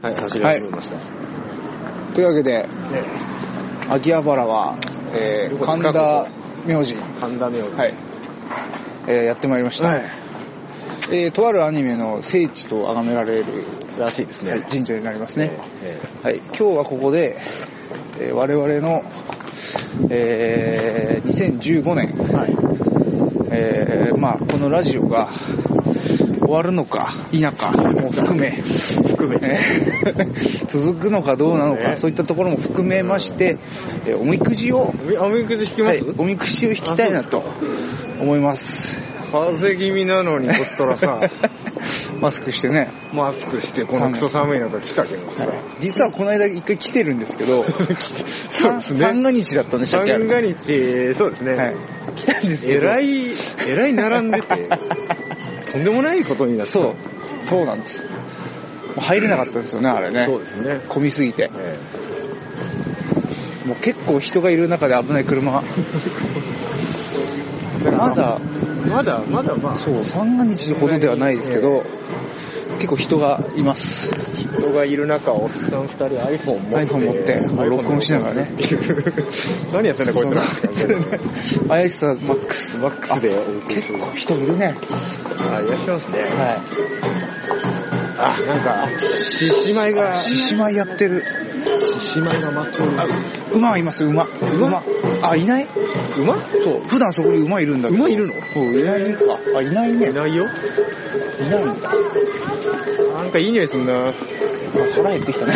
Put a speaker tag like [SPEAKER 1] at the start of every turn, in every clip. [SPEAKER 1] はい、走り始めました。
[SPEAKER 2] というわけで
[SPEAKER 1] ね
[SPEAKER 2] 秋葉原は、え
[SPEAKER 1] どこで
[SPEAKER 2] ー
[SPEAKER 1] す
[SPEAKER 2] 神
[SPEAKER 1] か
[SPEAKER 2] 田明神
[SPEAKER 1] 神田明神。
[SPEAKER 2] はい、えーやってまいりました、
[SPEAKER 1] はい
[SPEAKER 2] えーとあるアニメの聖地と崇められる、
[SPEAKER 1] らしいですね。
[SPEAKER 2] はい神社になりますね、
[SPEAKER 1] ええ
[SPEAKER 2] はい、今日はここで、えー我々の、えー2015年、
[SPEAKER 1] ええはい。
[SPEAKER 2] えーまあ、このラジオが終わるのか否かも含め、
[SPEAKER 1] 含めて。
[SPEAKER 2] えー 続くのかどうなのか、
[SPEAKER 1] ね
[SPEAKER 2] そういったところも含めまして、えーおみくじを
[SPEAKER 1] おみおみくじ引きます、
[SPEAKER 2] はい、おみくじを引きたいなと思います。
[SPEAKER 1] 風邪気味なのにコストラさ、
[SPEAKER 2] マスクしてね。
[SPEAKER 1] マスクしてこのクソ寒い中来たけどさ。
[SPEAKER 2] 実はこの間一回来てるんです けど、
[SPEAKER 1] そうですね
[SPEAKER 2] 三が日だったんでした
[SPEAKER 1] 三
[SPEAKER 2] っけあれ
[SPEAKER 1] が日、そうですね。
[SPEAKER 2] はい。来たんですけ
[SPEAKER 1] え
[SPEAKER 2] ど。
[SPEAKER 1] らい、えらい並んで て、とんでもないことになった。
[SPEAKER 2] そう。そうなんです。もう入れなかったんですよね、あれね。
[SPEAKER 1] そうですね。
[SPEAKER 2] 混みすぎて。
[SPEAKER 1] え
[SPEAKER 2] もう結構人がいる中で危ない車が。
[SPEAKER 1] え
[SPEAKER 2] まだ、
[SPEAKER 1] まだ、まだまあ、
[SPEAKER 2] そう、三が日ほどではないですけど、結構人がいます。
[SPEAKER 1] 人がいる中、おっさん二人 iPhone 持って。
[SPEAKER 2] iPhone 持ってもう録音しながらね
[SPEAKER 1] 何やってんだ、こいつら。
[SPEAKER 2] それね怪しさマックス。
[SPEAKER 1] マックスでお送り
[SPEAKER 2] 結
[SPEAKER 1] する
[SPEAKER 2] 構人いるね。
[SPEAKER 1] あ、いらっしゃいますね。
[SPEAKER 2] はい。
[SPEAKER 1] あ、なんか、獅子舞が、
[SPEAKER 2] 獅子舞やってる。
[SPEAKER 1] 子舞が待ってる
[SPEAKER 2] あ、馬はいます、馬。馬。あ、いない
[SPEAKER 1] 馬
[SPEAKER 2] そう。普段そこに馬いるんだけど。
[SPEAKER 1] 馬いるの
[SPEAKER 2] そう、いないか。あ、いないね。い
[SPEAKER 1] いないよ。
[SPEAKER 2] ない んだ。あ
[SPEAKER 1] なんかいい匂いすんな。
[SPEAKER 2] 腹減ってき たね。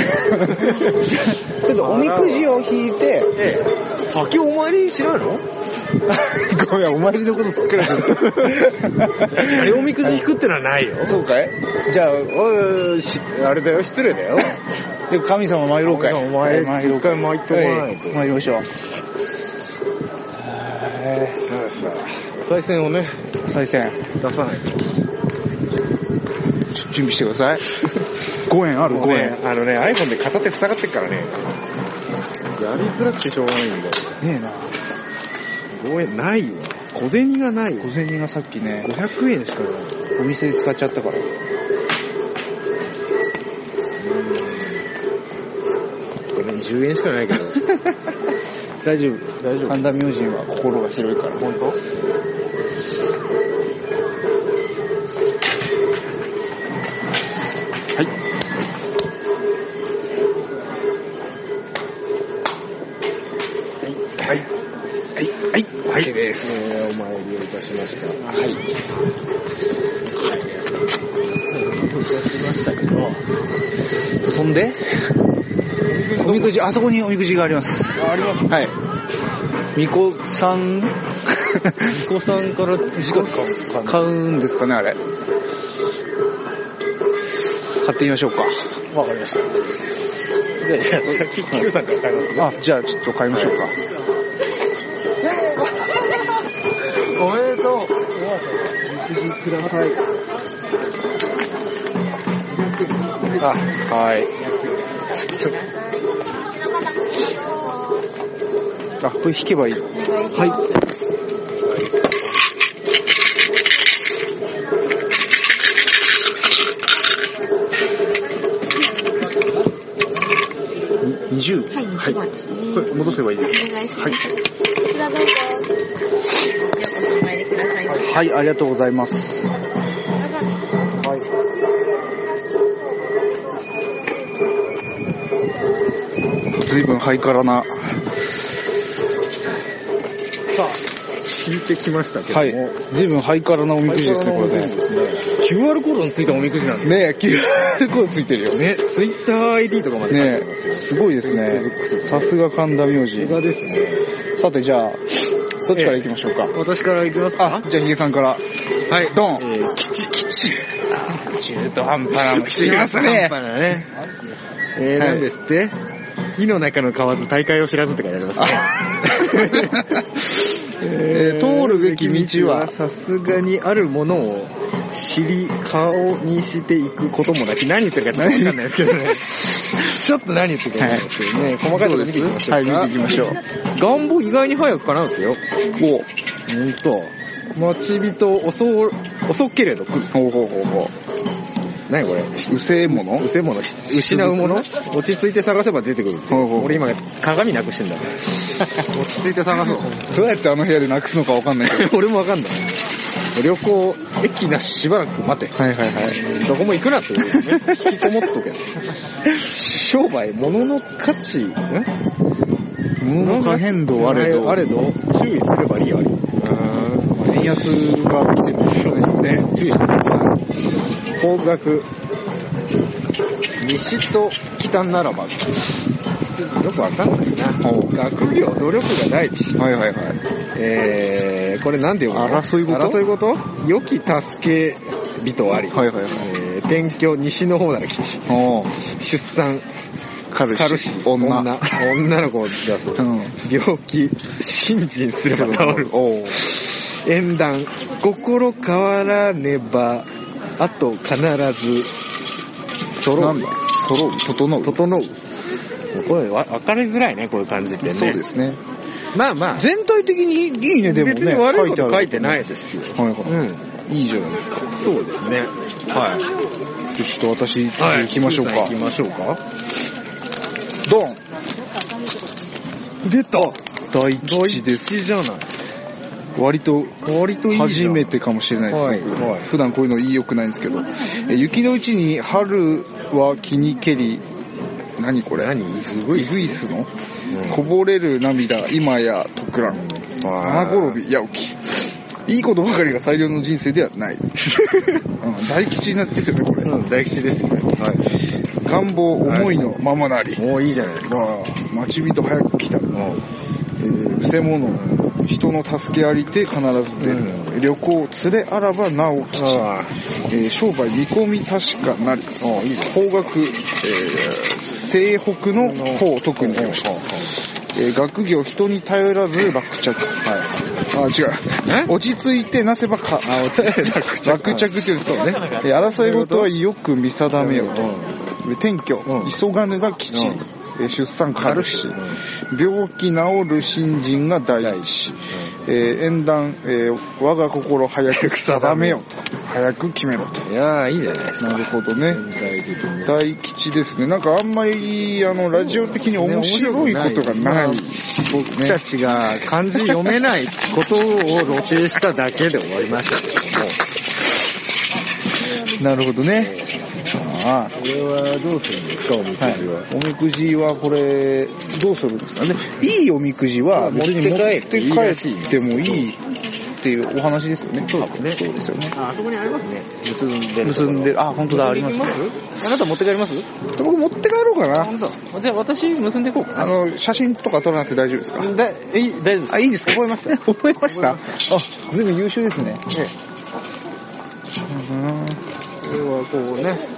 [SPEAKER 2] ちょっとおみくじを引いて、
[SPEAKER 1] ええ。先お参りしない の
[SPEAKER 2] ごめん、お参りのことすっかりし
[SPEAKER 1] あれおみくじ引くってのはないよ。
[SPEAKER 2] そうかいじゃあ、
[SPEAKER 1] おいしあれだよ、失礼だよ。
[SPEAKER 2] で神様参ろうかい。
[SPEAKER 1] 神様参
[SPEAKER 2] はいろうか
[SPEAKER 1] 一回参ってもらわないと
[SPEAKER 2] は参りましょ
[SPEAKER 1] さ
[SPEAKER 2] う。
[SPEAKER 1] あさあ、再選をね、
[SPEAKER 2] 再選、
[SPEAKER 1] 出さないと。
[SPEAKER 2] ちょ準備してください。5円ある、
[SPEAKER 1] もう
[SPEAKER 2] 5
[SPEAKER 1] ね
[SPEAKER 2] 円。
[SPEAKER 1] あのね、iPhone で片手塞がってっからね。やりづらくてしょうがないんだよ。
[SPEAKER 2] ねえな。
[SPEAKER 1] 5円ないよ。小銭がないよ
[SPEAKER 2] 小。銭がさっきね、
[SPEAKER 1] 500円しかない。
[SPEAKER 2] お店で使っちゃったから。
[SPEAKER 1] これ10円しかないけど。
[SPEAKER 2] 大丈夫。
[SPEAKER 1] 大丈夫
[SPEAKER 2] 神田明神は心が広いから。
[SPEAKER 1] 本当はい。はい。はい。はい。はい。です。えー、お参りをいたしました。はい。いたしましたけど、
[SPEAKER 2] そんで、おみくじ、あそこにおみくじがあります。
[SPEAKER 1] あ、あります。
[SPEAKER 2] はい。みこさん、
[SPEAKER 1] 息子さんから時間かか
[SPEAKER 2] 買うんですかね、あれ。買ってみましょうか。
[SPEAKER 1] わかりました。じゃあ、じゃあ、先、Q さんから買いますね。
[SPEAKER 2] あ、じゃあちょっと買いましょうか。
[SPEAKER 1] おめでとう。あ、はい。
[SPEAKER 2] あ、これ引けばいいよ。はい。
[SPEAKER 1] 20。
[SPEAKER 3] はい、一番ですね。
[SPEAKER 1] これ戻せばいいです
[SPEAKER 3] お願いします。こちらどうぞ。ようこそお参りくださいませ。
[SPEAKER 2] はい、ありがとうございます。随分ハイカラな。
[SPEAKER 1] さあ、引いてきましたけども。
[SPEAKER 2] はい。随分ハイカラなおみくじですね、これ
[SPEAKER 1] で
[SPEAKER 2] ね。
[SPEAKER 1] すね。QR コードについたおみくじなんで
[SPEAKER 2] ねえ、QR コードついてるよ。
[SPEAKER 1] す
[SPEAKER 2] ね
[SPEAKER 1] ね。ツイッター ID とかまで書いてありますよ。
[SPEAKER 2] え、すごいですね。さすが神田明
[SPEAKER 1] 無
[SPEAKER 2] 神。
[SPEAKER 1] 駄ですね。
[SPEAKER 2] さて、じゃあ、どっちから行きましょうか。
[SPEAKER 1] 私から行きますか
[SPEAKER 2] あ、じゃあヒゲさんから。
[SPEAKER 1] はい
[SPEAKER 2] ドン
[SPEAKER 1] えー、きちきち。中途半
[SPEAKER 2] 端なの
[SPEAKER 1] 中
[SPEAKER 2] 来
[SPEAKER 1] 途
[SPEAKER 2] ま
[SPEAKER 1] 半
[SPEAKER 2] す
[SPEAKER 1] 端
[SPEAKER 2] ね
[SPEAKER 1] なね。えー、
[SPEAKER 2] はい
[SPEAKER 1] なんですって井の中の蛙、大海を知らずって書いてありますね。
[SPEAKER 2] えー通るべき道は
[SPEAKER 1] さすがにあるものを知り、顔にしていくこともなき、何言ってるかちょっとわかんないですけどね。 ちょっと何言ってるかわかんないですけどね。細かいところ見ていきましょうか。
[SPEAKER 2] はい、見ていきましょう。
[SPEAKER 1] 願望意外に早く叶うんですよ。おほんと。待ち人遅う、遅けれど来る。
[SPEAKER 2] ほうほうほうほう。
[SPEAKER 1] 何これ
[SPEAKER 2] うせえもの
[SPEAKER 1] 失せ物し失うもの落ち着いて探せば出てくるっていう
[SPEAKER 2] ほうほう
[SPEAKER 1] 俺今鏡なくしてん だ
[SPEAKER 2] 落ち着いて探そう。どうやってあの部屋でなくすのかわかんないけ ど。
[SPEAKER 1] 俺もわかんない旅行駅なししばらく待て
[SPEAKER 2] はいはいはい。
[SPEAKER 1] どこも行くなって言う、ね、引きこもっとけ商売物の価値ん
[SPEAKER 2] 物の可変動あれど、
[SPEAKER 1] あれど注意すれば利ありう
[SPEAKER 2] 円安が来てるんですよね。
[SPEAKER 1] ん注意して方角西と北ならばよくわかんないな
[SPEAKER 2] ほう
[SPEAKER 1] 学業努力が第一
[SPEAKER 2] はいはいはい。
[SPEAKER 1] えー、これなんで読むの
[SPEAKER 2] 争い事
[SPEAKER 1] 争い事良き助け人あり。
[SPEAKER 2] はいはいはい
[SPEAKER 1] えー、転居西の方なら吉。
[SPEAKER 2] おう
[SPEAKER 1] 出産、
[SPEAKER 2] 彼氏。
[SPEAKER 1] カルシ、
[SPEAKER 2] 女。
[SPEAKER 1] 女。女の子だそう。
[SPEAKER 2] うん。
[SPEAKER 1] 病気、信心すれば治る。
[SPEAKER 2] おう
[SPEAKER 1] 縁談、心変わらねば、あと必ず、揃
[SPEAKER 2] な
[SPEAKER 1] うん
[SPEAKER 2] だ。揃う。整う。
[SPEAKER 1] 整う。これわ分かりづらいね、こういう感じってね。
[SPEAKER 2] そうですね。
[SPEAKER 1] まあまあ、
[SPEAKER 2] 全体的にいいね、でもね。
[SPEAKER 1] 別に悪いこと書いて
[SPEAKER 2] い。
[SPEAKER 1] ないですよ。
[SPEAKER 2] はいは
[SPEAKER 1] うん。いいじゃないですか。そうですね。はい。
[SPEAKER 2] い。ちょっと私、次行きましょうか
[SPEAKER 1] 行き。ましょうか。
[SPEAKER 2] ドン
[SPEAKER 1] 出た
[SPEAKER 2] 大吉です。
[SPEAKER 1] す。じゃない。
[SPEAKER 2] 割と、
[SPEAKER 1] 割といい
[SPEAKER 2] 初めてかもしれないですね。
[SPEAKER 1] はいはい
[SPEAKER 2] 普段こういうの言いよくないんですけど。え雪のうちに春は気に蹴り、何これ
[SPEAKER 1] 何すご
[SPEAKER 2] イ
[SPEAKER 1] い。
[SPEAKER 2] ズイスの、
[SPEAKER 1] うん
[SPEAKER 2] こぼれる涙、今や特乱。七転び、八起き。いいことばかりが最良の人生では ない。うん大吉なんですよね、これ。
[SPEAKER 1] うん、大吉ですよね。は
[SPEAKER 2] 願望、思いのままなり
[SPEAKER 1] い。。もういいじゃないですか。
[SPEAKER 2] まあ、待ち人早く来た。
[SPEAKER 1] も
[SPEAKER 2] えー、伏せ物、人の助けありて必ず出る。
[SPEAKER 1] う
[SPEAKER 2] 旅行、連れあらばなお吉。
[SPEAKER 1] あ
[SPEAKER 2] えー商売見込み確かなり、方角、えー西北の方特によし、えー学業人に頼らず落着。あ、違
[SPEAKER 1] え
[SPEAKER 2] う。落ち着いてなせばか、
[SPEAKER 1] あ、お手 落着。
[SPEAKER 2] 落着っていうそうね。えー争い事はよく見定めようと。転居、
[SPEAKER 1] うん
[SPEAKER 2] 急がぬが吉。
[SPEAKER 1] うん
[SPEAKER 2] えー出産軽し
[SPEAKER 1] う。
[SPEAKER 2] 病気治る新人が第一。えー縁談、えー我が心早く定めようと。早く決めろと。
[SPEAKER 1] いやー、いいじゃないですか。
[SPEAKER 2] なるほどね。
[SPEAKER 1] 全体的に。
[SPEAKER 2] 大吉ですね。なんかあんまり、あの、ラジオ的に面白いことがな
[SPEAKER 1] ね
[SPEAKER 2] い。
[SPEAKER 1] 僕たちが漢字読めないことを露呈しただけで終わりましたけども。
[SPEAKER 2] なるほどね。あ
[SPEAKER 1] これはどうするんですか、おみくじ
[SPEAKER 2] あ、はい。おみくじはこれ、どうするんですかね。いいおみくじは、
[SPEAKER 1] 持って帰
[SPEAKER 2] 別に持って
[SPEAKER 1] っていいらしい
[SPEAKER 2] 帰ってもいいっていうお話ですよね。
[SPEAKER 1] そうですね
[SPEAKER 2] そうですよね。
[SPEAKER 1] あ、あそこにありますね。結んでるとこ
[SPEAKER 2] 結
[SPEAKER 1] ろ
[SPEAKER 2] んで、あ、本当だ、ありますね。
[SPEAKER 1] あなた持って帰ります
[SPEAKER 2] 僕持って帰ろうかな。
[SPEAKER 1] 当。じゃあ私結んでいこうか
[SPEAKER 2] あの、写真とか撮らなくて大丈夫ですか
[SPEAKER 1] な。だ、え、いい大丈夫です。
[SPEAKER 2] あ、いいですか覚えま した。覚えました。あ、随分優秀ですね。
[SPEAKER 1] ええこれはこうね。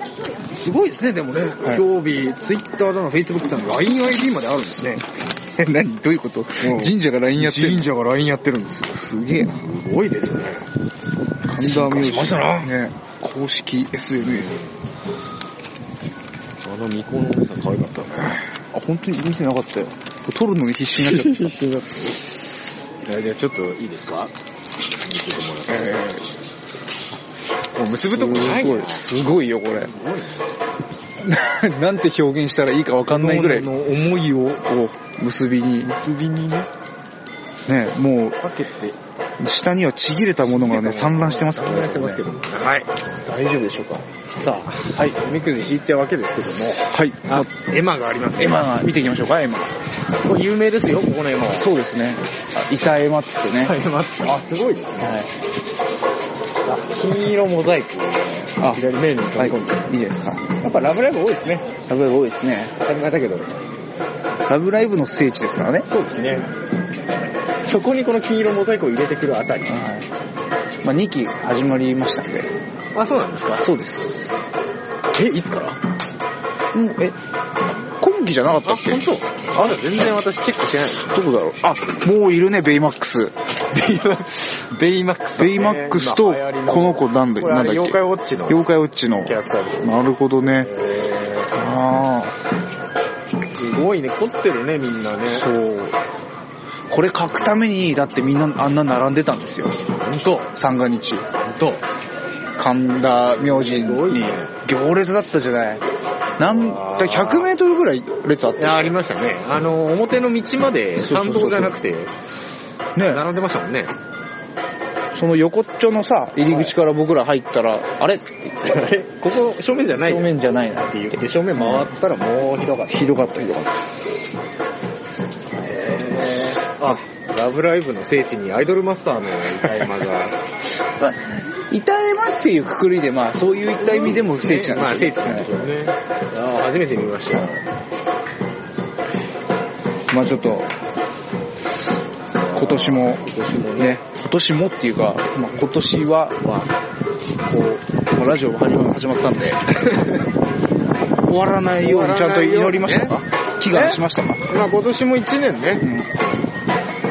[SPEAKER 1] すごいですね、でもね。
[SPEAKER 2] い
[SPEAKER 1] 興味、ツイッターだの、フェイスブックだの、LINEID まであるんですね。
[SPEAKER 2] え、何どういうこと
[SPEAKER 1] ん
[SPEAKER 2] 神社が LINE やってるの
[SPEAKER 1] 社が LINE やってるんですよ。
[SPEAKER 2] すげえな。
[SPEAKER 1] すごいですね。
[SPEAKER 2] 神田明
[SPEAKER 1] 進化しましたな
[SPEAKER 2] ね、公式 SNS。
[SPEAKER 1] あの未婚のお姉さん可愛かったね。
[SPEAKER 2] あ、本当に見てなかったよ。撮るのに必死になっちゃっ
[SPEAKER 1] じゃあちょっといいですか見ててもらって
[SPEAKER 2] た。え
[SPEAKER 1] もう結
[SPEAKER 2] ー
[SPEAKER 1] ぶとこないんだな
[SPEAKER 2] すごい、すごいよ、これ。
[SPEAKER 1] すごいね。
[SPEAKER 2] ななんて表現したらいいかわかんないぐらい、
[SPEAKER 1] の
[SPEAKER 2] こ
[SPEAKER 1] 思いを
[SPEAKER 2] う、結びに。
[SPEAKER 1] 結びにね、
[SPEAKER 2] ね、も
[SPEAKER 1] かけて、
[SPEAKER 2] う、下にはちぎれたものがね、散乱してますから
[SPEAKER 1] 散
[SPEAKER 2] ね。
[SPEAKER 1] 乱してますけど。はい。
[SPEAKER 2] 大丈夫でしょうか。
[SPEAKER 1] さあ、はい。おみくじ引いたわけですけども。
[SPEAKER 2] はい。
[SPEAKER 1] あ、エマがあります。
[SPEAKER 2] エマが見ていきましょうか、エマ。
[SPEAKER 1] これ有名ですよ、ここのエマは。
[SPEAKER 2] そうですね。あ板エマっつってね。
[SPEAKER 1] はい、待って。あ、すごいですね。
[SPEAKER 2] はい。
[SPEAKER 1] あ金色モザイクをね
[SPEAKER 2] あ
[SPEAKER 1] 左面に飛び込んで。
[SPEAKER 2] いいですか。
[SPEAKER 1] やっぱラブライブ多いですね。
[SPEAKER 2] ラブライブ多いですね。
[SPEAKER 1] 当たり前だけど。
[SPEAKER 2] ラブライブの聖地ですからね。
[SPEAKER 1] そうですね。そこにこの金色モザイクを入れてくるあたり。
[SPEAKER 2] はい。まあ、2期始まりましたんで。
[SPEAKER 1] あ、そうなんですか
[SPEAKER 2] そうです。
[SPEAKER 1] え、いつから
[SPEAKER 2] うん、え、今期じゃなかったっけ
[SPEAKER 1] 当あ、じゃあ全然私チェックしてないですね。
[SPEAKER 2] どこだろうあ、もういるね、ベイマッ クス。
[SPEAKER 1] ベイマックス。
[SPEAKER 2] ベイマックスと、この子なんだ、
[SPEAKER 1] これ
[SPEAKER 2] な
[SPEAKER 1] あ
[SPEAKER 2] ん
[SPEAKER 1] れ
[SPEAKER 2] だっ
[SPEAKER 1] 妖
[SPEAKER 2] け
[SPEAKER 1] 怪ウォッチのキ
[SPEAKER 2] 妖怪ウォッチの。
[SPEAKER 1] ャラクターですね。
[SPEAKER 2] なるほどね。
[SPEAKER 1] え
[SPEAKER 2] あ
[SPEAKER 1] ーすごいね、凝ってるね、みんなね。
[SPEAKER 2] あ、そう。これ書くために、だってみんなあんな並んでたんですよ。
[SPEAKER 1] ほんと、
[SPEAKER 2] 三が日。
[SPEAKER 1] ほんと。
[SPEAKER 2] 神田明神に
[SPEAKER 1] すごいね
[SPEAKER 2] 行列だったじゃない。なん、だから100メートルぐらい列あっ
[SPEAKER 1] いやありましたね。あの、表の道まで
[SPEAKER 2] そうそ
[SPEAKER 1] 参
[SPEAKER 2] うそうそう
[SPEAKER 1] 道じゃなくて、
[SPEAKER 2] た。ね
[SPEAKER 1] 並んでましたもんね。
[SPEAKER 2] その横っちょのさ、入り口から僕ら入ったら、あれって言って
[SPEAKER 1] あれ ここ正面じゃない
[SPEAKER 2] 正
[SPEAKER 1] っ
[SPEAKER 2] 面じゃないなってて
[SPEAKER 1] 言っ、
[SPEAKER 2] 言ってて。
[SPEAKER 1] 正面回ったらもうひどかっ
[SPEAKER 2] ひどかった、ひどかった。
[SPEAKER 1] た。あ、ラブライブの聖地にアイドルマスターの歌山が。
[SPEAKER 2] まあ、板山っていうくくりで、まあ、そういった意味でも聖地
[SPEAKER 1] ま
[SPEAKER 2] な
[SPEAKER 1] あ
[SPEAKER 2] ん
[SPEAKER 1] 聖
[SPEAKER 2] で
[SPEAKER 1] 地
[SPEAKER 2] すよ
[SPEAKER 1] なんでしょうね。ああ、初めて見ました。
[SPEAKER 2] まあ、ちょっと、今年も、ね、今年もっていうか、まあ、今年は、まあ、こう、まあラジオが始ま始まったん で、終わらないようにちゃんと祈りましたか
[SPEAKER 1] 終
[SPEAKER 2] 祈願しましたか
[SPEAKER 1] まあ今年も1年
[SPEAKER 2] う
[SPEAKER 1] ね、
[SPEAKER 2] ん。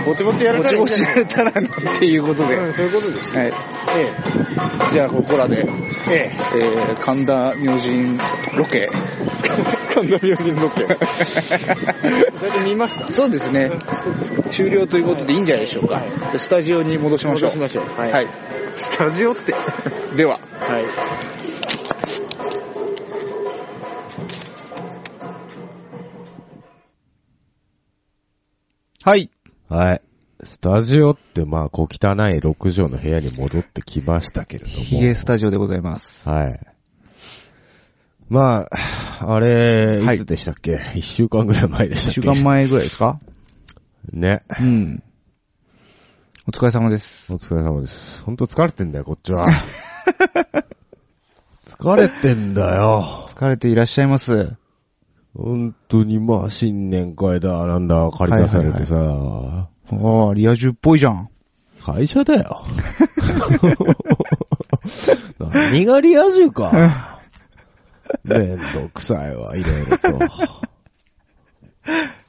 [SPEAKER 1] ぼちぼちやれ
[SPEAKER 2] ぼ
[SPEAKER 1] た
[SPEAKER 2] ち
[SPEAKER 1] らいい
[SPEAKER 2] ぼ
[SPEAKER 1] ん
[SPEAKER 2] ち
[SPEAKER 1] じゃ
[SPEAKER 2] や
[SPEAKER 1] ない
[SPEAKER 2] れたらなっていうことで、
[SPEAKER 1] うん、そういうことです。
[SPEAKER 2] はい。
[SPEAKER 1] え
[SPEAKER 2] じゃあ、ここらで、
[SPEAKER 1] え。ええ。
[SPEAKER 2] えー、神田明神ロケ。
[SPEAKER 1] 神田明神ロケ。 大体見ました
[SPEAKER 2] そうですね。
[SPEAKER 1] そうですか。
[SPEAKER 2] 終了ということでいいんじゃないでしょうか。
[SPEAKER 1] はい
[SPEAKER 2] でスタジオに戻しましょう。
[SPEAKER 1] 戻しましょうは
[SPEAKER 2] はいい。
[SPEAKER 1] スタジオって。
[SPEAKER 2] では。
[SPEAKER 1] はい。
[SPEAKER 2] はい。
[SPEAKER 4] はい。スタジオって、まあ、小汚い6畳の部屋に戻ってきましたけれども。
[SPEAKER 2] ヒゲスタジオでございます。
[SPEAKER 4] はい。まあ、あれ、
[SPEAKER 2] はい
[SPEAKER 4] いつでしたっけ、一 ?1 週間ぐらい前でした
[SPEAKER 2] 一
[SPEAKER 4] っけ
[SPEAKER 2] 週間。前ぐらいですか
[SPEAKER 4] ね。
[SPEAKER 2] うん。お疲れ様です
[SPEAKER 4] お。疲れ様です。ほんと疲れてんだよ、こっちは。 疲れてんだよ。
[SPEAKER 2] 疲れていらっしゃいます。
[SPEAKER 4] 本当に、まあ、新年会だ、なんだ、借り出されてさ、
[SPEAKER 2] ああ、リア充っぽいじゃん。
[SPEAKER 4] 会社だよ。何がリア充 か。めんどくさいわ、いろいろと。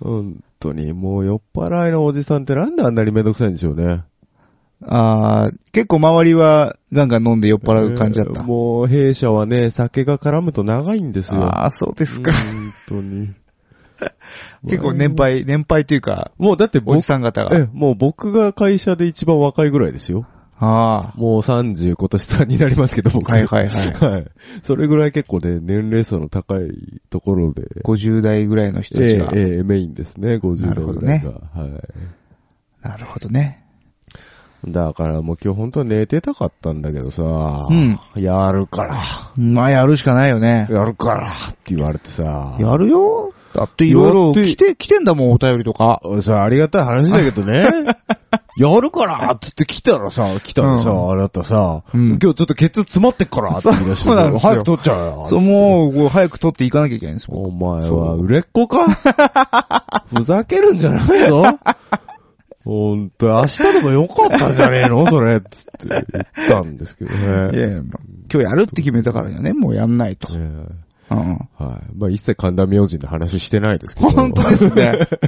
[SPEAKER 4] 本当に、もう酔っ払いのおじさんってなんであんなにめんどくさいんでしょうね。
[SPEAKER 2] ああ、結構周りはガンガン飲んで酔っ払う感じだった。
[SPEAKER 4] えーもう弊社はね、酒が絡むと長いんですよ。
[SPEAKER 2] ああ、そうですか。
[SPEAKER 4] 本当に。
[SPEAKER 2] 結構年配、年配というか、
[SPEAKER 4] もうだって
[SPEAKER 2] お
[SPEAKER 4] 僕
[SPEAKER 2] じ、さん方が。
[SPEAKER 4] え、もう僕が会社で一番若いぐらいですよ。
[SPEAKER 2] あ
[SPEAKER 4] もう30今年3になりますけど、僕。
[SPEAKER 2] はいはいはい
[SPEAKER 4] はい。それぐらい結構ね、年齢層の高いところで。
[SPEAKER 2] あ、50代ぐらいの人
[SPEAKER 4] え
[SPEAKER 2] たち
[SPEAKER 4] え
[SPEAKER 2] が。
[SPEAKER 4] ええメインですね、50
[SPEAKER 2] な
[SPEAKER 4] 代
[SPEAKER 2] るほ
[SPEAKER 4] ぐ
[SPEAKER 2] ど
[SPEAKER 4] らい
[SPEAKER 2] ね
[SPEAKER 4] が。は
[SPEAKER 2] なるほどね。
[SPEAKER 4] い。だからもう今日本当は寝てたかったんだけどさ、
[SPEAKER 2] うん
[SPEAKER 4] やるから、
[SPEAKER 2] まあ、やるしかないよね。
[SPEAKER 4] やるからって言われてさ、
[SPEAKER 2] やるよだっていろいろ
[SPEAKER 4] やって
[SPEAKER 2] 来て、来てんだもん、お便りとか。
[SPEAKER 4] さ、ありがたい話だけど ね。やるからって言って来たらさ、来たらさ、
[SPEAKER 2] うん
[SPEAKER 4] あなたさ、
[SPEAKER 2] うん
[SPEAKER 4] 今日ちょっとケツ詰まってっからって言い出して
[SPEAKER 2] そうなん
[SPEAKER 4] さ、
[SPEAKER 2] ですよ
[SPEAKER 4] 早く取っちゃうよ。
[SPEAKER 2] そう、もう、こう早く取っていかなきゃいけないんです、僕
[SPEAKER 4] お前は売れっ 子かふざけるんじゃないぞほんと、明日でもよかったんじゃねえのそれ、つって言ったんですけど
[SPEAKER 2] いや
[SPEAKER 4] ね。
[SPEAKER 2] いや、まあ今日やるって決めたからにはね、もうやんないと。
[SPEAKER 4] ええ
[SPEAKER 2] うん。
[SPEAKER 4] はい。まあ一切神田明神の話してないですけど。
[SPEAKER 2] 本当です ね。だか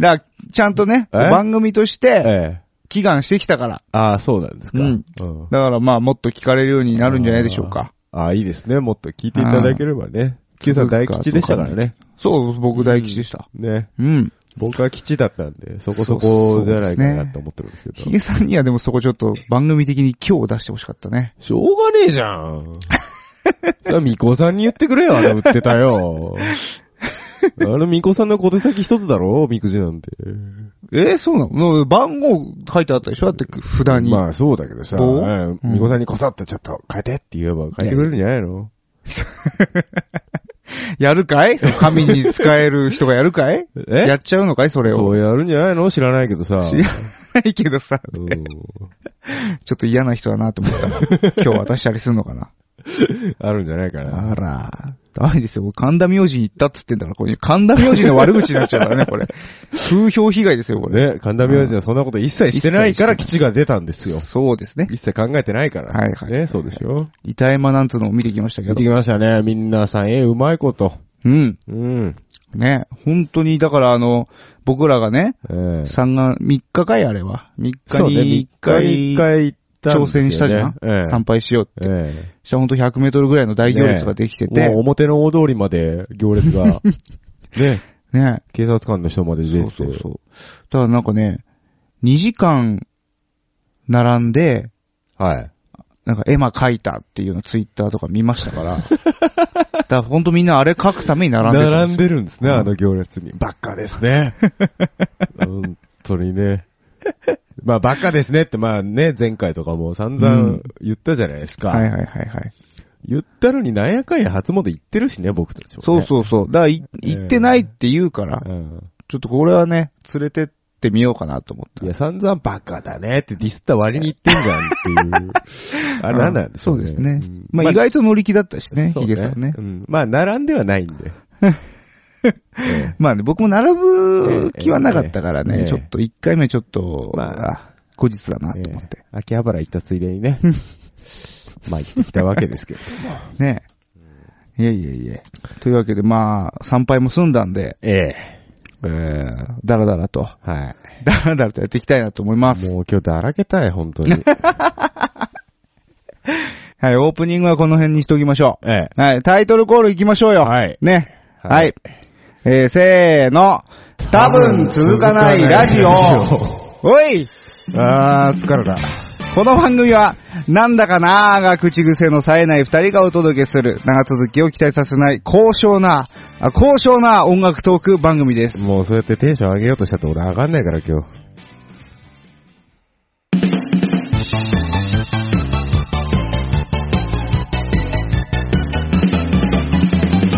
[SPEAKER 2] ら、ちゃんとね、
[SPEAKER 4] え
[SPEAKER 2] 番組とし
[SPEAKER 4] え
[SPEAKER 2] て、
[SPEAKER 4] え。
[SPEAKER 2] 祈願してきたから。
[SPEAKER 4] ああ、そうなんですか。
[SPEAKER 2] うん
[SPEAKER 4] うん
[SPEAKER 2] だからまあ、もっと聞かれるようになるんじゃないでしょうか。
[SPEAKER 4] ああ、いいですね。もっと聞いていただければね。Q さん大吉でしたからね。
[SPEAKER 2] そう、僕大吉でした。
[SPEAKER 4] ね。
[SPEAKER 2] うん。
[SPEAKER 4] 僕は吉だったんで、そこそ
[SPEAKER 2] そうそ
[SPEAKER 4] こ
[SPEAKER 2] う
[SPEAKER 4] じゃないか
[SPEAKER 2] そうです
[SPEAKER 4] な
[SPEAKER 2] ね
[SPEAKER 4] と思ってるんですけど。
[SPEAKER 2] ヒゲさんにはでもそこちょっと番組的に今日出してほしかったね。
[SPEAKER 4] しょうがねえじゃ ん。さあ、ミコさんに言ってくれよ、あれ売ってた よ。あのミコさんの小手先一つだろおみくじなんて。
[SPEAKER 2] えーそうなの番号書いてあったでしょだって札に。
[SPEAKER 4] まあそうだけどさ、
[SPEAKER 2] どう
[SPEAKER 4] うんミコさんにこさっとちょっと変えてって言えば変えてくれるんじゃないの
[SPEAKER 2] やるか いその紙に使える人がやるかい
[SPEAKER 4] え
[SPEAKER 2] やっちゃうのかいそれ
[SPEAKER 4] そ
[SPEAKER 2] を。
[SPEAKER 4] うやるんじゃないの知らないけどさ。
[SPEAKER 2] 知らないけどさ、
[SPEAKER 4] うん
[SPEAKER 2] ちょっと嫌な人だなと思ったの。今日渡したりするのかな。
[SPEAKER 4] あるんじゃないかな。
[SPEAKER 2] あら、ダメですよ。神田明神行ったっつってんだから、こういう神田明神の悪口になっちゃうからね、これ。風評被害ですよ、これ。
[SPEAKER 4] ね、神田明神はそんなこと一切してないから基地が出たんですよ。
[SPEAKER 2] そうですね。
[SPEAKER 4] 一切考えてないから。
[SPEAKER 2] はいはい
[SPEAKER 4] ね、そうでしょ。
[SPEAKER 2] 板山なんつうのを見てきましたけ
[SPEAKER 4] やっ
[SPEAKER 2] ど
[SPEAKER 4] て。きましたね、みんなさん。え、うまいこと。
[SPEAKER 2] うん。
[SPEAKER 4] うん。
[SPEAKER 2] ね。本当に、だからあの、僕らがね、
[SPEAKER 4] ええ
[SPEAKER 2] 三が、3日かいあれは。3日
[SPEAKER 4] そうね、
[SPEAKER 2] に
[SPEAKER 4] 一
[SPEAKER 2] 1回、
[SPEAKER 4] 回行ったんで
[SPEAKER 2] 挑
[SPEAKER 4] すよね
[SPEAKER 2] 戦したじゃん、
[SPEAKER 4] ええ
[SPEAKER 2] 参拝しようって。
[SPEAKER 4] え
[SPEAKER 2] そしたらほんと100メートルぐらいの
[SPEAKER 4] え
[SPEAKER 2] 大行列ができて
[SPEAKER 4] ね
[SPEAKER 2] て
[SPEAKER 4] え、もう表の大通りまで行 列が。ね
[SPEAKER 2] ね。
[SPEAKER 4] 警察官の人まで
[SPEAKER 2] そ
[SPEAKER 4] 出て
[SPEAKER 2] う
[SPEAKER 4] て。
[SPEAKER 2] そうそう。ただなんかね、2時間並んで、
[SPEAKER 4] はい。
[SPEAKER 2] なんか絵馬書いたっていうのツイッターとか見ました から。だからほんとみんなあれ書くために並んでた
[SPEAKER 4] 並ん
[SPEAKER 2] で
[SPEAKER 4] でるんですね、
[SPEAKER 2] うん
[SPEAKER 4] あの行列に。バカです ね。本当にね。まあ、バカですねって、まあね、前回とかも散
[SPEAKER 2] う
[SPEAKER 4] 々
[SPEAKER 2] ん
[SPEAKER 4] 言ったじゃないですか。
[SPEAKER 2] はいはいはいはい。
[SPEAKER 4] 言ったのになんやかんや初詣行ってるしね、僕たちも、ね。
[SPEAKER 2] そうそうそう。だからい
[SPEAKER 4] え
[SPEAKER 2] 行ってないって言うから、
[SPEAKER 4] うん。
[SPEAKER 2] ちょっとこれはね、連れてってみようかなと思って。
[SPEAKER 4] いや、散々バカだねってディスった割に言ってんじゃんっ ていう。あれなんなんでしょ
[SPEAKER 2] そう
[SPEAKER 4] うね。
[SPEAKER 2] ですね
[SPEAKER 4] ん。
[SPEAKER 2] まあ意外と乗り気だったしね、
[SPEAKER 4] そう
[SPEAKER 2] ヒゲさんね
[SPEAKER 4] う。ん。まあ、並んではないんで。ええ
[SPEAKER 2] まあね、僕も並ぶ気はなかったから
[SPEAKER 4] ええええ
[SPEAKER 2] ね、ちょっと一回目ちょっと、
[SPEAKER 4] まあ
[SPEAKER 2] あ後日だなと思って
[SPEAKER 4] え。え秋葉原行ったついで にね。まあ、行ってきたわけですけど。
[SPEAKER 2] ねえ。いえいえいえ。というわけで、まあ、参拝も済んだんで、
[SPEAKER 4] ええ。
[SPEAKER 2] えー、だらだらと、はい。だらだらとやっていきたいなと思います。
[SPEAKER 4] もう今日だらけたい、本当 に。
[SPEAKER 2] はい、オープニングはこの辺にしておきましょう。
[SPEAKER 4] ええ。
[SPEAKER 2] はい、タイトルコールいきましょうよ。
[SPEAKER 4] はい
[SPEAKER 2] ね。
[SPEAKER 4] は
[SPEAKER 2] はいい。えー、せーの。多分続かないラジオ。おいあー、疲れた。この番組は、なんだかなーが口癖の冴えない二人がお届けする、長続きを期待させない、高尚な、あ高尚な音楽トーク番組です。
[SPEAKER 4] もうそうやってテンション上げようとしたって俺上がんないから今日。
[SPEAKER 2] 多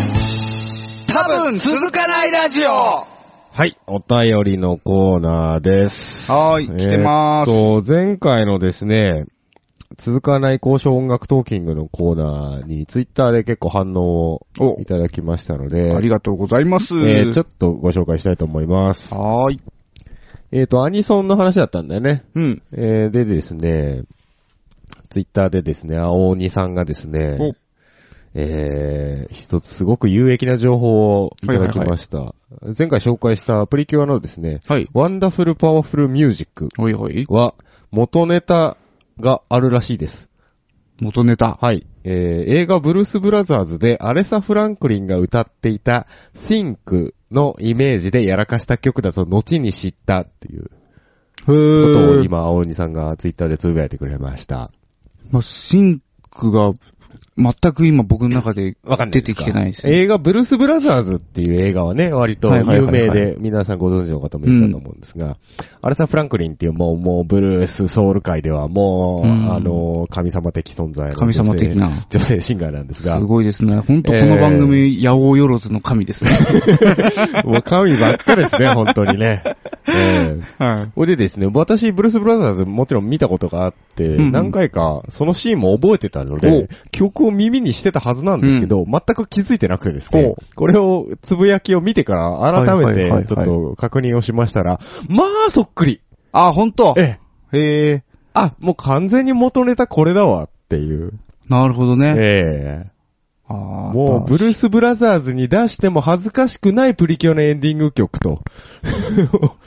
[SPEAKER 2] 分続かないラジオは
[SPEAKER 4] はい、お便りのコーナーです。
[SPEAKER 2] ーい、来てまーす。
[SPEAKER 4] えっと、前回のですね、続かない交渉音楽トーキングのコーナーにツイッターで結構反応を
[SPEAKER 2] お
[SPEAKER 4] いただきましたので、
[SPEAKER 2] ありがとうございます。
[SPEAKER 4] えーちょっとご紹介したいと思います。
[SPEAKER 2] はーい。
[SPEAKER 4] えっ、と、アニソンの話だったんだよね。
[SPEAKER 2] うん。
[SPEAKER 4] えーでですね、ツイッターでですね、青鬼さんがですね
[SPEAKER 2] お、
[SPEAKER 4] えー、一つすごく有益な情報をいただきました。前回紹介したプリキュアのですね、
[SPEAKER 2] はい。
[SPEAKER 4] ワンダフルパワフルミュージック
[SPEAKER 2] おいおい。
[SPEAKER 4] は元ネタがあるらしいです。
[SPEAKER 2] 元ネタ。
[SPEAKER 4] はい。えー、映画ブルース・ブラザーズでアレサ・フランクリンが歌っていた Think のイメージでやらかした曲だと後に知ったっていう
[SPEAKER 2] へー
[SPEAKER 4] ことを今、青鬼さんがツイッターでつぶやいてくれました。
[SPEAKER 2] まあ、シンクが、全く今僕の中で出てきてないですね。
[SPEAKER 4] 映画、ブルース・ブラザーズっていう映画はね、割と
[SPEAKER 2] はいはい
[SPEAKER 4] 有
[SPEAKER 2] はいはい
[SPEAKER 4] 名で、皆さんご存知の方もいるかと思うんですが、アレサ・フランクリンっていうもう、もう、ブルース・ソウル界ではもう、
[SPEAKER 2] うん
[SPEAKER 4] あの、神様的存在の
[SPEAKER 2] 神様的な
[SPEAKER 4] 女性女性シンガーなんですが、
[SPEAKER 2] す
[SPEAKER 4] も
[SPEAKER 2] ごいですね。本当この番組、八百万の神 ですね。
[SPEAKER 4] う神ばっかですね、本当 にね。ええ
[SPEAKER 2] はい。
[SPEAKER 4] ほいでですね、私、ブルース・ブラザーズもちろん見たことがあって、
[SPEAKER 2] うん
[SPEAKER 4] 何回かそのシーンも覚えてたので、曲を耳にしてたはずなんですけど、全く気づいてなくてですね、これを、つぶやきを見てから改め
[SPEAKER 2] はいはいはいは
[SPEAKER 4] て
[SPEAKER 2] い
[SPEAKER 4] ちょっと確認をしましたら、まあ、そっくり
[SPEAKER 2] あ、本当
[SPEAKER 4] ええ、
[SPEAKER 2] へえ。
[SPEAKER 4] あ、もう完全に元ネタこれだわっていう。
[SPEAKER 2] なるほどね。
[SPEAKER 4] ええ
[SPEAKER 2] あー
[SPEAKER 4] もう、ブルース・ブラザーズに出しても恥ずかしくないプリキュアのエンディング 曲と。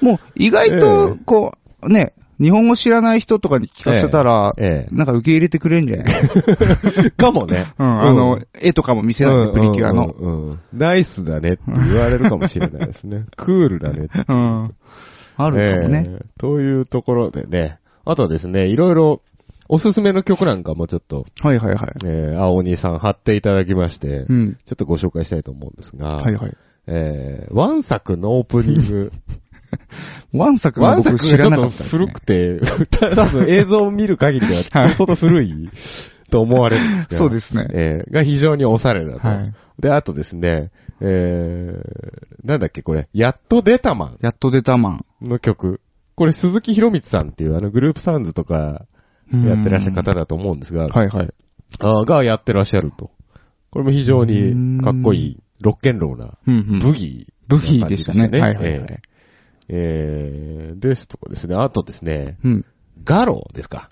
[SPEAKER 2] もう意外
[SPEAKER 4] え
[SPEAKER 2] と、こう、ね、日本語知らない人とかに聞かせたら、
[SPEAKER 4] ええ
[SPEAKER 2] なんか受け入れてくれんじゃ ない
[SPEAKER 4] かもね。
[SPEAKER 2] うん、あの、絵とかも見せないで、プリキュアの。
[SPEAKER 4] うんうんうんナイスだねって言われるかもしれないで すね。クールだね。
[SPEAKER 2] うん。あるかもね。
[SPEAKER 4] ええというところでね。あとはですね、いろいろ、おすすめの曲なんかもちょっと、
[SPEAKER 2] はいはいはい。
[SPEAKER 4] えー、青鬼さん貼っていただきまして、
[SPEAKER 2] う
[SPEAKER 4] ち
[SPEAKER 2] ん。
[SPEAKER 4] ょっとご紹介したいと思うんですが、
[SPEAKER 2] はいはい。
[SPEAKER 4] えー、ワンサクのオープニング。
[SPEAKER 2] ワンサク
[SPEAKER 4] ワ
[SPEAKER 2] は
[SPEAKER 4] ンサ
[SPEAKER 2] 僕
[SPEAKER 4] クが
[SPEAKER 2] 知
[SPEAKER 4] ち
[SPEAKER 2] ら
[SPEAKER 4] ょっ
[SPEAKER 2] なか
[SPEAKER 4] と
[SPEAKER 2] ったですね、
[SPEAKER 4] 古くて、 多分映像を見る限りでは、相当古いと思われるんですが
[SPEAKER 2] そうですね。
[SPEAKER 4] えーが非常におしゃれだと。
[SPEAKER 2] はい
[SPEAKER 4] で、あとですね、えー、なんだっけこれ、やっと出たマ
[SPEAKER 2] やっと出たマン。
[SPEAKER 4] ンの曲。これ、鈴木博光さんっていうあのグループサウンズとかやってらっしゃる方だと思うんですが、
[SPEAKER 2] はいはい。
[SPEAKER 4] あーがやってらっしゃると。これも非常にかっこいい、ロッケンローな、
[SPEAKER 2] うんうん
[SPEAKER 4] ブギー、
[SPEAKER 2] ブギーでしたね。はいはいはい。
[SPEAKER 4] えー、ですとかですね、あとですね、
[SPEAKER 2] うん。
[SPEAKER 4] ガロですか。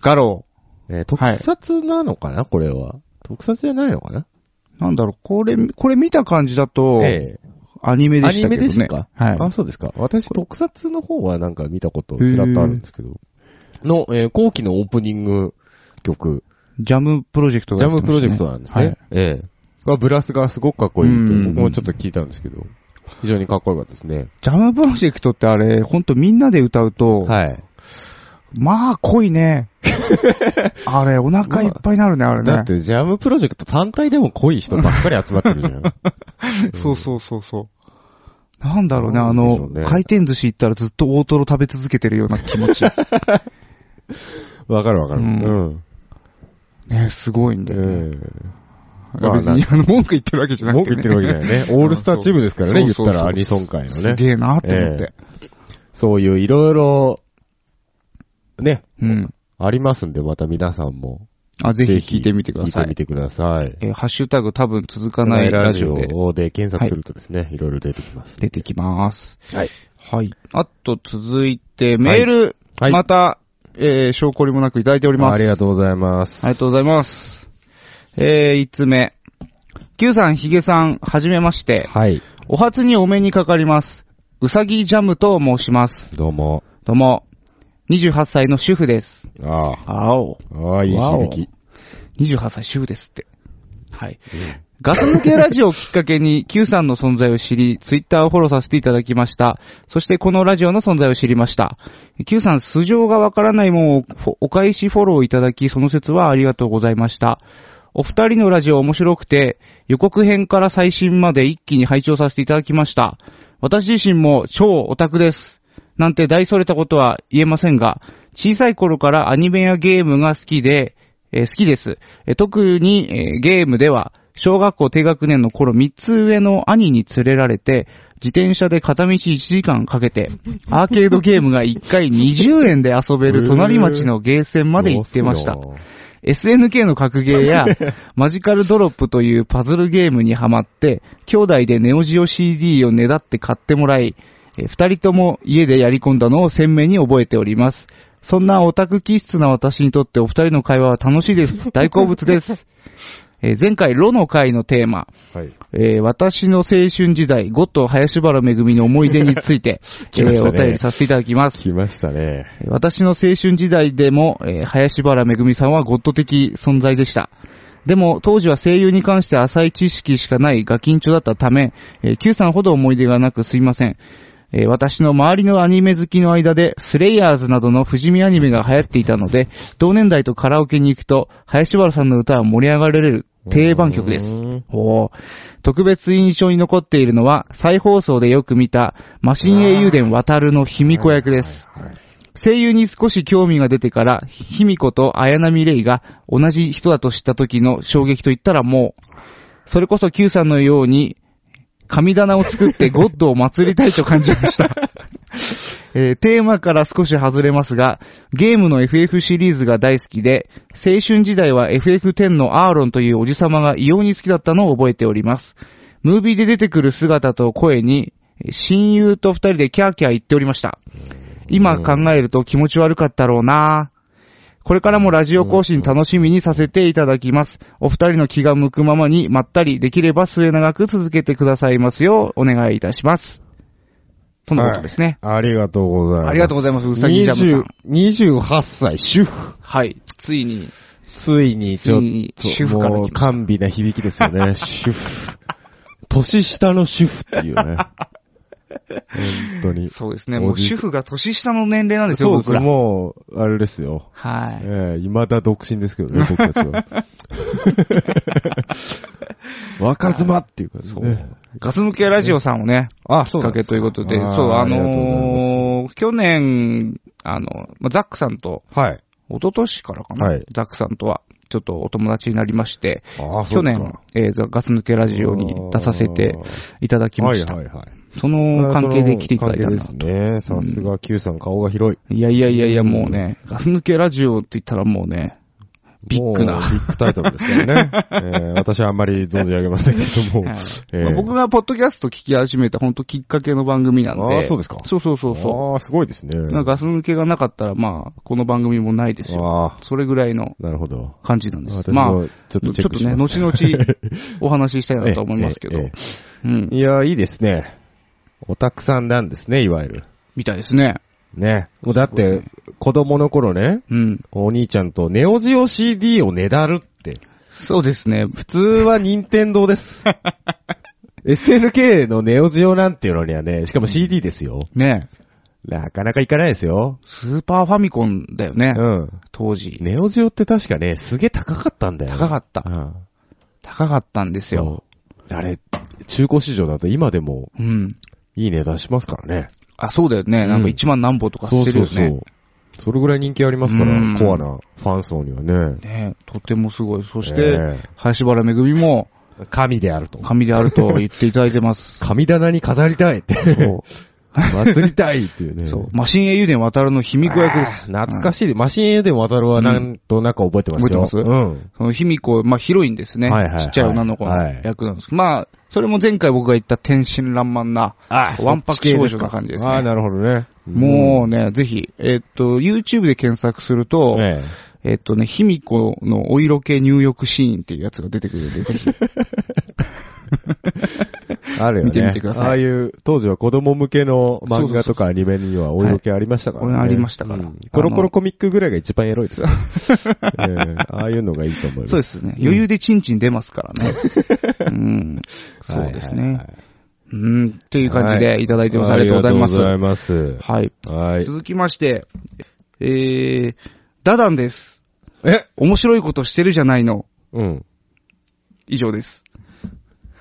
[SPEAKER 2] ガロ
[SPEAKER 4] えー特
[SPEAKER 2] はい
[SPEAKER 4] 撮なのかな、これは。特撮じゃないのかな
[SPEAKER 2] ー。なんだろう、これ、これ見た感じだと、
[SPEAKER 4] ええ
[SPEAKER 2] アニメで
[SPEAKER 4] ア
[SPEAKER 2] し
[SPEAKER 4] ニ
[SPEAKER 2] たけ
[SPEAKER 4] メ
[SPEAKER 2] どね。
[SPEAKER 4] ですか
[SPEAKER 2] はい。
[SPEAKER 4] あ、そうですか。私、特撮の方はなんか見たこと、ちらっとあるんですけど。の、えー後期のオープニング曲、
[SPEAKER 2] ジャムプロジェクト
[SPEAKER 4] ジ
[SPEAKER 2] が
[SPEAKER 4] ャ
[SPEAKER 2] やって
[SPEAKER 4] ム
[SPEAKER 2] ま
[SPEAKER 4] プ
[SPEAKER 2] し
[SPEAKER 4] ロ
[SPEAKER 2] た
[SPEAKER 4] ジェクトなんですね。
[SPEAKER 2] はい
[SPEAKER 4] ええがブラスがすごくかっこいいって、
[SPEAKER 2] うん
[SPEAKER 4] 僕もちょっと聞いたんですけど、非常にかっこよかったですね。
[SPEAKER 2] ジャムプロジェクトってあれ、ほんとみんなで歌うと、
[SPEAKER 4] はい。
[SPEAKER 2] まあ濃いね。あれ、お腹いっぱいになるね、あれ
[SPEAKER 4] だっ
[SPEAKER 2] ね。
[SPEAKER 4] て、ジャムプロジェクト単体でも濃い人ばっかり集まってるじ ゃん。
[SPEAKER 2] そうそうそうそう。なんだろうね、あ
[SPEAKER 4] なんでしょ
[SPEAKER 2] の
[SPEAKER 4] う、ね
[SPEAKER 2] 回転寿司行ったらずっと大トロ食べ続けてるような気持 ち。
[SPEAKER 4] わかるわかる。
[SPEAKER 2] う
[SPEAKER 4] うんん。
[SPEAKER 2] ね、すごいんだよね。いや
[SPEAKER 4] まあ
[SPEAKER 2] 別に、あの、文句言ってるわけじゃなく
[SPEAKER 4] 文
[SPEAKER 2] て、
[SPEAKER 4] 句
[SPEAKER 2] ね。
[SPEAKER 4] 言ってるわけじゃない ね。 オールスターチームですから
[SPEAKER 2] そ
[SPEAKER 4] ね、言
[SPEAKER 2] う
[SPEAKER 4] っ
[SPEAKER 2] そう
[SPEAKER 4] たらアニソン界の
[SPEAKER 2] す
[SPEAKER 4] ね。
[SPEAKER 2] げえなと思って。
[SPEAKER 4] そういういろいろ、ね、
[SPEAKER 2] うん。
[SPEAKER 4] ありますんで、また皆さんも。
[SPEAKER 2] あ、ぜひ聞いてみてくださ
[SPEAKER 4] 聞いてみ
[SPEAKER 2] い。
[SPEAKER 4] てください。
[SPEAKER 2] えーハッシュタグ多分続かな
[SPEAKER 4] ないい
[SPEAKER 2] ラ
[SPEAKER 4] ラ
[SPEAKER 2] ジ
[SPEAKER 4] ジ
[SPEAKER 2] オで
[SPEAKER 4] オで検索するとですね、いろいろ出てきます。
[SPEAKER 2] 出てきます。
[SPEAKER 4] はい。
[SPEAKER 2] はい。あと続いて、メール、
[SPEAKER 4] はい
[SPEAKER 2] また、えー、証拠りもなくいただいております。
[SPEAKER 4] ありがとうございます。
[SPEAKER 2] ありがとうございます。えー、5つ目。Q さん、ヒゲさん、はじめまして。
[SPEAKER 4] はい。
[SPEAKER 2] お初にお目にかかります。うさぎジャムと申します。
[SPEAKER 4] どうも。
[SPEAKER 2] どうも。28歳の主婦です。
[SPEAKER 4] ああ。
[SPEAKER 2] あお。
[SPEAKER 4] ああ、いい響き。
[SPEAKER 2] 28歳主婦ですって。はい。ガス抜けラジオをきっかけに Q さんの存在を知り、ツイッターをフォローさせていただきました。そしてこのラジオの存在を知りました。Q さん、素性がわからないもんをフォお返しフォローいただき、その説はありがとうございました。お二人のラジオ面白くて、予告編から最新まで一気に拝聴させていただきました。私自身も超オタクです。なんて大それたことは言えませんが、小さい頃からアニメやゲームが好きで、えー好きです。えー特に、えーゲームでは、小学校低学年の頃3つ上の兄に連れられて、自転車で片道1時間かけて、アーケードゲームが1回20円で遊べる隣町のゲーセンまで行ってました
[SPEAKER 4] ど。う
[SPEAKER 2] SNK の格ゲー や、マジカルドロップというパズルゲームにハマって、兄弟でネオジオ CD をねだって買ってもらい、えー二人とも家でやり込んだのを鮮明に覚えております。そんなオタク気質な私にとってお二人の会話は楽しい です。大好物です。えー前回、ロの会のテーマ、
[SPEAKER 4] するのはい。
[SPEAKER 2] えー私の青春時代、ゴッド林原めぐみの思い出について、
[SPEAKER 4] 来ま
[SPEAKER 2] え
[SPEAKER 4] した
[SPEAKER 2] ー
[SPEAKER 4] ね
[SPEAKER 2] お便りさせていただきます。
[SPEAKER 4] 来ましたね。
[SPEAKER 2] 私の青春時代でも、えー林原めぐみさんはゴッド的存在でした。でも、当時は声優に関して浅い知識しかないガキンチョだったため、えー Q さんほど思い出がなくすいません。えー私の周りのアニメ好きの間で、スレイヤーズなどの不死身アニメが流行っていたので、同年代とカラオケに行くと、林原さんの歌は盛り上がれる定番曲です
[SPEAKER 4] うーん。
[SPEAKER 2] おー特別印象に残っているのは、再放送でよく見た、マシン英雄伝渡るの卑弥呼役です。声優に少し興味が出てから、卑弥呼と綾波レイが同じ人だと知った時の衝撃と言ったらもう、それこそ Q さんのように、神棚を作ってゴッドを祭りたいと感じました。えーテーマから少し外れますが、ゲームの FF シリーズが大好きで、青春時代は FF10 のアーロンというおじさまが異様に好きだったのを覚えております。ムービーで出てくる姿と声に、親友と二人でキャーキャー言っておりました。今考えると気持ち悪かったろうなこれからもラジオ更新楽しみにさせていただきます。お二人の気が向くままにまったりできれば末永く続けてくださいますようお願いいたします。とのことですね。
[SPEAKER 4] ありがとうございます。
[SPEAKER 2] ありがとうございますうさぎジャムさん
[SPEAKER 4] 20 28歳、主婦。
[SPEAKER 2] はい。ついに、
[SPEAKER 4] ついにちょっ
[SPEAKER 2] ついに主
[SPEAKER 4] と、
[SPEAKER 2] 婦から
[SPEAKER 4] もう、
[SPEAKER 2] 来ました
[SPEAKER 4] 甘美な響きです よね。主婦。年下の主婦っていうね。本当に。
[SPEAKER 2] そうですね。も
[SPEAKER 4] お
[SPEAKER 2] う
[SPEAKER 4] じ
[SPEAKER 2] 主婦が年下の年齢なんですよ、
[SPEAKER 4] そうです
[SPEAKER 2] 僕ら。
[SPEAKER 4] もう、あれですよ。
[SPEAKER 2] は
[SPEAKER 4] え
[SPEAKER 2] い。
[SPEAKER 4] え未だ独身ですけどね、僕たちは。 若妻っていうかね。
[SPEAKER 2] ガス抜けラジオさんをね、
[SPEAKER 4] あ、そ
[SPEAKER 2] きっかけということで、そう、あのー、去年、あの、まあザックさんと、
[SPEAKER 4] はい。
[SPEAKER 2] 一昨年からかな、
[SPEAKER 4] はい
[SPEAKER 2] ザックさんとは、ちょっとお友達になりまして、
[SPEAKER 4] ああ、そ
[SPEAKER 2] 去
[SPEAKER 4] うか
[SPEAKER 2] 年、えーザガス抜けラジオに出させていただきました。
[SPEAKER 4] はいはいはい。
[SPEAKER 2] その関係で来ていただいたんだ
[SPEAKER 4] 関係ですね。さすが Q さん顔が広い。
[SPEAKER 2] いやいやいやいや、もうね、ガス抜けラジオって言ったらもうね、ビッグな
[SPEAKER 4] もうビッグタイトルですか らね。えー私はあんまり存じ上げませんけども。
[SPEAKER 2] はい
[SPEAKER 4] え
[SPEAKER 2] まあ僕がポッドキャスト聞き始めた本当きっかけの番組なんで。
[SPEAKER 4] あーそうですか
[SPEAKER 2] そうそうそうそ
[SPEAKER 4] ああ、すごいですね。
[SPEAKER 2] う。なんかガス抜けがなかったら、まあ、この番組もないですよ。
[SPEAKER 4] あ
[SPEAKER 2] それぐらいの
[SPEAKER 4] あ、なるほど。
[SPEAKER 2] 感じなんです。
[SPEAKER 4] 私
[SPEAKER 2] まあ、
[SPEAKER 4] もちょっとチ
[SPEAKER 2] ち
[SPEAKER 4] ェ
[SPEAKER 2] ょっ
[SPEAKER 4] ック
[SPEAKER 2] と
[SPEAKER 4] し
[SPEAKER 2] ね、
[SPEAKER 4] ます。
[SPEAKER 2] 後々お話ししたいなと思いますけ
[SPEAKER 4] え
[SPEAKER 2] ど
[SPEAKER 4] ええ。
[SPEAKER 2] うん
[SPEAKER 4] え。いや、いいですね。オタクさんなんですね、いわゆる。
[SPEAKER 2] みたいですね。
[SPEAKER 4] ね。もうだって、子供の頃ね、
[SPEAKER 2] うん。
[SPEAKER 4] お兄ちゃんとネオジオ CD をねだるって。
[SPEAKER 2] そうですね。
[SPEAKER 4] 普通は任天 堂です。SNK のネオジオなんていうのにはね、しかも CD ですよ。
[SPEAKER 2] ね
[SPEAKER 4] なかなかいかないですよ。
[SPEAKER 2] スーパーファミコンだよね。
[SPEAKER 4] うん。
[SPEAKER 2] 当時。
[SPEAKER 4] ネオジオって確かね、すげえ高かったんだよね。
[SPEAKER 2] 高かった
[SPEAKER 4] うん。
[SPEAKER 2] 高かったんですよ。
[SPEAKER 4] そう。あれ、中古市場だと今でも
[SPEAKER 2] うん。
[SPEAKER 4] いい値段しますからね。
[SPEAKER 2] あ、そうだよね。なん
[SPEAKER 4] うん
[SPEAKER 2] か1万何本とか
[SPEAKER 4] そ
[SPEAKER 2] し
[SPEAKER 4] う
[SPEAKER 2] てる
[SPEAKER 4] そ
[SPEAKER 2] よ
[SPEAKER 4] う
[SPEAKER 2] ね。
[SPEAKER 4] そう。それぐらい人気ありますから
[SPEAKER 2] うん、
[SPEAKER 4] コアなファン層にはね。
[SPEAKER 2] ねとてもすごい。そし
[SPEAKER 4] え
[SPEAKER 2] て、林原めぐみも
[SPEAKER 4] え神であると。
[SPEAKER 2] 神であると言っていただいてま す。
[SPEAKER 4] 神棚に飾りたいって。
[SPEAKER 2] そう
[SPEAKER 4] 祭りたいっていうね。
[SPEAKER 2] そう。マシン英雄伝渡るの卑弥呼役です。
[SPEAKER 4] 懐かしい。マシンエデン渡るはなんとなく覚えてますよ。
[SPEAKER 2] 覚えて
[SPEAKER 4] うん。
[SPEAKER 2] その卑弥呼、まあヒロインですね。
[SPEAKER 4] はいはいはい
[SPEAKER 2] ちっちゃい女の子の役なんですけど、まあ、それも前回僕が言った天真爛漫な、
[SPEAKER 4] あ
[SPEAKER 2] わんぱく少女な感じですね
[SPEAKER 4] ああ、なるほどね。
[SPEAKER 2] もうね、ぜひ、えっと、YouTube で検索する
[SPEAKER 4] う
[SPEAKER 2] と
[SPEAKER 4] ん、、ええ
[SPEAKER 2] えっとね、卑弥呼のお色気入浴シーンっていうやつが出てくるんで、ぜ ひ。
[SPEAKER 4] あるよね。
[SPEAKER 2] 見てみてください
[SPEAKER 4] ああいう、当時は子供向けの漫画とかアニメにはお色気ありましたからね。
[SPEAKER 2] はいありましたから
[SPEAKER 4] うんコロコロコミックぐらいが一番エロいですよ。ええああいうのがいいと思います。
[SPEAKER 2] そうですね。余裕でチンチン出ますからね。う ん。そうです
[SPEAKER 4] はい
[SPEAKER 2] ね
[SPEAKER 4] は。
[SPEAKER 2] うん。っていう
[SPEAKER 4] いはい。
[SPEAKER 2] 感じでいただいてます。ありがとうございます。
[SPEAKER 4] あり
[SPEAKER 2] は
[SPEAKER 4] がとうございます。
[SPEAKER 2] い。
[SPEAKER 4] はい。
[SPEAKER 2] 続きまして、えー、ダダンです。
[SPEAKER 4] え
[SPEAKER 2] 面白いことしてるじゃないの。
[SPEAKER 4] うん。
[SPEAKER 2] 以上です。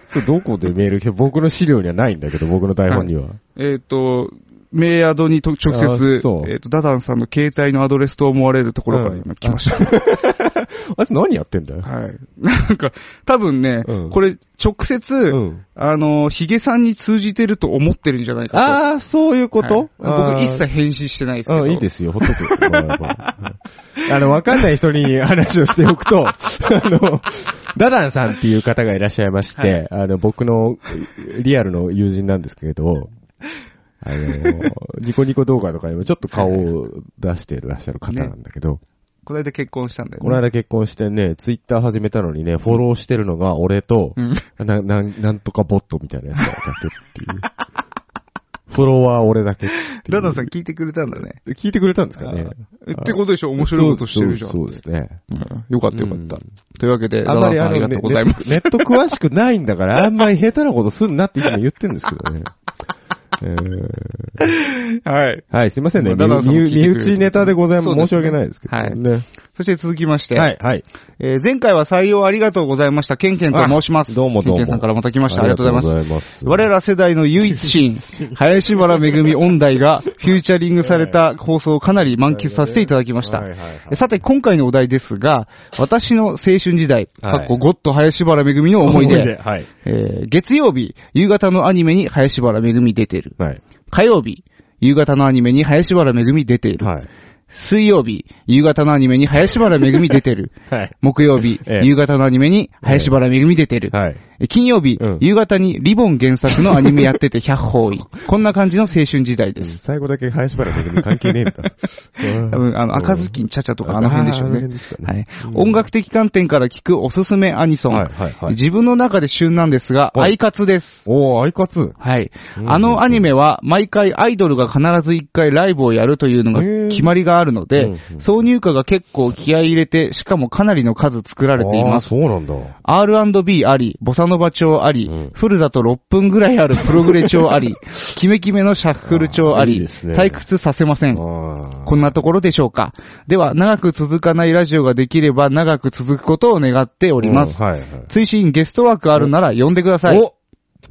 [SPEAKER 4] それどこでメール来て、僕の資料にはないんだけど、僕の台本には。
[SPEAKER 2] えっ、と、メイアドにと直接
[SPEAKER 4] あそ、う
[SPEAKER 2] えっ、と、ダダンさんの携帯のアドレスと思われるところから今来ました。
[SPEAKER 4] あいつ何やってんだよ。
[SPEAKER 2] はい。なんか、多分ね、
[SPEAKER 4] うん
[SPEAKER 2] これ直接、
[SPEAKER 4] うん。
[SPEAKER 2] あの、ヒゲさんに通じてると思ってるんじゃないかと。
[SPEAKER 4] ああ、そういうこと、
[SPEAKER 2] はい僕一切
[SPEAKER 4] い
[SPEAKER 2] 返信してないですけど。
[SPEAKER 4] いいですよ、ほっとく。あの、わかんない人に話をしておくと、 あの、ダダンさんっていう方がいらっしゃいまして、あの、僕のリアルの友人なんですけれど、あの、ニコニコ動画とかにもちょっと顔を出していらっしゃる方なんだけど、
[SPEAKER 2] この間結婚したんだよね。
[SPEAKER 4] この間結婚してね、ツイッター始めたのにね、フォローしてるのが俺と、
[SPEAKER 2] うん。
[SPEAKER 4] な、なん、なんとかボットみたいなやつだけっていう。フォロワー俺だけっていう。
[SPEAKER 2] ダダンさん聞いてくれたんだね。
[SPEAKER 4] 聞いてくれたんですかね。
[SPEAKER 2] えってことでしょ面白いことしてるじゃん。
[SPEAKER 4] そうそうそうですね。
[SPEAKER 2] うんよかったよかった。というわけで、ダ
[SPEAKER 4] あん
[SPEAKER 2] ダ
[SPEAKER 4] ま
[SPEAKER 2] ン
[SPEAKER 4] り
[SPEAKER 2] さん
[SPEAKER 4] あ
[SPEAKER 2] ありが
[SPEAKER 4] のね
[SPEAKER 2] とうござい
[SPEAKER 4] ネ
[SPEAKER 2] ます。
[SPEAKER 4] ネット詳しくないんだから、あんまり下手なことすんなっていつも言ってるんですけどね。えー
[SPEAKER 2] はい。
[SPEAKER 4] はい、すいませんね。
[SPEAKER 2] まあ
[SPEAKER 4] 身
[SPEAKER 2] ダダンさんも聞いて
[SPEAKER 4] 内
[SPEAKER 2] くれ
[SPEAKER 4] 身
[SPEAKER 2] る
[SPEAKER 4] 内ネタでございます。
[SPEAKER 2] そうで
[SPEAKER 4] 申
[SPEAKER 2] す
[SPEAKER 4] し
[SPEAKER 2] ね
[SPEAKER 4] 訳ないですけどね。
[SPEAKER 2] そして続きまして、
[SPEAKER 4] はい、はい。
[SPEAKER 2] えー前回は採用ありがとうございました。ケンケンと申します。
[SPEAKER 4] あどうもどうも
[SPEAKER 2] ケンケンさんからまた来ました。ありがとうございます。
[SPEAKER 4] ます
[SPEAKER 2] 我ら世代の唯一シーン、林原めぐみ音大 がフューチャリングされた放送をかなり満喫させていただきました
[SPEAKER 4] はいはいはい。
[SPEAKER 2] えさて、今回のお題ですが、私の青春時代、
[SPEAKER 4] はい
[SPEAKER 2] かっこゴッド林原めぐみの思い出、
[SPEAKER 4] はい。
[SPEAKER 2] えー月曜日、夕方のアニメに林原めぐみ出てる。
[SPEAKER 4] はい。
[SPEAKER 2] 火曜日、夕方のアニメに林原めぐみ出ている。
[SPEAKER 4] はい。
[SPEAKER 2] 水曜日、夕方のアニメに林原めぐみ出てる。
[SPEAKER 4] はい。
[SPEAKER 2] 木曜日、
[SPEAKER 4] ええ
[SPEAKER 2] 夕方のアニメに林原めぐみ出てる。
[SPEAKER 4] はい。
[SPEAKER 2] 金曜日、
[SPEAKER 4] うん
[SPEAKER 2] 夕方にリボン原作のアニメやっ てて100方位。こんな感じの青春時代です。
[SPEAKER 4] 最後だけ林原めぐみ関係ねえんだ。
[SPEAKER 2] 多分、あの、赤ずきんちゃちゃとかあの辺でしょう
[SPEAKER 4] ああの辺
[SPEAKER 2] ね
[SPEAKER 4] ですか。ね
[SPEAKER 2] はい。音楽的観点から聞くおすすめアニソン。
[SPEAKER 4] はいはいはい
[SPEAKER 2] 自分の中で旬なんですが、ア
[SPEAKER 4] はい
[SPEAKER 2] イカツです。
[SPEAKER 4] おー、アイカツ。
[SPEAKER 2] はい。
[SPEAKER 4] うん
[SPEAKER 2] あのアニメは毎回アイドルが必ず一回ライブをやるというのが
[SPEAKER 4] へー
[SPEAKER 2] 決まりがあるの
[SPEAKER 4] うんう
[SPEAKER 2] で
[SPEAKER 4] ん、
[SPEAKER 2] 挿入歌が結構気合い入れて、しかもかなりの数作られてい
[SPEAKER 4] あ
[SPEAKER 2] ま
[SPEAKER 4] ー
[SPEAKER 2] す。
[SPEAKER 4] そうなんだ。
[SPEAKER 2] R&B あり、ボサノバ調あり、
[SPEAKER 4] うん
[SPEAKER 2] フルだと6分ぐらいあるプログレ調 あり、キメキメのシャッフル調あ
[SPEAKER 4] あーいい
[SPEAKER 2] り、
[SPEAKER 4] ですね
[SPEAKER 2] 退屈させません。こ
[SPEAKER 4] こ
[SPEAKER 2] んなところでしょうか。では、長く続かないラジオができれば長く続くことを願ってお
[SPEAKER 4] お
[SPEAKER 2] ります。
[SPEAKER 4] はいはい。
[SPEAKER 2] 追伸ゲストワークあるなら呼んでください。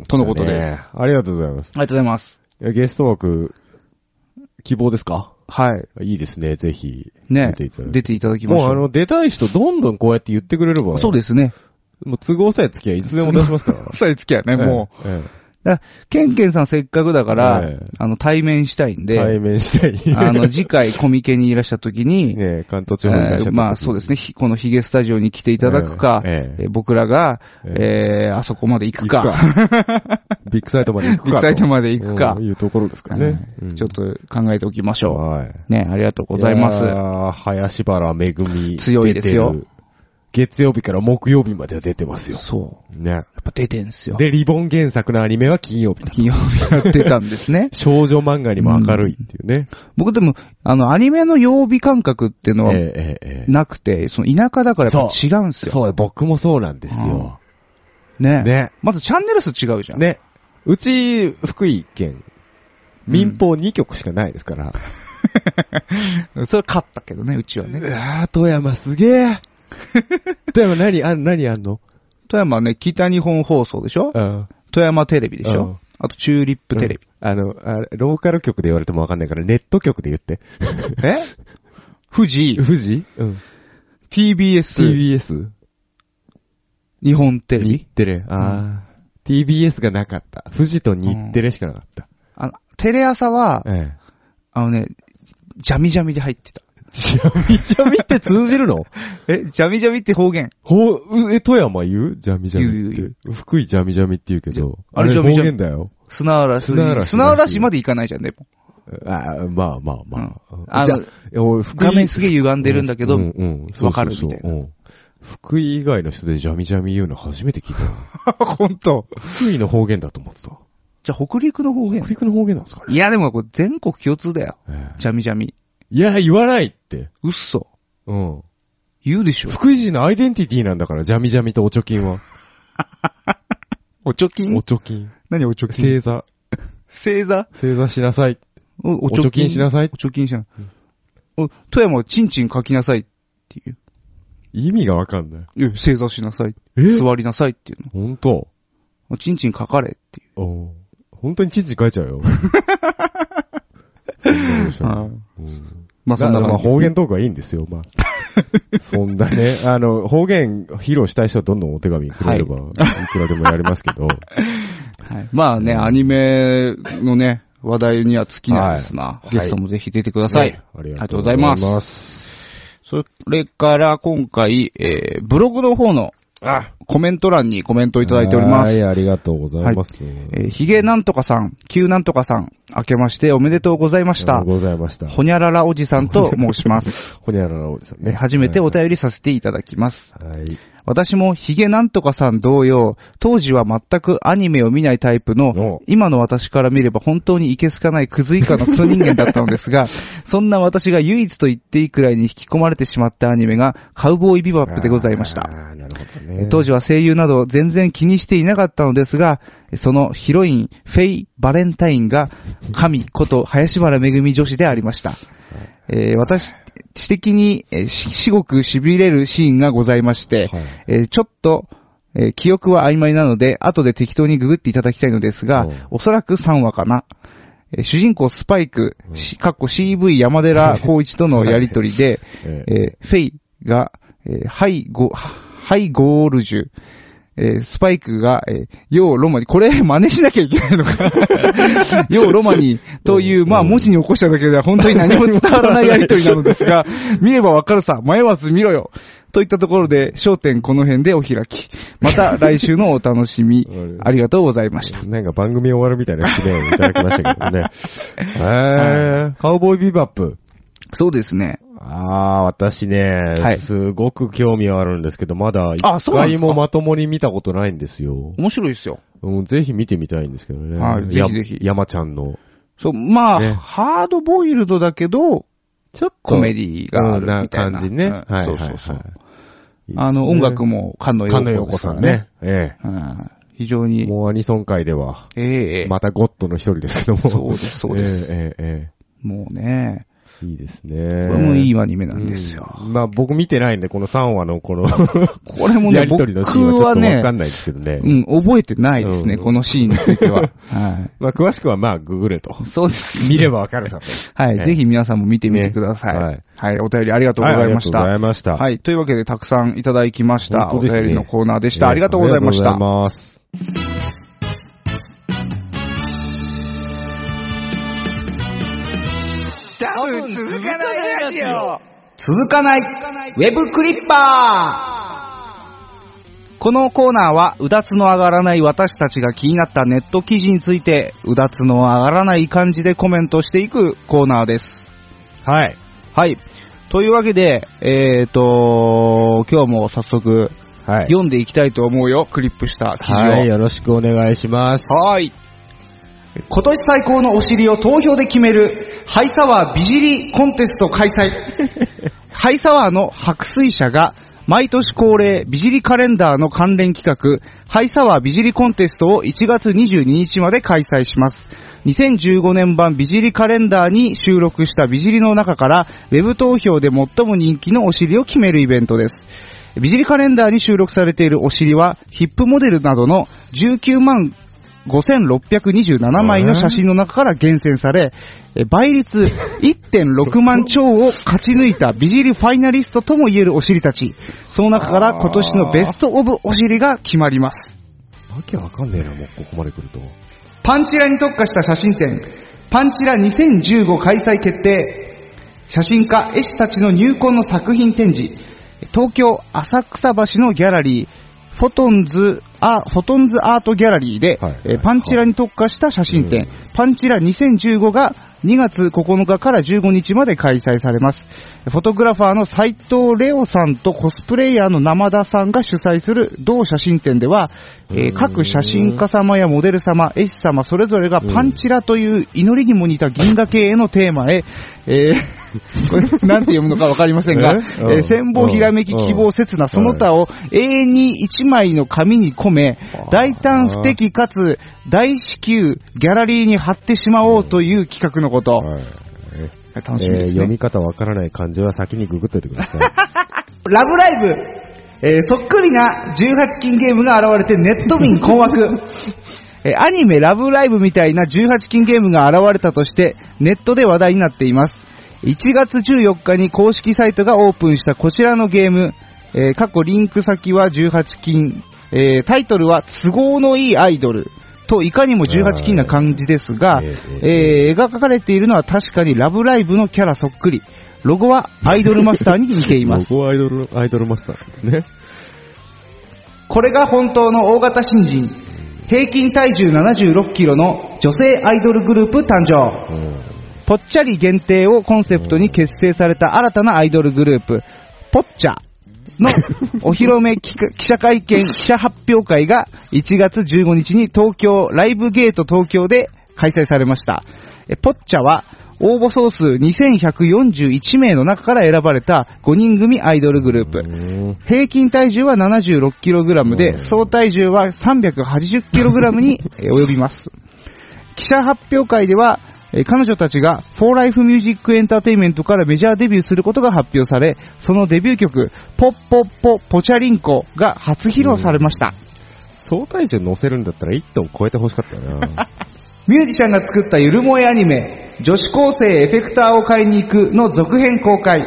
[SPEAKER 2] とのことです。
[SPEAKER 4] ねありがとうございます。
[SPEAKER 2] ありがとうございます。
[SPEAKER 4] いやゲスト枠、希望ですか
[SPEAKER 2] はい。
[SPEAKER 4] いいですね、ぜひ。
[SPEAKER 2] ね
[SPEAKER 4] 出ていただい
[SPEAKER 2] 出ていただきましょ
[SPEAKER 4] もう
[SPEAKER 2] う。
[SPEAKER 4] あの、出たい人どんどんこうやって言ってくれれば。
[SPEAKER 2] そう
[SPEAKER 4] で
[SPEAKER 2] ですね。
[SPEAKER 4] す。もう都合さえつきゃいつでも出しますから。
[SPEAKER 2] さえつきやね、もう。
[SPEAKER 4] う。え
[SPEAKER 2] だからケンケンさんせっかくだから、
[SPEAKER 4] ええ
[SPEAKER 2] あの、対面したいん
[SPEAKER 4] え
[SPEAKER 2] で、
[SPEAKER 4] 対面したい。
[SPEAKER 2] あの、次回コミケにいらした時に、
[SPEAKER 4] ね関東地
[SPEAKER 2] え
[SPEAKER 4] 方にいらっし
[SPEAKER 2] ー
[SPEAKER 4] ゃった時に
[SPEAKER 2] まあそうですね、ひこのヒゲスタジオに来ていただくか、
[SPEAKER 4] ええええ
[SPEAKER 2] えー僕らが、
[SPEAKER 4] え
[SPEAKER 2] えーあそこまで行くか、
[SPEAKER 4] 行くかビッグサイトまで行くかと。
[SPEAKER 2] ビッグサイトまで行くか
[SPEAKER 4] うんいうところですか ね
[SPEAKER 2] は。い
[SPEAKER 4] うん
[SPEAKER 2] ちょっと考えておきましょ。
[SPEAKER 4] はいう
[SPEAKER 2] ね、ありがとうございます。
[SPEAKER 4] やー林原めぐみ。
[SPEAKER 2] 強いですよ
[SPEAKER 4] 出てる。月曜日から木曜日までは出てますよ。
[SPEAKER 2] そう。
[SPEAKER 4] ね。
[SPEAKER 2] やっぱ出てんすよ。
[SPEAKER 4] で、リボン原作のアニメは金曜日だ。。
[SPEAKER 2] 金曜日やってたんですね
[SPEAKER 4] 少女漫画にも明るいっていうね。
[SPEAKER 2] 僕でも、あの、アニメの曜日感覚っていうの
[SPEAKER 4] え
[SPEAKER 2] は
[SPEAKER 4] えええええ
[SPEAKER 2] なくて、その田舎だからやっぱ違うんすよ。
[SPEAKER 4] そう、僕もそうなんですよ。
[SPEAKER 2] ね。
[SPEAKER 4] ね。
[SPEAKER 2] まずチャンネル数違うじゃん。
[SPEAKER 4] ね。うち、福井県民放2局しかないですから。
[SPEAKER 2] それ勝ったけどね、うちは
[SPEAKER 4] う
[SPEAKER 2] ね。
[SPEAKER 4] わぁ、富山すげ え富山何あん、何あんの
[SPEAKER 2] 富山ね、北日本放送でしょ
[SPEAKER 4] うん。
[SPEAKER 2] 富山テレビでし
[SPEAKER 4] う
[SPEAKER 2] ょ
[SPEAKER 4] ん
[SPEAKER 2] あとチューリップテレビ。
[SPEAKER 4] あの、あローカル局で言われてもわかんないから、ネット局で言って。
[SPEAKER 2] え富士、
[SPEAKER 4] 富士うん。
[SPEAKER 2] TBS、
[SPEAKER 4] TBS?
[SPEAKER 2] 日本テレ
[SPEAKER 4] 日
[SPEAKER 2] ビ。
[SPEAKER 4] テレ。ああ。TBS がなかった。富士と日テレしかなかった。
[SPEAKER 2] あの、テレ朝は、
[SPEAKER 4] ええ。
[SPEAKER 2] あのね、ジャミジャミで入ってた。
[SPEAKER 4] ジャミジャミって通じるの
[SPEAKER 2] え、ジャミジャミって方言。
[SPEAKER 4] ほう、え、富山言うジャミジャミって。
[SPEAKER 2] 言う
[SPEAKER 4] 福井ジャミジャミって言うけど、
[SPEAKER 2] あ
[SPEAKER 4] あ
[SPEAKER 2] れ
[SPEAKER 4] れ
[SPEAKER 2] ジャ
[SPEAKER 4] 方
[SPEAKER 2] ミジャミ
[SPEAKER 4] 言だよ。
[SPEAKER 2] 砂嵐。
[SPEAKER 4] 砂嵐
[SPEAKER 2] 砂嵐まで行かないじゃん、でも。
[SPEAKER 4] ああまあまあま
[SPEAKER 2] うんあ
[SPEAKER 4] あ。
[SPEAKER 2] の
[SPEAKER 4] じゃあ、俺福井
[SPEAKER 2] 画面すげえ歪んでるんだけど、
[SPEAKER 4] ううんそうそうそう
[SPEAKER 2] わかるみたいな
[SPEAKER 4] うん福井以外の人でジャミジャミ言うの初めて聞いたよ。
[SPEAKER 2] 本当
[SPEAKER 4] 福井の方言だと思ってた。
[SPEAKER 2] じゃあ北陸の方言
[SPEAKER 4] 北。陸の方言なんですかね。
[SPEAKER 2] いや、でもこれ全国共通だよ。
[SPEAKER 4] ええ
[SPEAKER 2] ジャミジャミ。
[SPEAKER 4] いや、言わないって。
[SPEAKER 2] 嘘。
[SPEAKER 4] うん。
[SPEAKER 2] 言うでしょ。
[SPEAKER 4] 福井人のアイデンティティなんだから、ジャミジャミとお貯金は。
[SPEAKER 2] お貯金
[SPEAKER 4] お貯金。
[SPEAKER 2] 何お貯
[SPEAKER 4] 正座。
[SPEAKER 2] 正座
[SPEAKER 4] 正座しなさい。
[SPEAKER 2] おお
[SPEAKER 4] お貯金しなさい
[SPEAKER 2] お。貯金しな。お、富山はチンチン書きなさいっていう。
[SPEAKER 4] 意味がわかんない。
[SPEAKER 2] いや正座しなさい。
[SPEAKER 4] え
[SPEAKER 2] 座りなさいっていうの。
[SPEAKER 4] ほんと。
[SPEAKER 2] おチンチン書かれっていう。
[SPEAKER 4] お本当にチンチン書いちゃうよ。 そんなことしたら
[SPEAKER 2] うん
[SPEAKER 4] うん
[SPEAKER 2] まあそんな
[SPEAKER 4] まあ
[SPEAKER 2] 感じで
[SPEAKER 4] まあ
[SPEAKER 2] すね
[SPEAKER 4] 方言トークはいいんですよ、ま あ。そんなね、あの、方言披露したい人はどんどんお手紙くれれば、い、くらでもやります けど。
[SPEAKER 2] はい。まあね、アニメのね、話題には尽きないですな。
[SPEAKER 4] はい
[SPEAKER 2] ゲストもぜひ出てください。
[SPEAKER 4] ね
[SPEAKER 2] あ
[SPEAKER 4] あ
[SPEAKER 2] り
[SPEAKER 4] り
[SPEAKER 2] が
[SPEAKER 4] が
[SPEAKER 2] と
[SPEAKER 4] と
[SPEAKER 2] うご
[SPEAKER 4] うご
[SPEAKER 2] ざ
[SPEAKER 4] ざ
[SPEAKER 2] い
[SPEAKER 4] い
[SPEAKER 2] ま
[SPEAKER 4] ます
[SPEAKER 2] す。それから今回、えー、ブログの方の
[SPEAKER 4] あ、
[SPEAKER 2] コメント欄にコメントをいただいております。
[SPEAKER 4] はい、ありがとうございます。
[SPEAKER 2] えー、ひげなんとかさん、きゅうなんとかさん、明けましておめでとうございまし
[SPEAKER 4] あ
[SPEAKER 2] た
[SPEAKER 4] りがとう。ございました。
[SPEAKER 2] ほにゃららおじさんと申します。
[SPEAKER 4] ほにゃららおじさん
[SPEAKER 2] え
[SPEAKER 4] ね。
[SPEAKER 2] 初めてお便りさせていただきます。
[SPEAKER 4] はい。
[SPEAKER 2] 私もヒゲなんとかさん同様、当時は全くアニメを見ないタイプの
[SPEAKER 4] お、
[SPEAKER 2] 今の私から見れば本当にいけすかないクズ以下のクソ人間だったのです が、そんな私が唯一と言っていいくらいに引き込まれてしまったアニメが、カウボーイビバップでございました。
[SPEAKER 4] あーなるほどね。
[SPEAKER 2] 当時は声優など全然気にしていなかったのですが、そのヒロイン、フェイ・バレンタインが、神こと林原めぐみ女子でありました。えー私、私的に、えーし、しごく痺れるシーンがございまして、
[SPEAKER 4] はい
[SPEAKER 2] えーちょっと、えー記憶は曖昧なので、後で適当にググっていただきたいのですが
[SPEAKER 4] うん、
[SPEAKER 2] おそらく3話かな。えー主人公スパイク、しかっこ CV 山寺孝一とのやりとりで、
[SPEAKER 4] ええ
[SPEAKER 2] えーフェイが、えーハイゴ、ハイゴールジュ、えースパイクが、えーヨーロマニ、これ真似しなきゃいけないの か。ヨーロマニという、まあ文字に起こしただけでは本当に何も伝わらないやりとりなのです が、見ればわかるさ、迷わず見ろよ。といったところで、焦点この辺でお開き。また来週のお楽しみ
[SPEAKER 4] うん、
[SPEAKER 2] ありがとうございました。
[SPEAKER 4] なんか番組終わるみたいな指令をいただきました けどね。えー、カウボーイビバップ。
[SPEAKER 2] そうですね。
[SPEAKER 4] ああ、私ね、
[SPEAKER 2] はい
[SPEAKER 4] すごく興味はあるんですけど、まだ
[SPEAKER 2] あ
[SPEAKER 4] 一
[SPEAKER 2] そうなんです
[SPEAKER 4] 回
[SPEAKER 2] か
[SPEAKER 4] もまともに見たことないんですよ。
[SPEAKER 2] 面白いですよ。
[SPEAKER 4] うんぜひ見てみたいんですけどね。
[SPEAKER 2] はい
[SPEAKER 4] や
[SPEAKER 2] ぜひぜひ
[SPEAKER 4] 山ちゃんの。
[SPEAKER 2] そう、まあ、
[SPEAKER 4] ね
[SPEAKER 2] ハードボイルドだけど、
[SPEAKER 4] ちょっと
[SPEAKER 2] コメディがあるみたいな
[SPEAKER 4] 感じね。
[SPEAKER 2] うん
[SPEAKER 4] はいはいはい。
[SPEAKER 2] そうそうそう
[SPEAKER 4] いいですね
[SPEAKER 2] あの、音楽、も菅野
[SPEAKER 4] 菅野陽
[SPEAKER 2] 陽
[SPEAKER 4] 子
[SPEAKER 2] 子
[SPEAKER 4] さ
[SPEAKER 2] さ
[SPEAKER 4] ん
[SPEAKER 2] ん
[SPEAKER 4] ね
[SPEAKER 2] ね。。
[SPEAKER 4] え
[SPEAKER 2] うん非常
[SPEAKER 4] え。
[SPEAKER 2] に、
[SPEAKER 4] もうアニソン界では、
[SPEAKER 2] ええええ
[SPEAKER 4] またゴッドの一人ですけども。
[SPEAKER 2] そうですそうです
[SPEAKER 4] えええ
[SPEAKER 2] もうね、
[SPEAKER 4] えいいですね。
[SPEAKER 2] これもいいアニメなんですよ。
[SPEAKER 4] うんまあ僕見てないんで、この3話のこの、
[SPEAKER 2] これもね、
[SPEAKER 4] やりとりのシーンはちょっ
[SPEAKER 2] 僕
[SPEAKER 4] とわ
[SPEAKER 2] は
[SPEAKER 4] かん
[SPEAKER 2] ね、
[SPEAKER 4] ないですけどね。
[SPEAKER 2] うん、覚えてないですね、
[SPEAKER 4] うん
[SPEAKER 2] このシーンについ ては。は
[SPEAKER 4] まあ詳しくはまあググれと。
[SPEAKER 2] い。そうです。
[SPEAKER 4] 見ればわかるさと。
[SPEAKER 2] はい、
[SPEAKER 4] ね
[SPEAKER 2] ぜひ皆さんも見てみてください。
[SPEAKER 4] ね
[SPEAKER 2] は
[SPEAKER 4] はいい、
[SPEAKER 2] お便りありがとうございました。
[SPEAKER 4] はいありがとうございました
[SPEAKER 2] はい、というわけでたくさんいただきました。お
[SPEAKER 4] 本当ですね
[SPEAKER 2] 便りのコーナーで した。ありがとうございまし
[SPEAKER 4] あ
[SPEAKER 2] た
[SPEAKER 4] りが。とうございます。
[SPEAKER 2] 多分続かないラジオ続かないウェブクリッパーこのコーナーは、うだつの上がらない私たちが気になったネット記事について、うだつの上がらない感じでコメントしていくコーナーです。
[SPEAKER 4] はい。
[SPEAKER 2] はい。というわけで、えーと、今日も早速、
[SPEAKER 4] はい。
[SPEAKER 2] 読んでいきたいと思うよ、クリップした記事を。
[SPEAKER 4] はい、よろしくお願いします。
[SPEAKER 2] はーい。今年最高のお尻を投票で決める、ハイサワー美尻コンテスト開催。ハイサワーの白水社が、毎年恒例美尻カレンダーの関連企画、ハイサワー美尻コンテストを1月22日まで開催します。 2015年版ビジリカレンダーに収録したビジリの中から、ウェブ投票で最も人気のお尻を決めるイベントです。ビジリカレンダーに収録されているお尻は、ヒップモデルなどの19万5627枚の写真の中から厳選され、え倍率1.6万超を勝ち抜いたビジリファイナリストとも言えるお尻たち。その中から今年のベストオブお尻が決まります。
[SPEAKER 4] わけわかんねえな、もうここまで来ると。
[SPEAKER 2] パンチラに特化した写真展、パンチラ2015開催決定。写真家、絵師たちの入魂の作品展示。東京浅草橋のギャラリー、フォトンズ、あ、フォトンズアートギャラリーで、
[SPEAKER 4] はい
[SPEAKER 2] えーパンチラに特化した写真展、パンチラ2015が2月9日から15日まで開催されます。フォトグラファーの斉藤レオさんとコスプレイヤーの生田さんが主催する同写真展では、えー各写真家様やモデル様、絵師様それぞれがパンチラという祈りにも似た銀河系へのテーマへ、え ーこれなんて読むのかわかりませんが、
[SPEAKER 4] えうん
[SPEAKER 2] えー千望ひらめき
[SPEAKER 4] うん
[SPEAKER 2] 希望刹那その他を永遠に一枚の紙に込め、大胆不敵かつ大至急ギャラリーに貼ってしまおうという企画のこと。
[SPEAKER 4] はい。
[SPEAKER 2] 楽しみ
[SPEAKER 4] えー
[SPEAKER 2] ですね。
[SPEAKER 4] 読み方わからない漢字は先にググっといてく ださい。
[SPEAKER 2] ラブライブ、えーそっくりな18禁ゲームが現れてネット民困惑。えーアニメラブライブみたいな18禁ゲームが現れたとして、ネットで話題になっています。1月14日に公式サイトがオープンしたこちらのゲーム、えー過去リンク先は18禁、えータイトルは都合のいいアイドル。と、いかにも18禁な感じですが、
[SPEAKER 4] えー
[SPEAKER 2] えー描かれているのは確かにラブライブのキャラそっくり。ロゴはアイドルマスターに似ています。
[SPEAKER 4] こはアイドル、アイドルマスターですね。
[SPEAKER 2] これが本当の大型新人。平均体重76キロの女性アイドルグループ誕生。
[SPEAKER 4] うん。
[SPEAKER 2] ぽっちゃり限定をコンセプトに結成された新たなアイドルグループ、ぽっちゃのお披露目企画記者会見、記者発表会が1月15日に東京ライブゲート東京で開催されました。えぽっちゃは応募総数2141名の中から選ばれた5人組アイドルグループ。
[SPEAKER 4] うん
[SPEAKER 2] 平均体重は 76kg で、総体重は 380kg にえー及びます。記者発表会では、えー彼女たちが For Life Music Entertainment からメジャーデビューすることが発表され、そのデビュー曲、ポッポッポポチャリンコが初披露されました。
[SPEAKER 4] 総体重乗せるんだったら1トン超えて欲しかったよな。
[SPEAKER 2] ミュージシャンが作ったゆる萌えアニメ、女子高生エフェクターを買いに行くの続編公開。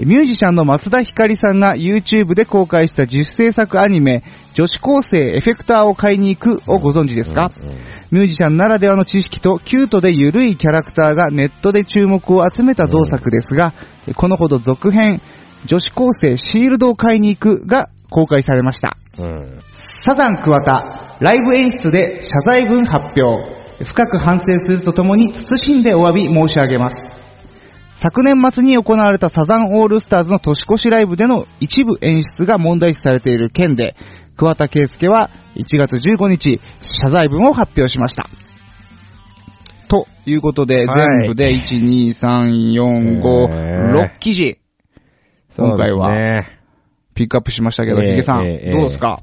[SPEAKER 2] ミュージシャンの松田ひかりさんが YouTube で公開した自主制作アニメ、女子高生エフェクターを買いに行くを ご存知ですか
[SPEAKER 4] うん
[SPEAKER 2] ミュージシャンならではの知識とキュートでゆるいキャラクターがネットで注目を集めた同作ですが、このほど続編、女子高生シールドを買いに行くが公開されました。
[SPEAKER 4] うん。
[SPEAKER 2] サザン桑田、ライブ演出で謝罪文発表。深く反省するとともに慎んでお詫び申し上げます。昨年末に行われたサザンオールスターズの年越しライブでの一部演出が問題視されている件で、桑田佳祐は1月15日、謝罪文を発表しました。ということで、
[SPEAKER 4] はい
[SPEAKER 2] 全部で1、2、3、4、5、
[SPEAKER 4] えー
[SPEAKER 2] 6記事今回は
[SPEAKER 4] そうですね
[SPEAKER 2] ピックアップしましたけど、
[SPEAKER 4] えー
[SPEAKER 2] ヒゲさん、
[SPEAKER 4] えーえー
[SPEAKER 2] どうですか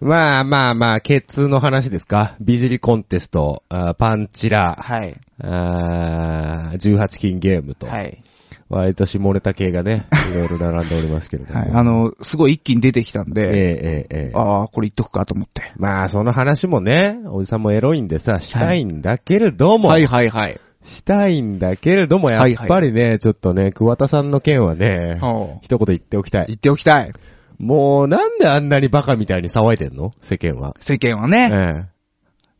[SPEAKER 4] まあまあまあ、K2 の話ですか。ビジリコンテスト、あーパンチラ、
[SPEAKER 2] はい。
[SPEAKER 4] あー18金ゲームと、
[SPEAKER 2] はい。
[SPEAKER 4] 割と下ネタ系がね、いろいろ並んでおりますけれども。
[SPEAKER 2] はい。あの、すごい一気に出てきたん
[SPEAKER 4] ええ
[SPEAKER 2] で、
[SPEAKER 4] ええええ
[SPEAKER 2] ああ、これ言っとくかと思って。
[SPEAKER 4] まあ、その話もね、おじさんもエロいんでさ、したいんだけれども、
[SPEAKER 2] はいはいはい。
[SPEAKER 4] したいんだけれども、やっぱりね、ちょっとね、桑田さんの件はね、
[SPEAKER 2] ほう
[SPEAKER 4] 一言言っておきた
[SPEAKER 2] 言
[SPEAKER 4] い。
[SPEAKER 2] っておきたい。
[SPEAKER 4] もう、なんであんなにバカみたいに騒いでんの世間は。
[SPEAKER 2] 世間はね、
[SPEAKER 4] え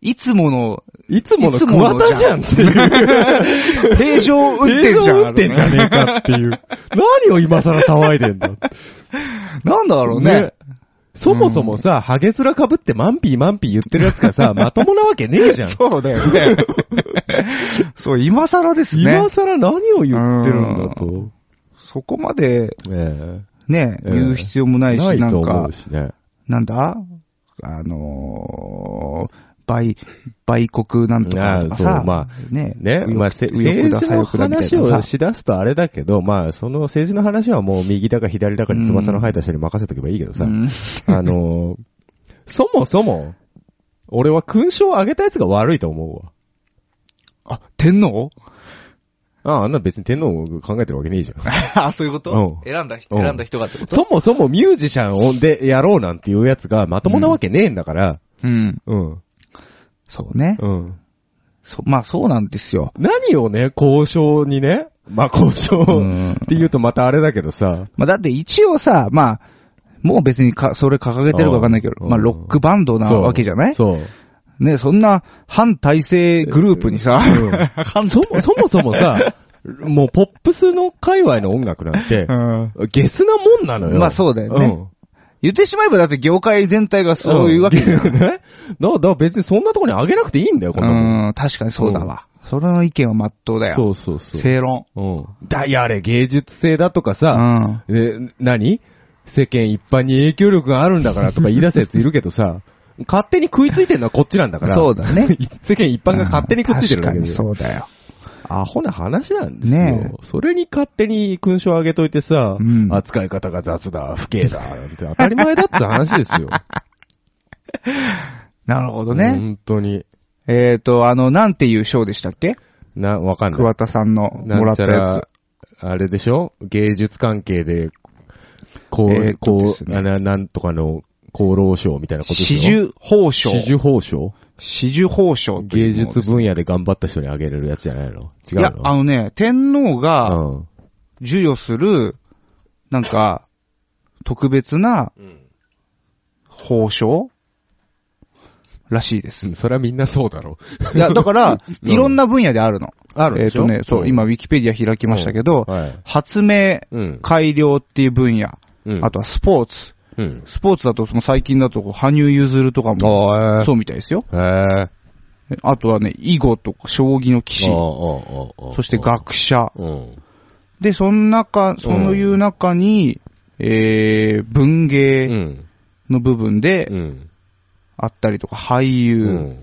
[SPEAKER 2] いつもの、
[SPEAKER 4] え。いつもの
[SPEAKER 2] いつもの
[SPEAKER 4] 桑田じゃんっていう。
[SPEAKER 2] 平常運転じゃん。
[SPEAKER 4] 映像打ってんじゃねえかっていう。何を今更騒いでんだ。
[SPEAKER 2] なんだろうね。
[SPEAKER 4] そもそもさ、ハゲヅラ被ってマンピーマンピー言ってるやつがさ、まともなわけねえじゃん。
[SPEAKER 2] そうだよ ね。そう、今更ですね
[SPEAKER 4] 今。更何を言ってるんだと。
[SPEAKER 2] そこまで、
[SPEAKER 4] え
[SPEAKER 2] ね、
[SPEAKER 4] ええ
[SPEAKER 2] 言う必要もな
[SPEAKER 4] え
[SPEAKER 2] いし、な
[SPEAKER 4] と
[SPEAKER 2] ん
[SPEAKER 4] 思
[SPEAKER 2] か
[SPEAKER 4] う、しね。
[SPEAKER 2] なんだあのー、売、売国なんとかとか
[SPEAKER 4] ああそ
[SPEAKER 2] さ
[SPEAKER 4] う、ま
[SPEAKER 2] ね、
[SPEAKER 4] ね、まあ、せ
[SPEAKER 2] 右翼
[SPEAKER 4] 政
[SPEAKER 2] だ
[SPEAKER 4] 治
[SPEAKER 2] 左翼だ
[SPEAKER 4] の
[SPEAKER 2] みたいな
[SPEAKER 4] 話
[SPEAKER 2] さ
[SPEAKER 4] をしだすとあれだけど、まあ、その政治の話はもう右だか左だかに翼の生えた人に任せとけばいいけどさ、
[SPEAKER 2] うん
[SPEAKER 4] あのー、そもそも、俺は勲章をあげたやつが悪いと思うわ。
[SPEAKER 2] あ、天皇
[SPEAKER 4] ああ、あんな別に天皇を考えてるわけねえじゃん。
[SPEAKER 2] あ、そういうこと
[SPEAKER 4] うん
[SPEAKER 2] 選んだ人、
[SPEAKER 4] うん
[SPEAKER 2] 選んだ人がってこと
[SPEAKER 4] そもそもミュージシャンをでやろうなんていうやつがまともなわけねえんだから、
[SPEAKER 2] うん。
[SPEAKER 4] うん、
[SPEAKER 2] そうね。
[SPEAKER 4] うん。
[SPEAKER 2] そまあそうなんですよ。
[SPEAKER 4] 何をね、交渉にね、まあ交渉
[SPEAKER 2] うん
[SPEAKER 4] って言うとまたあれだけどさ、
[SPEAKER 2] まあだって一応さ、まあ、もう別にか、それ掲げてるかわかんないけど、
[SPEAKER 4] うん
[SPEAKER 2] まあロックバンドな
[SPEAKER 4] そう
[SPEAKER 2] わけじゃ ない
[SPEAKER 4] そう。
[SPEAKER 2] ね、そんな反体制グループにさ、
[SPEAKER 4] そも、そもそもさ、もうポップスの界隈の音楽なんて、ゲスなもんなのよ。
[SPEAKER 2] まあそうだよね言ってしまえばだって業界全体が
[SPEAKER 4] ん
[SPEAKER 2] そういうわけじゃん
[SPEAKER 4] んね。だだから別にそん なとこにあげなくていいんだよ、こんなもん。
[SPEAKER 2] うん、確かにそうだわ。それの意見は真っ当だよ。
[SPEAKER 4] そうそうそう。
[SPEAKER 2] 正論。
[SPEAKER 4] うん。だ、やれ、芸術性だとか
[SPEAKER 2] う
[SPEAKER 4] さ、
[SPEAKER 2] ん。
[SPEAKER 4] え、何世間一般に影響力があるんだか らとか言い出すやついるけどさ、勝手に食いついてるのはこっちなんだから。
[SPEAKER 2] そうだね。
[SPEAKER 4] 世間一般が勝手に食っついてるだけ
[SPEAKER 2] うん確かに
[SPEAKER 4] で。
[SPEAKER 2] そうだよ。
[SPEAKER 4] アホな話なんですよ。
[SPEAKER 2] ね
[SPEAKER 4] それに勝手に勲章をあげといてさ、
[SPEAKER 2] うん
[SPEAKER 4] 扱い方が雑だ、不敬だ、なんて当たり前だって話ですよ。
[SPEAKER 2] なるほど ね。
[SPEAKER 4] 本当に。
[SPEAKER 2] えっと、あの、なんていう賞でしたっけ
[SPEAKER 4] な、わかんな
[SPEAKER 2] 桑
[SPEAKER 4] い。
[SPEAKER 2] 田さんのもらった
[SPEAKER 4] なんち
[SPEAKER 2] や
[SPEAKER 4] ゃらあれでしょ芸術関係で、こう、
[SPEAKER 2] えーっと
[SPEAKER 4] こ
[SPEAKER 2] で
[SPEAKER 4] う、
[SPEAKER 2] すね
[SPEAKER 4] あな、なんとかの厚労省みたいなこ
[SPEAKER 2] つ。
[SPEAKER 4] とでし
[SPEAKER 2] 四
[SPEAKER 4] ょ
[SPEAKER 2] 十報賞。
[SPEAKER 4] 四十報賞
[SPEAKER 2] 四十報賞というも
[SPEAKER 4] 芸
[SPEAKER 2] のです
[SPEAKER 4] 術分野で頑張った人にあげれるやつじゃないの違
[SPEAKER 2] いうや、あの
[SPEAKER 4] の
[SPEAKER 2] ね、天皇が
[SPEAKER 4] うん。
[SPEAKER 2] 授与する、なんか、特別な、報賞らしいで
[SPEAKER 4] うん
[SPEAKER 2] す。
[SPEAKER 4] それはみんなそうだろ。
[SPEAKER 2] いや、だ から、いろんな分野であるの。
[SPEAKER 4] ある
[SPEAKER 2] えっ、
[SPEAKER 4] でしょ
[SPEAKER 2] とね、そう、今、ウィキペディア開きましたけど、
[SPEAKER 4] はい。
[SPEAKER 2] 発明、
[SPEAKER 4] うん。
[SPEAKER 2] 改良っていう分野、
[SPEAKER 4] うん
[SPEAKER 2] あとはスポーツ。
[SPEAKER 4] うん。
[SPEAKER 2] スポーツだと、その最近だと、こう羽生結弦とかも、
[SPEAKER 4] あ
[SPEAKER 2] そうみたいですよ。
[SPEAKER 4] へえ。
[SPEAKER 2] あとはね、囲碁とか、将棋の棋士、そ
[SPEAKER 4] そ
[SPEAKER 2] して学者。
[SPEAKER 4] うん。
[SPEAKER 2] で、その中、そういう中に、えー、文
[SPEAKER 4] う
[SPEAKER 2] 芸
[SPEAKER 4] ん。
[SPEAKER 2] の部分
[SPEAKER 4] う
[SPEAKER 2] で
[SPEAKER 4] ん。
[SPEAKER 2] あったりとか、俳優、
[SPEAKER 4] うん。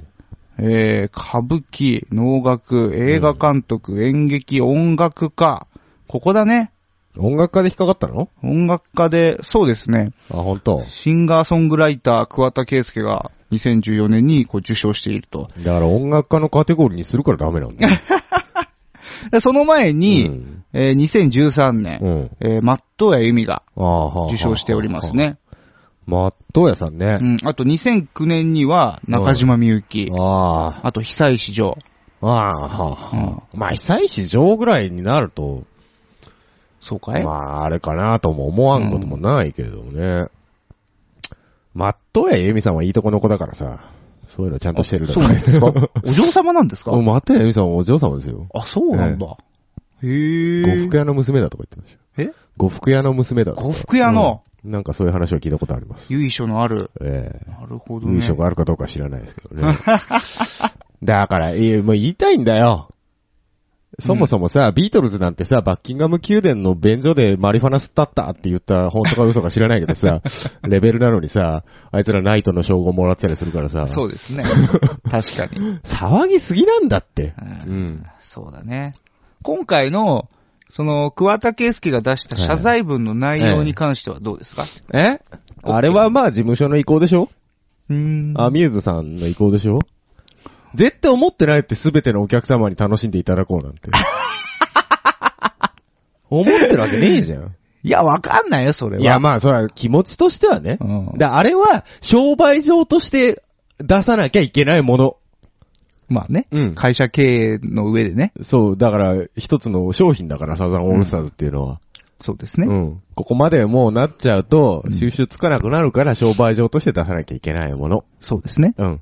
[SPEAKER 2] えー、歌舞伎、能楽、映画監督、演劇、音楽家。ここだね。
[SPEAKER 4] 音楽家で引っかかったの
[SPEAKER 2] 音楽家で、そうですね。
[SPEAKER 4] あ、本当。
[SPEAKER 2] シンガーソングライター、桑田佳祐が2014年にこう受賞していると。
[SPEAKER 4] だから音楽家のカテゴリーにするからダメ なんだよ。
[SPEAKER 2] でその前に、
[SPEAKER 4] うん
[SPEAKER 2] えー2013
[SPEAKER 4] う
[SPEAKER 2] 年、
[SPEAKER 4] ん。
[SPEAKER 2] えー、マットや由美が
[SPEAKER 4] ああ、はあ
[SPEAKER 2] 受賞しております。ね。
[SPEAKER 4] まっとうやさんね
[SPEAKER 2] う。ん、あと2009年には中島みゆき、
[SPEAKER 4] あ
[SPEAKER 2] あと久石譲。
[SPEAKER 4] あ、ああ、はあ。まあ、久石城ぐらいになると、
[SPEAKER 2] そうかい、
[SPEAKER 4] まあ、あれかなとも思わんこともないけどね。まっとうやゆみさんはいいとこの子だからさ、そういうのちゃんとしてるだ
[SPEAKER 2] そ
[SPEAKER 4] ろ
[SPEAKER 2] うなんです かお嬢様なんですか
[SPEAKER 4] うんまっとうやゆみさんはお嬢様ですよ。
[SPEAKER 2] あ、そうなんだ。へ
[SPEAKER 4] 呉
[SPEAKER 2] ー
[SPEAKER 4] 服屋の娘だとか言ってましたよ。
[SPEAKER 2] え
[SPEAKER 4] 呉服屋の娘だとか。
[SPEAKER 2] 呉服屋の
[SPEAKER 4] うんなんかそういう話を聞いたことあります。
[SPEAKER 2] 由緒のある。
[SPEAKER 4] ええ
[SPEAKER 2] なるほど
[SPEAKER 4] 優
[SPEAKER 2] ね。
[SPEAKER 4] 勝があるかどうか知らないですけ どね。だから、いやもう言いたいんだよ。そもそもさ、ビートルズなんてさ、バッキンガム宮殿の便所でマリファナ吸ったったって言った本当か嘘か知らないけ どさ、レベルなのにさ、あいつらナイトの称号もらってたりするからさ、
[SPEAKER 2] そうですね。確かに。
[SPEAKER 4] 騒ぎすぎなんだって。
[SPEAKER 2] う
[SPEAKER 4] うん。
[SPEAKER 2] そうだね。今回の、その、桑田圭介が出した謝罪文の内容に関してはどうですか、
[SPEAKER 4] えあれはまあ事務所の意向でしょ
[SPEAKER 2] うーん
[SPEAKER 4] アミューズさんの意向でしょ絶対思ってないって全てのお客様に楽しんでいただこうなん て。思ってるわけねえじゃん。
[SPEAKER 2] いや、わかんないよ、それは。
[SPEAKER 4] いや、まあ、それは気持ちとしてはね。
[SPEAKER 2] うん
[SPEAKER 4] だあれは、商売上として出さなきゃいけないもの。
[SPEAKER 2] まあね、
[SPEAKER 4] うん
[SPEAKER 2] 会社経営の上でね。
[SPEAKER 4] そう、だから、一つの商品だから、サザンオールスターズっていうのは。
[SPEAKER 2] そうですね。
[SPEAKER 4] うん。ここまでもうなっちゃうと、収集つかなくなるから、商売上として出さなきゃいけないもの。
[SPEAKER 2] そうですね。
[SPEAKER 4] うん。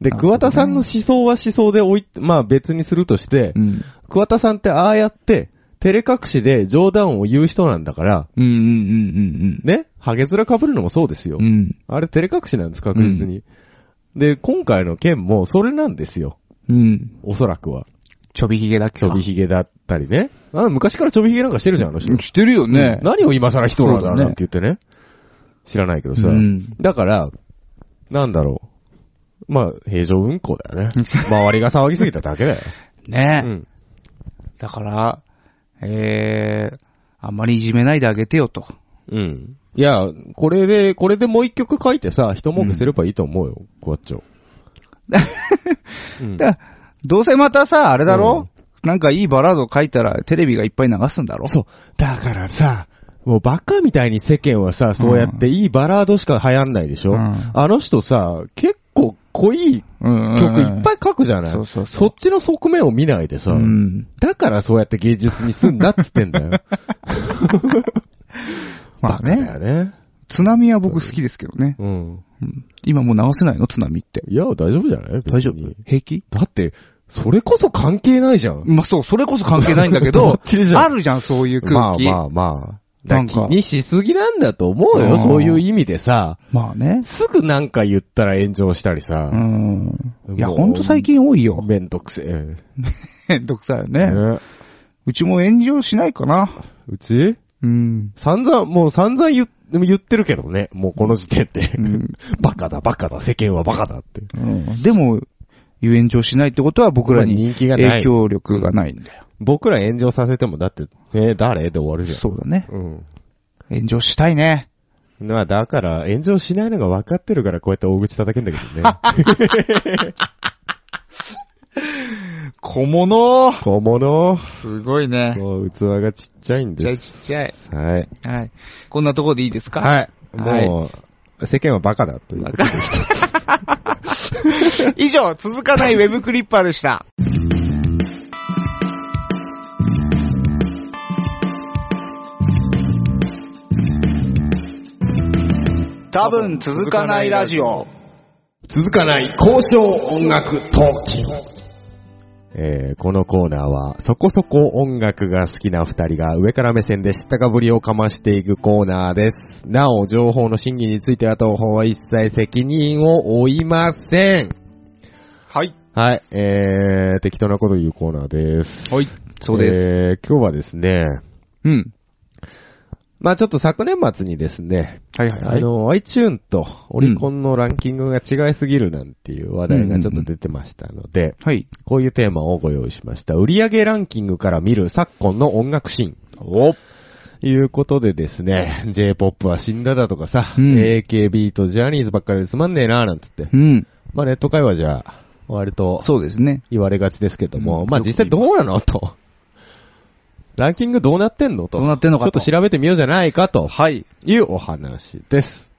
[SPEAKER 4] で、
[SPEAKER 2] なるほどね
[SPEAKER 4] 桑田さんの思想は思想で置いて、まあ別にするとして、
[SPEAKER 2] うん。
[SPEAKER 4] 桑田さんってああやって、照れ隠しで冗談を言う人なんだから、
[SPEAKER 2] うんうんうん
[SPEAKER 4] ね、ハゲ面被るのもそうですよ。
[SPEAKER 2] うんうん。うん。
[SPEAKER 4] あれ照れ隠しなんです、確実に。で、今回の件もそれなんですよ。
[SPEAKER 2] うん。
[SPEAKER 4] おそらくは。
[SPEAKER 2] ちょびひげだっけ
[SPEAKER 4] ちょびひげだったりね。あ昔からちょびひげなんかしてるじゃん、あの人。
[SPEAKER 2] してるよね。
[SPEAKER 4] 何を今更ヒトラー
[SPEAKER 2] そう
[SPEAKER 4] だ
[SPEAKER 2] だね
[SPEAKER 4] なんて言ってね。知らないけどさ。
[SPEAKER 2] うん
[SPEAKER 4] だから、なんだろう。まあ、平常運行だ よね。周りが騒ぎすぎただけだよ。
[SPEAKER 2] ね、
[SPEAKER 4] うん。
[SPEAKER 2] だから、えー、あんまりいじめないであげてよと。
[SPEAKER 4] うん。いや、これで、これでもう一曲 書いてさ、一文句すればいいと思うよ、クワッチョ。うん
[SPEAKER 2] だどうせまたさ、あれだろ、なんかいいバラード書いたらテレビがいっぱい流すんだろ
[SPEAKER 4] そう。だからさ、もうバカみたいに世間はさ、そうやっていいバラードしか流行んないでしょ、
[SPEAKER 2] うん
[SPEAKER 4] あの人さ、結構濃い
[SPEAKER 2] うん
[SPEAKER 4] 曲いっぱ
[SPEAKER 2] い。
[SPEAKER 4] い書くじゃない、
[SPEAKER 2] そうそうそう
[SPEAKER 4] っちの側面を見ないでさ、
[SPEAKER 2] うん。
[SPEAKER 4] だからそうやって芸術にすんだっつってんだ よ。
[SPEAKER 2] まあ
[SPEAKER 4] だ
[SPEAKER 2] ね。
[SPEAKER 4] よね。
[SPEAKER 2] 津波は僕好きですけどね。
[SPEAKER 4] うん。
[SPEAKER 2] うん今もう流せないの津波って。
[SPEAKER 4] いや、大丈夫じゃない
[SPEAKER 2] 大丈夫
[SPEAKER 4] 別に
[SPEAKER 2] 平気
[SPEAKER 4] だって、それこそ関係ないじゃん。
[SPEAKER 2] まあそう、それ こそ関係ないんだけ
[SPEAKER 4] どっ
[SPEAKER 2] ど、
[SPEAKER 4] ちじゃん
[SPEAKER 2] あるじゃん、そういう空気。
[SPEAKER 4] まあまあまあ。だ
[SPEAKER 2] なんか
[SPEAKER 4] 気にしすぎなんだと思う
[SPEAKER 2] う
[SPEAKER 4] よ、
[SPEAKER 2] ん
[SPEAKER 4] そういう意味でさ。
[SPEAKER 2] まあね。
[SPEAKER 4] すぐなんか言ったら炎上したりさ
[SPEAKER 2] う。ん。いや、
[SPEAKER 4] もう
[SPEAKER 2] ほんと最近多いよ。
[SPEAKER 4] めんどくせえ。
[SPEAKER 2] めんどくさいよね。
[SPEAKER 4] ね
[SPEAKER 2] うちも炎上しないかな。
[SPEAKER 4] うち
[SPEAKER 2] うん。
[SPEAKER 4] 散々、もう散々言っ言ってるけどね。もうこの時点で。
[SPEAKER 2] うん。
[SPEAKER 4] バカだ、バカだ、世間はバカだって。
[SPEAKER 2] うんでも、炎上しないってことは僕ら
[SPEAKER 4] まあ
[SPEAKER 2] に
[SPEAKER 4] 人気がない
[SPEAKER 2] 影響力がないんだよ。
[SPEAKER 4] 僕ら炎上させてもだって、え誰で終わるじゃん。
[SPEAKER 2] そうだね。
[SPEAKER 4] うん。
[SPEAKER 2] 炎上したいね。
[SPEAKER 4] まあだから、炎上しないのが分かってるからこうやって大口叩けんだけどね。
[SPEAKER 2] 小物
[SPEAKER 4] 小物。
[SPEAKER 2] すごいね。
[SPEAKER 4] もう器がちっちゃいん
[SPEAKER 2] ちっちゃ
[SPEAKER 4] で
[SPEAKER 2] い
[SPEAKER 4] す。
[SPEAKER 2] ちっちゃい。
[SPEAKER 4] はい。
[SPEAKER 2] はい。こんなところでいいですか
[SPEAKER 4] はい。
[SPEAKER 2] はい
[SPEAKER 4] もう、世間はバカだということでした。
[SPEAKER 2] 以上、続かないウェブクリッパーでした。多分続かないラジオ。
[SPEAKER 4] 続かない交渉音楽トーキえー、このコーナーは、そこそこ音楽が好きな二人が上から目線で知ったかぶりをかましていくコーナーです。なお、情報の審議については当方は一切責任を負いません。
[SPEAKER 2] はい。
[SPEAKER 4] はい、えー、適当なこと言うコーナーです。
[SPEAKER 2] はい。そうです。。
[SPEAKER 4] えー、今日はですね、
[SPEAKER 2] うん。
[SPEAKER 4] まあちょっと昨年末にですね、
[SPEAKER 2] はいはいは
[SPEAKER 4] あ
[SPEAKER 2] い。
[SPEAKER 4] の、iTune とオリコンのランキングが違いすぎるなんていう話題がちょっと出てましたので、
[SPEAKER 2] はい。
[SPEAKER 4] こういうテーマをご用意しました。売上ランキングから見る昨今の音楽シーン。おいうことでですね、J-POP は死んだだとかさ、
[SPEAKER 2] うん
[SPEAKER 4] AKB とジャニーズばっかりでつまんねえなーなんつって。
[SPEAKER 2] うん。
[SPEAKER 4] まあネット会話じゃ、割と
[SPEAKER 2] そうですね。
[SPEAKER 4] 言われがちですけど
[SPEAKER 2] う
[SPEAKER 4] も、
[SPEAKER 2] ん
[SPEAKER 4] まあ実際どうなのと。ランキングどうなってんのと。
[SPEAKER 2] どうなってんのかと
[SPEAKER 4] ちょっと調べてみようじゃないかと。はい。いうお話です。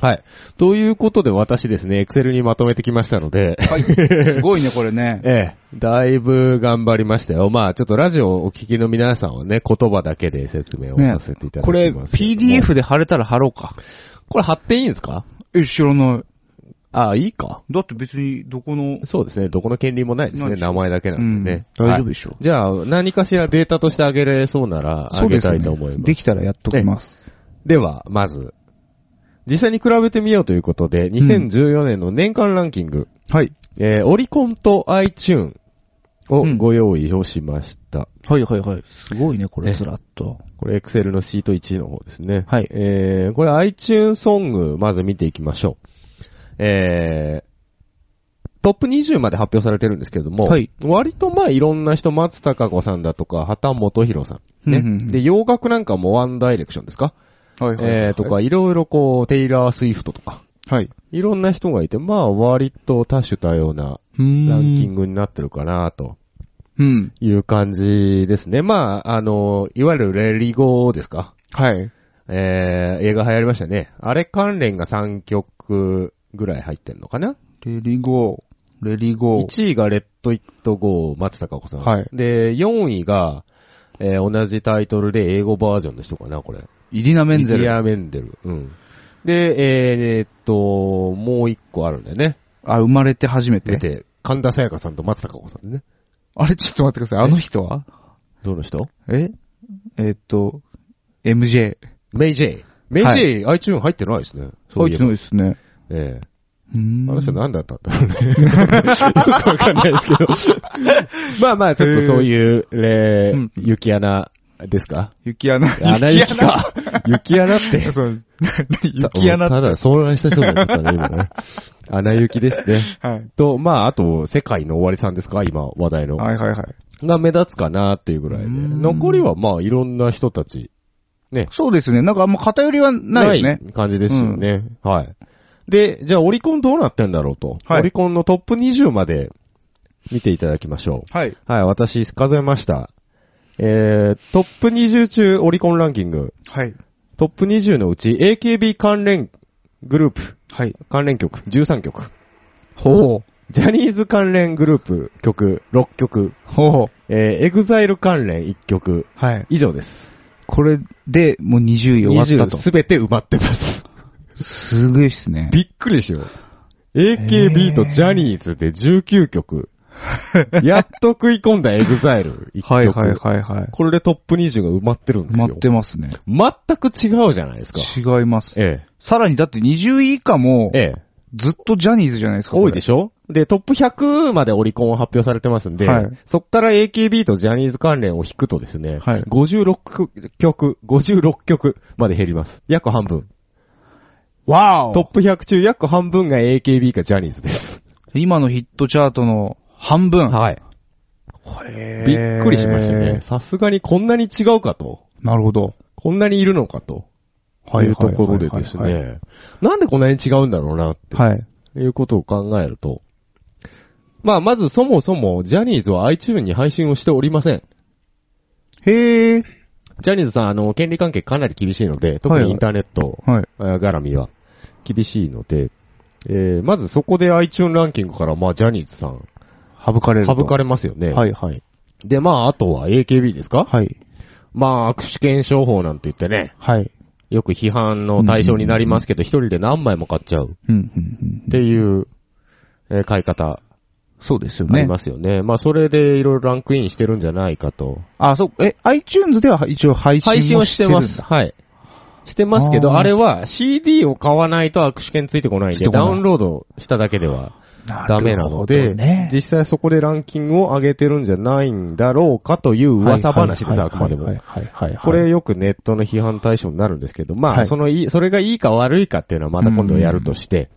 [SPEAKER 4] はい。ということで私ですね、エクセルにまとめてきましたので、
[SPEAKER 2] はい。すごいね、これね。
[SPEAKER 4] ええ、だいぶ頑張りましたよ。まあちょっとラジオをお聞きの皆さんはね、言葉だけで説明を
[SPEAKER 2] ね
[SPEAKER 4] させていただ
[SPEAKER 2] これ、
[SPEAKER 4] きますけども、
[SPEAKER 2] PDF で貼れたら貼ろうか。
[SPEAKER 4] これ貼っていいんですか
[SPEAKER 2] え、知らない。
[SPEAKER 4] ああ、いいか。
[SPEAKER 2] だって別にどこの、
[SPEAKER 4] そうですね、どこの権利もないです
[SPEAKER 2] ない
[SPEAKER 4] ね、
[SPEAKER 2] ですよ
[SPEAKER 4] 名前だけなんでね。
[SPEAKER 2] うん大丈夫
[SPEAKER 4] はい
[SPEAKER 2] でしょ
[SPEAKER 4] じゃあ、何かしらデータとしてあげれそうなら、あ
[SPEAKER 2] そう
[SPEAKER 4] げ
[SPEAKER 2] です
[SPEAKER 4] た
[SPEAKER 2] ね
[SPEAKER 4] いと思います。
[SPEAKER 2] できたらやっときます。
[SPEAKER 4] では、まず、実際に比べてみようということで、2014年の年間ランキング、
[SPEAKER 2] はい。
[SPEAKER 4] えーオリコンと iTune を
[SPEAKER 2] うん
[SPEAKER 4] ご用意をしました。
[SPEAKER 2] はいはいはい。すごいね、これ、
[SPEAKER 4] ね
[SPEAKER 2] ずらっと。
[SPEAKER 4] これ Excel のシート1の方ですね。
[SPEAKER 2] はい
[SPEAKER 4] えー、これ iTune ソング、まず見ていきましょう。えー、トップ20まで発表されてるんですけども、
[SPEAKER 2] はい
[SPEAKER 4] 割とまあいろんな人、松たか子さんだとか、畑本博さん、ね
[SPEAKER 2] うんうんうん
[SPEAKER 4] で、洋楽なんかもワンダイレクションですか、
[SPEAKER 2] は
[SPEAKER 4] えー、とか、いろいろこう、テイラー・スウィフトとか、
[SPEAKER 2] はい。
[SPEAKER 4] いろんな人がいて、まあ割と多種多様な
[SPEAKER 2] ラ
[SPEAKER 4] ラ
[SPEAKER 2] ン
[SPEAKER 4] ンキン。グになってるかなと。
[SPEAKER 2] うん。
[SPEAKER 4] いう感じですね。まあ、あの、いわゆるレリゴーですか
[SPEAKER 2] はい。
[SPEAKER 4] えー、映画流行りましたね。あれ関連が3曲ぐらい入ってんのかな
[SPEAKER 2] レリゴー、レリゴー。
[SPEAKER 4] ?1 位がレッド・イット・ゴー、松たか子さん。
[SPEAKER 2] はい
[SPEAKER 4] で、4位が、えー同じタイトルで英語バージョンの人かな、これ。
[SPEAKER 2] イリナ・メンゼ
[SPEAKER 4] イリ
[SPEAKER 2] ル。
[SPEAKER 4] ア・メンデル。うん。で、えーえーっと、もう1個あるんだよね。
[SPEAKER 2] あ、生まれて初め
[SPEAKER 4] 出
[SPEAKER 2] て。
[SPEAKER 4] て、神田沙也加さんと松たか子さんね。
[SPEAKER 2] あれ、ちょっと待ってください。あの人は
[SPEAKER 4] どの人
[SPEAKER 2] ええーっと、MJ。
[SPEAKER 4] メイ・ジェイ。メイ・ジェイ、iTune 入ってないですね。
[SPEAKER 2] そう
[SPEAKER 4] い
[SPEAKER 2] いう
[SPEAKER 4] えば
[SPEAKER 2] のですね。
[SPEAKER 4] ええ。
[SPEAKER 2] うーん
[SPEAKER 4] あの人何だったんだろうね。よくわかんないですけど。 まあまあ、ちょっとそういう、え
[SPEAKER 2] うん
[SPEAKER 4] ー、雪穴ですか
[SPEAKER 2] 雪穴。
[SPEAKER 4] 穴雪か。雪穴 って。
[SPEAKER 2] そう。雪穴。
[SPEAKER 4] ただ、遭難した人だったね、今 ね。穴雪ですね。
[SPEAKER 2] はい。
[SPEAKER 4] と、まあ、あと、世界の終わりさんですか今、話題の。
[SPEAKER 2] はいはいはい。
[SPEAKER 4] が目立つかなっていうぐらいで。
[SPEAKER 2] うん
[SPEAKER 4] 残りは、まあ、いろんな人たち。
[SPEAKER 2] そうですね。なんかあんま偏りはないよね。
[SPEAKER 4] 感じですよね。はい。で、じゃあオリコンどうなってんだろうと。
[SPEAKER 2] はい
[SPEAKER 4] オリコンのトップ20まで見ていただきましょう。
[SPEAKER 5] はい。
[SPEAKER 4] はい、私、数えました。えー、トップ20中オリコンランキング、
[SPEAKER 5] はい。
[SPEAKER 4] トップ20のうち AKB 関連グループ、
[SPEAKER 5] はい。
[SPEAKER 4] 関連曲13曲。ほう。ジャニーズ関連グループ曲6曲、
[SPEAKER 2] ほう。
[SPEAKER 4] えー、エグザイル関連1曲、
[SPEAKER 2] はい。
[SPEAKER 4] 以上です。
[SPEAKER 2] これでもう20位終わったと。
[SPEAKER 4] すべて埋まってます。
[SPEAKER 2] すげえっすね。
[SPEAKER 4] びっくりでしよう。AKB とジャニーズで19曲。 やっと食い込んだエグザイル1曲。
[SPEAKER 2] はいはいはいはい。
[SPEAKER 4] これでトップ20が埋まってるんですよ。
[SPEAKER 2] 待ってますね。
[SPEAKER 4] 全く違うじゃないですか。
[SPEAKER 2] 違います。
[SPEAKER 4] え
[SPEAKER 2] さらにだって20位以下も
[SPEAKER 4] え。、ええ。
[SPEAKER 2] ずっとジャニーズじゃないですか。
[SPEAKER 4] 多いで
[SPEAKER 2] し
[SPEAKER 4] しょで、トップ100までオリコンを発表されてますんで、
[SPEAKER 2] はい
[SPEAKER 4] そっから AKB とジャニーズ関連を引くとですね、
[SPEAKER 2] はい
[SPEAKER 4] 56曲、56曲まで減ります。約半分。
[SPEAKER 2] ょ。わ
[SPEAKER 4] トッ
[SPEAKER 2] お
[SPEAKER 4] プ100中約半分が AKB かジャニーズ です。
[SPEAKER 2] 今のヒットチャートの半分。
[SPEAKER 4] はい。
[SPEAKER 2] へー
[SPEAKER 4] びっくりしましたね。。さすがにこんなに違うかと。
[SPEAKER 2] なるほど。
[SPEAKER 4] こんなにいるのかと。
[SPEAKER 2] はい
[SPEAKER 4] いうところでです
[SPEAKER 2] はいはい
[SPEAKER 4] ね。なんでこんなに違うんだろうなって
[SPEAKER 2] はい。
[SPEAKER 4] いうことを考えると。まあ、まずそもそもジャニーズは iTunes に配信をしておりません。
[SPEAKER 2] へえ。
[SPEAKER 4] ジャニーズさん、あの、権利関係かなり厳しいので、特
[SPEAKER 2] はいは
[SPEAKER 4] に
[SPEAKER 2] い
[SPEAKER 4] インターネット、
[SPEAKER 2] はい。
[SPEAKER 4] えー絡みは厳しいので、えー、まずそこで iTunes ランキングから、まあ、ジャニーズさん、
[SPEAKER 2] 省かれると。
[SPEAKER 4] 省かれますよね。
[SPEAKER 2] はいはい。
[SPEAKER 4] で、まあ、あとは AKB ですか
[SPEAKER 2] はい。
[SPEAKER 4] まあ、握手券商法なんて言ってね、
[SPEAKER 2] はい。
[SPEAKER 4] よく批判の対象になりますけど、一人で何枚も買っちゃう
[SPEAKER 2] うん、うん、うん
[SPEAKER 4] っ。ていう、えー買い方
[SPEAKER 2] そうですよ
[SPEAKER 4] あり
[SPEAKER 2] ね。
[SPEAKER 4] ますよね。まあ、それでいろいろランクインしてるんじゃないかと。
[SPEAKER 2] あ、そう、え、iTunes では一応配信もるんだ。
[SPEAKER 4] はい。してますけ
[SPEAKER 2] あ
[SPEAKER 4] ど、
[SPEAKER 2] ー
[SPEAKER 4] あれは CD を買わないと握手券ついてこないん
[SPEAKER 2] つい
[SPEAKER 4] で、
[SPEAKER 2] てこな
[SPEAKER 4] ダ
[SPEAKER 2] い
[SPEAKER 4] ウンロードしただけではダメなの
[SPEAKER 2] なる
[SPEAKER 4] で、
[SPEAKER 2] ほどね
[SPEAKER 4] 実際そこでランキングを上げてるんじゃないんだろうかという噂話です、あくまで
[SPEAKER 2] はい
[SPEAKER 4] も。
[SPEAKER 2] はいはいはいはいはいはい。
[SPEAKER 4] これよくネットの批判対象になるんですけど、ま
[SPEAKER 2] は
[SPEAKER 4] あ、
[SPEAKER 2] い
[SPEAKER 4] そのいい、それがいいか悪いかっていうのはまた今度やるとして、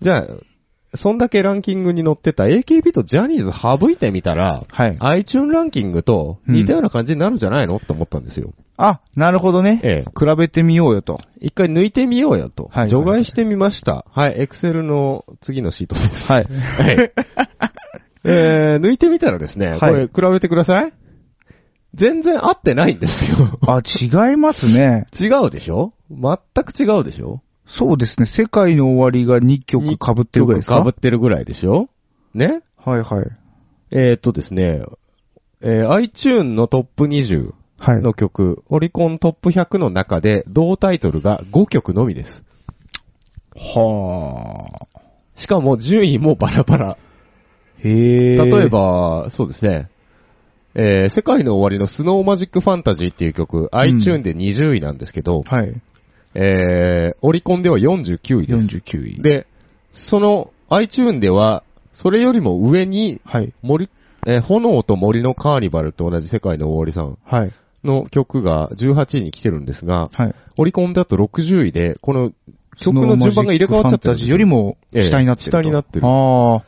[SPEAKER 4] じゃあ、そんだけランキングに載ってた AKB とジャニーズ省いてみたら、
[SPEAKER 2] はい。
[SPEAKER 4] iTune ランキングと似たような感じになるんじゃないのって思ったんですよ。
[SPEAKER 2] あ、なるほどね。
[SPEAKER 4] ええ
[SPEAKER 2] 比べてみようよと。
[SPEAKER 4] 一回抜いてみようよと。
[SPEAKER 2] はい
[SPEAKER 4] 除外してみました。はい、エクセルの次のシートです。
[SPEAKER 2] はい。
[SPEAKER 4] はい。 えー、抜いてみたらですね、
[SPEAKER 2] はい
[SPEAKER 4] これ比べてください。全然合ってないんです よ。
[SPEAKER 2] あ、違いますね。
[SPEAKER 4] 違うでしょ全く違うでしょ
[SPEAKER 2] そうですね。世界の終わりが2曲被ってるぐらいですか
[SPEAKER 4] 被ってるぐらいでしょね
[SPEAKER 2] はいはい。
[SPEAKER 4] えー、っとですね、えー、iTune のトップ20
[SPEAKER 2] はい。
[SPEAKER 4] の曲、オリコントップ100の中で、同タイトルが5曲のみです。
[SPEAKER 2] はあ。
[SPEAKER 4] しかも順位もバラバラ。
[SPEAKER 2] へえ。
[SPEAKER 4] 例え。ば、そうですね。えー、世界の終わりのスノーマジックファンタジーっていう曲、iTune で20位なんですけど、
[SPEAKER 2] はい。
[SPEAKER 4] えー、オリコンでは49位です。
[SPEAKER 2] 49位。、
[SPEAKER 4] で、その iTune では、それよりも上に、
[SPEAKER 2] はい。
[SPEAKER 4] 森、えー炎と森のカーニバルと同じ世界の終わりさん
[SPEAKER 2] はい。
[SPEAKER 4] の曲が18位に来てるんですが、
[SPEAKER 2] はい。
[SPEAKER 4] オリコンだと60位で、この曲の順番が入れ替わっちゃってるんです
[SPEAKER 2] よりも下になってると、
[SPEAKER 4] ええ下になってる
[SPEAKER 2] ああ。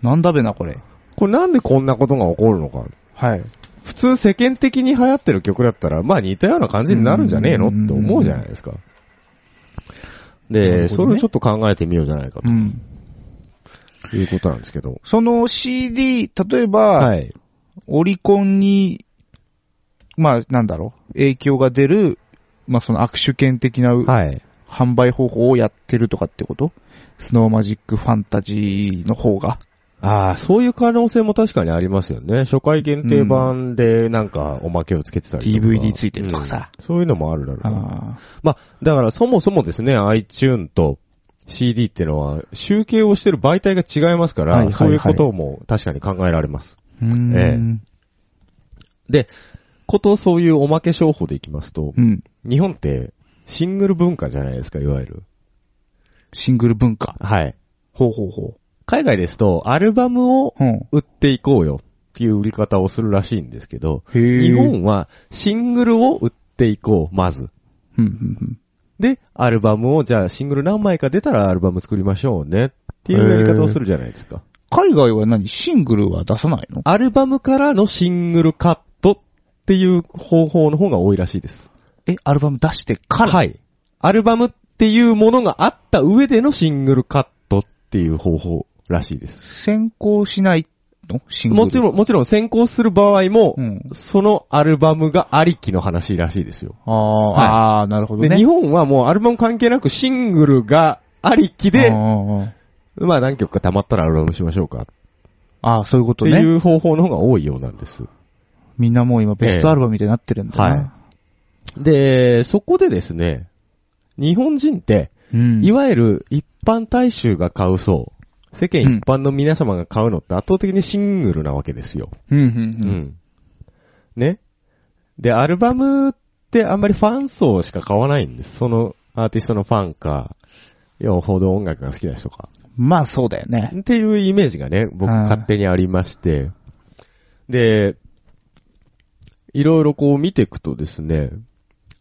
[SPEAKER 2] なんだべな、これ。
[SPEAKER 4] これなんでこんなことが起こるのか。
[SPEAKER 2] はい。
[SPEAKER 4] 普通世間的に流行ってる曲だったら、まあ似たような感じになるんじゃねえの
[SPEAKER 2] うん
[SPEAKER 4] って思うじゃないですか。
[SPEAKER 2] るほど
[SPEAKER 4] で、
[SPEAKER 2] ね
[SPEAKER 4] それをちょっと考えてみようじゃないか
[SPEAKER 2] うん。
[SPEAKER 4] ということなんですけど。
[SPEAKER 2] その CD、例えば、
[SPEAKER 4] はい。
[SPEAKER 2] オリコンに、まあ、なんだろう、影響が出る、まあ、その握手券的なう、
[SPEAKER 4] はい。
[SPEAKER 2] 販売方法をやってるとかってことスノーマジックファンタジーの方が。
[SPEAKER 4] ああ、そういう可能性も確かにありますよね。初回限定版でなんかおまけをつけてたりとか。
[SPEAKER 2] DVD ついてるとかさ
[SPEAKER 4] うんそういうのもあるだろうな。
[SPEAKER 2] あ
[SPEAKER 4] まあ、だからそもそもですね、iTune と CD ってのは集計をしてる媒体が違いますから、
[SPEAKER 2] はいはいはい
[SPEAKER 4] そういうことも確かに考えられます。
[SPEAKER 2] あ。うーん。
[SPEAKER 4] えで、ことそういうおまけ商法でいきますと、
[SPEAKER 2] うん。
[SPEAKER 4] 日本ってシングル文化じゃないですか、いわゆる。
[SPEAKER 2] シングル文化。
[SPEAKER 4] はい。
[SPEAKER 2] ほうほうほ
[SPEAKER 4] 海外ですと、アルバムを
[SPEAKER 2] う。うん。
[SPEAKER 4] 売っていこうよっていう売り方をするらしいんですけど、
[SPEAKER 2] へー
[SPEAKER 4] 日本はシングルを売っていこう、まず。
[SPEAKER 2] うん、うん、
[SPEAKER 4] で、アルバムを、じゃあシングル何枚か出たらアルバム作りましょうねっていうやり方をするじゃないですか。
[SPEAKER 2] 海外は何シングルは出さないの
[SPEAKER 4] アルバムからのシングルカットっていう方法の方が多いらしいです。
[SPEAKER 2] え、アルバム出してから
[SPEAKER 4] はい。アルバムっていうものがあった上でのシングルカットっていう方法らしいです。
[SPEAKER 2] 先行しないのシングル。
[SPEAKER 4] もちろん、もちろん先行する場合も、
[SPEAKER 2] うん
[SPEAKER 4] そのアルバムがありきの話らしいですよ。
[SPEAKER 2] あー、
[SPEAKER 4] い
[SPEAKER 2] あー、なるほど
[SPEAKER 4] で、
[SPEAKER 2] ね。
[SPEAKER 4] 日本はもうアルバム関係なくシングルがありきで、
[SPEAKER 2] で、
[SPEAKER 4] まあ何曲か溜まったらアルバムしましょうかっ
[SPEAKER 2] ああ、そういうこと
[SPEAKER 4] てい
[SPEAKER 2] ね。
[SPEAKER 4] う方法の方が多いようなんです。
[SPEAKER 2] みんなもう今ベストアルバムみたいになってるんだな。
[SPEAKER 4] で、そこでですね、日本人って、
[SPEAKER 2] うん。
[SPEAKER 4] いわゆる一般大衆が買う層、世間一般の皆様が買うのって圧倒的にシングルなわけですよ。
[SPEAKER 2] うん、う、
[SPEAKER 4] うんん。ね。で、アルバムってあんまりファン層しか買わないんです。そのアーティストのファンか、よほど音楽が好きな人か。
[SPEAKER 2] うん。まあそうだよね。
[SPEAKER 4] っていうイメージがね、僕
[SPEAKER 2] はい
[SPEAKER 4] 勝手にありまして。で、いろいろこう見ていくとですね、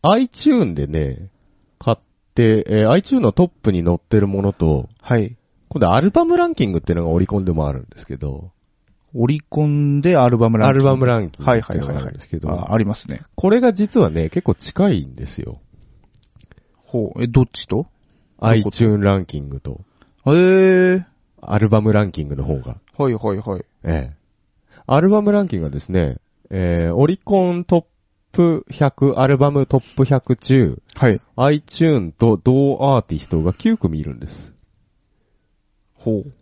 [SPEAKER 4] iTune でね、買って、えー iTune のトップに載ってるものと、
[SPEAKER 2] はい。
[SPEAKER 4] 今度アルバムランキングっていうのがオリコンでもあるんですけど、
[SPEAKER 2] オリコンでアルバムラン
[SPEAKER 4] ア
[SPEAKER 2] キン
[SPEAKER 4] ル
[SPEAKER 2] グ。
[SPEAKER 4] バムランキング
[SPEAKER 2] はい
[SPEAKER 4] っ
[SPEAKER 2] は
[SPEAKER 4] て
[SPEAKER 2] いいう
[SPEAKER 4] の
[SPEAKER 2] はい
[SPEAKER 4] があ
[SPEAKER 2] はい
[SPEAKER 4] るんですけ。ど、
[SPEAKER 2] あありますね。
[SPEAKER 4] これが実はね、結構近いんですよ。
[SPEAKER 2] ほう。え、どっちと
[SPEAKER 4] iTune ランキングと、
[SPEAKER 2] ええー。
[SPEAKER 4] アルバムランキングの方が。
[SPEAKER 2] はいはいはい。
[SPEAKER 4] ええ。アルバムランキングはですね、えー、オリコントップ100、アルバムトップ100中、
[SPEAKER 2] はい。
[SPEAKER 4] iTune と同アーティストが9組いるんです。
[SPEAKER 2] ほう。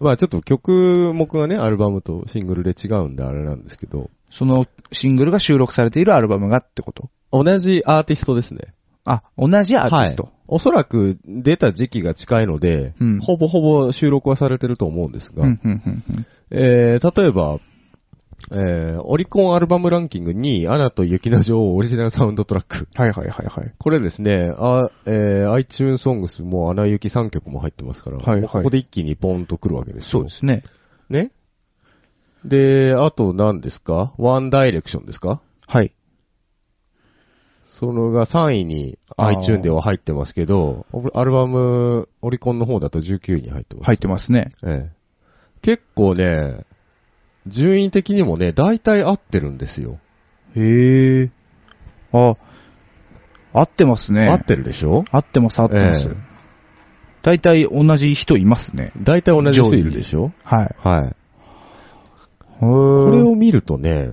[SPEAKER 4] まあちょっと曲目がね、アルバムとシングルで違うんであれなんですけど、
[SPEAKER 2] そのシングルが収録されているアルバムがってこと
[SPEAKER 4] 同じアーティストですね。
[SPEAKER 2] あ、同じアーティスト。
[SPEAKER 4] はい。おそらく出た時期が近いので、
[SPEAKER 2] うん
[SPEAKER 4] ほぼほぼ収録はされてると思うんですが、
[SPEAKER 2] うん、うん、うんうん。
[SPEAKER 4] えー、例えば、えー、オリコンアルバムランキング2位、アナと雪の女王オリジナルサウンドトラック。
[SPEAKER 2] はいはいはいはい。
[SPEAKER 4] これですね、あえー、iTunes Songs も穴行き3曲も入ってますから、
[SPEAKER 2] はいはい
[SPEAKER 4] ここで一気にポンと来るわけです
[SPEAKER 2] そう
[SPEAKER 4] よ。
[SPEAKER 2] ですね。
[SPEAKER 4] ね。で、あと何ですかワンダイレクションですか
[SPEAKER 2] はい。
[SPEAKER 4] そのが3位に
[SPEAKER 2] あー
[SPEAKER 4] iTunes では入ってますけど、アルバム、オリコンの方だと19位に入ってます。
[SPEAKER 2] 入ってますね。
[SPEAKER 4] ええ結構ね、順位的にもね、大体合ってるんですよ。
[SPEAKER 2] へえ。あ、合ってますね。
[SPEAKER 4] 合ってるでしょ
[SPEAKER 2] 合ってます、合ってます
[SPEAKER 4] ええ。
[SPEAKER 2] 大体同じ人いますね。
[SPEAKER 4] 大体同じ人いるでしょ
[SPEAKER 2] はい。
[SPEAKER 4] はい。
[SPEAKER 2] こ
[SPEAKER 4] これを見るとね、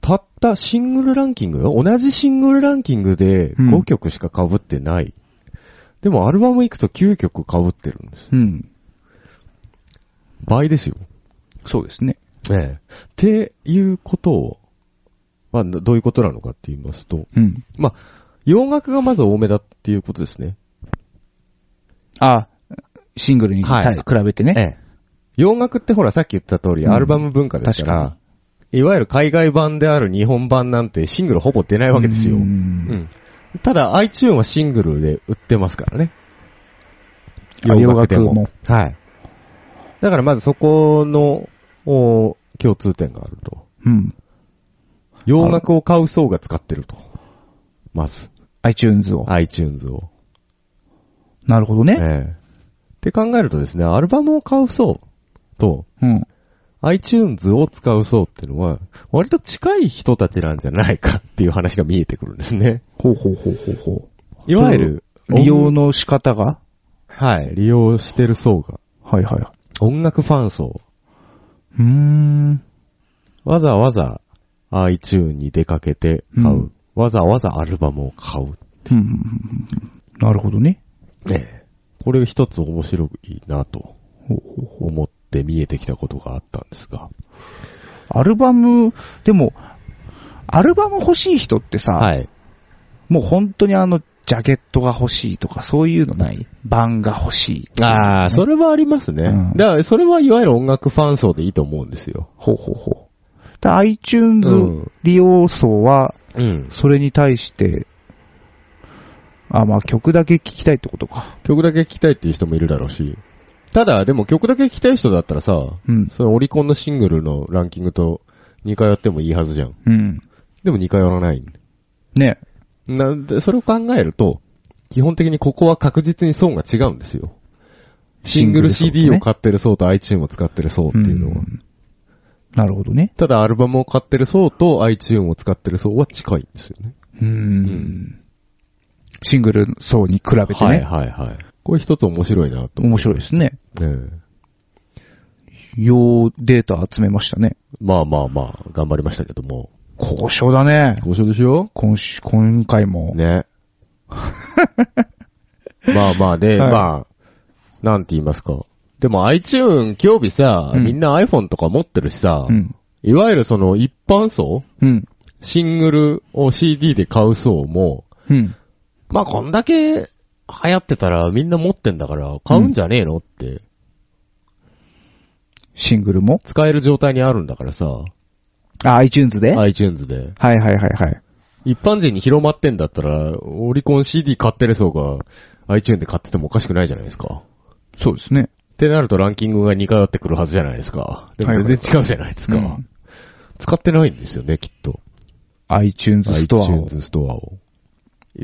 [SPEAKER 4] たったシングルランキングよ同じシングルランキングで
[SPEAKER 2] うん
[SPEAKER 4] 5曲しか被ってない。でもアルバム行くと9曲被ってるんです。
[SPEAKER 2] うん。
[SPEAKER 4] 倍ですよ。
[SPEAKER 2] そうですね。
[SPEAKER 4] ええ。っていうことを、まあ、どういうことなのかって言いますと、
[SPEAKER 2] うん。
[SPEAKER 4] まあ、洋楽がまず多めだっていうことですね。
[SPEAKER 2] あ、シングルに
[SPEAKER 4] はい
[SPEAKER 2] 対比べてね。
[SPEAKER 4] ええ。洋楽ってほらさっき言った通り
[SPEAKER 2] うん
[SPEAKER 4] アルバム文化ですから、
[SPEAKER 2] 確
[SPEAKER 4] いわゆる海外版である日本版なんてシングルほぼ出ないわけですよ。
[SPEAKER 2] うん
[SPEAKER 4] うん。ただ iTune はシングルで売ってますからね。
[SPEAKER 2] あ
[SPEAKER 4] で
[SPEAKER 2] 洋楽も
[SPEAKER 4] はい。だからまずそこの、お共通点があると。
[SPEAKER 2] うん。
[SPEAKER 4] 洋楽を買う層が使ってると。まず、
[SPEAKER 2] iTunes を。
[SPEAKER 4] iTunes を。
[SPEAKER 2] なるほどね。
[SPEAKER 4] ええって考えるとですね、アルバムを買う層と、
[SPEAKER 2] うん。
[SPEAKER 4] iTunes を使う層っていうのは、割と近い人たちなんじゃないかっていう話が見えてくるんです ね。
[SPEAKER 2] ほうほうほうほうほう。
[SPEAKER 4] いわゆる、
[SPEAKER 2] 利用。の仕方が
[SPEAKER 4] はい、利用してる層が。
[SPEAKER 2] はいはいは
[SPEAKER 4] 音楽ファン層。
[SPEAKER 2] い。うーん。
[SPEAKER 4] わざわざ iTune に出かけて買う。
[SPEAKER 2] うん
[SPEAKER 4] わざわざアルバムを買う。
[SPEAKER 2] うんうんうんうんなるほどね。
[SPEAKER 4] ねこれ一つ面白いなと
[SPEAKER 2] ほうほうほう
[SPEAKER 4] 思って見えてきたことがあったんですが。
[SPEAKER 2] アルバム、でも、アルバム欲しい人ってさ、
[SPEAKER 4] はい。
[SPEAKER 2] もう本当にあの、ジャケットが欲しいとか、そういうのない版が欲しい。
[SPEAKER 4] ああ、それはありますね。
[SPEAKER 2] うん
[SPEAKER 4] だから、それはいわゆる音楽ファン層でいいと思うんですよ。
[SPEAKER 2] ほうほうほう。だ iTunes
[SPEAKER 4] うん
[SPEAKER 2] 利用層は、
[SPEAKER 4] うん。
[SPEAKER 2] それに対して、あ、まあ曲だけ聴きたいってことか。
[SPEAKER 4] 曲だけ聴きたいっていう人もいるだろうし。ただ、でも曲だけ聴きたい人だったらさ、
[SPEAKER 2] うん。
[SPEAKER 4] そのオリコンのシングルのランキングと2回やってもいいはずじゃん。
[SPEAKER 2] うん。
[SPEAKER 4] でも2回やらないんで。
[SPEAKER 2] ね。
[SPEAKER 4] なんで、それを考えると、基本的にここは確実に層が違うんですよ。シングル CD を買ってる層と iTune を使ってる層っていうのは。
[SPEAKER 2] んなるほどね。
[SPEAKER 4] ただアルバムを買ってる層と iTune を使ってる層は近いんですよね。
[SPEAKER 2] うん,、シングル層に比べてね。
[SPEAKER 4] はいはいはい。これ一つ面白いなと思
[SPEAKER 2] 面白いですね。
[SPEAKER 4] う。ねえ
[SPEAKER 2] 用データ集めましたね。
[SPEAKER 4] まあまあまあ、頑張りましたけども。
[SPEAKER 2] 交渉だね。
[SPEAKER 4] 交渉でしょ
[SPEAKER 2] 今週、今回も。
[SPEAKER 4] ね。 まあまあね、
[SPEAKER 2] はい
[SPEAKER 4] まあ、なんて言いますか。でも iTune 興味さ、
[SPEAKER 2] うん
[SPEAKER 4] みんな iPhone とか持ってるしさ、
[SPEAKER 2] うん。
[SPEAKER 4] いわゆるその一般層
[SPEAKER 2] うん。
[SPEAKER 4] シングルを CD で買う層も、
[SPEAKER 2] うん。
[SPEAKER 4] まあこんだけ流行ってたらみんな持ってんだから買うんじゃねえのって、
[SPEAKER 2] シングルも
[SPEAKER 4] 使える状態にあるんだからさ、
[SPEAKER 2] あ、iTunes で、はい、
[SPEAKER 4] iTunes で。
[SPEAKER 2] はいはいはいはい。
[SPEAKER 4] 一般人に広まってんだったら、オリコン CD 買ってる層が iTunes で買っててもおかしくないじゃないですか。
[SPEAKER 2] そうですね。
[SPEAKER 4] ってなるとランキングが2回あってくるはずじゃないですか。でも
[SPEAKER 2] はいはい
[SPEAKER 4] 全然違うじゃないですか。
[SPEAKER 2] うん
[SPEAKER 4] 使ってないんですよね、きっと。
[SPEAKER 2] iTunes ストアを。
[SPEAKER 4] iTunes ストアを。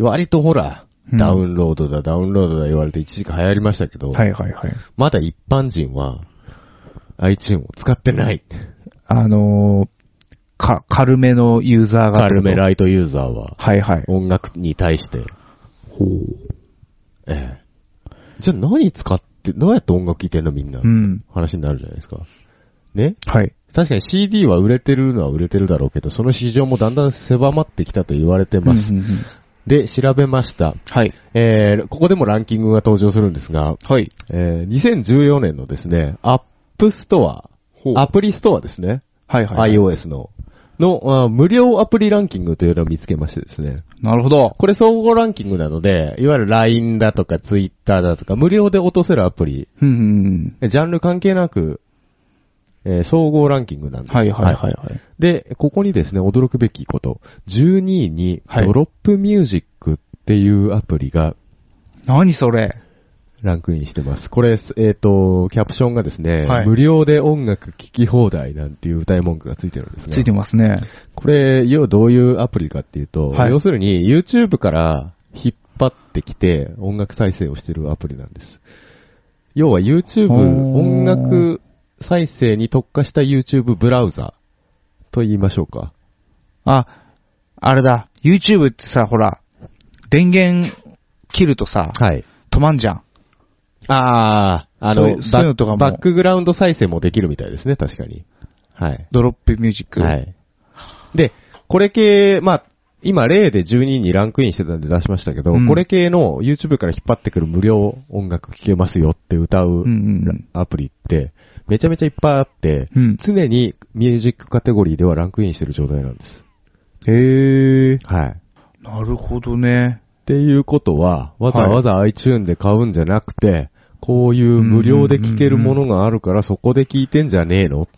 [SPEAKER 4] 割とほら、
[SPEAKER 2] うん
[SPEAKER 4] ダウンロードだ、ダウンロードだ言われて一時期流行りましたけど、
[SPEAKER 2] はいはいはい。
[SPEAKER 4] まだ一般人は iTunes を使ってない。
[SPEAKER 2] あのー、か、軽めのユーザーが。
[SPEAKER 4] カルメ。ライトユーザーは、
[SPEAKER 2] はいはい。
[SPEAKER 4] 音楽に対して。
[SPEAKER 2] ほう。
[SPEAKER 4] ええ。じゃあ何使って、どうやって音楽聴いてんのみんな。
[SPEAKER 2] うん。
[SPEAKER 4] 話になるじゃないですか。ね
[SPEAKER 2] はい。
[SPEAKER 4] 確かに CD は売れてるのは売れてるだろうけど、その市場もだんだん狭まってきたと言われてます。
[SPEAKER 2] うんうんうん
[SPEAKER 4] で、調べました。
[SPEAKER 2] はい。
[SPEAKER 4] えー、ここでもランキングが登場するんですが、
[SPEAKER 2] はい。
[SPEAKER 4] えー、2014年のですね、アップストア、アプリストアですね、
[SPEAKER 2] はいはい。
[SPEAKER 4] iOS の、のあ無料アプリランキングというのを見つけましてですね、
[SPEAKER 2] なるほど。
[SPEAKER 4] これ総合ランキングなので、いわゆる LINE だとか Twitter だとか、無料で落とせるアプリ、
[SPEAKER 2] うんうんうん。
[SPEAKER 4] ジャンル関係なく、えー総合ランキングなんです。
[SPEAKER 2] はいはいはいはい。
[SPEAKER 4] で、ここにですね、驚くべきこと。12位に、
[SPEAKER 2] はい
[SPEAKER 4] ドロップミュージックっていうアプリが
[SPEAKER 2] 何それ
[SPEAKER 4] ランクインしてます。これ、えっ、と、キャプションがですね、
[SPEAKER 2] はい
[SPEAKER 4] 無料で音楽聴き放題なんていう歌い文句がついてるんですね。
[SPEAKER 2] ついてますね。
[SPEAKER 4] これ、要はどういうアプリかっていうと、
[SPEAKER 2] はい
[SPEAKER 4] 要するに YouTube から引っ張ってきて音楽再生をしてるアプリなんです。要は YouTube、
[SPEAKER 2] おー
[SPEAKER 4] 音楽再生に特化した YouTube ブラウザと言いましょうか。
[SPEAKER 2] あ、あれだ。YouTube ってさ、ほら、電源切るとさ、
[SPEAKER 4] はい。
[SPEAKER 2] 止まんじゃん。
[SPEAKER 4] ああ、あの
[SPEAKER 2] そういうそういうのとかも
[SPEAKER 4] バックグラウンド再生もできるみたいですね、確かに。はい。
[SPEAKER 2] ドロップミュージック。
[SPEAKER 4] はい。で、これ系、まあ、今例で12位にランクインしてたんで出しましたけど、
[SPEAKER 2] うん
[SPEAKER 4] これ系の YouTube から引っ張ってくる無料音楽聴けますよって歌う
[SPEAKER 2] うんうんうん。
[SPEAKER 4] アプリって、めちゃめちゃいっぱいあって、
[SPEAKER 2] うん
[SPEAKER 4] 常にミュージックカテゴリーではランクインしてる状態なんです。
[SPEAKER 2] へえ。
[SPEAKER 4] はい。
[SPEAKER 2] なるほどね。
[SPEAKER 4] っていうことは、わざわざ iTune で買うんじゃなくて、こういう無料で聴けるものがあるからそこで聴いてんじゃねえの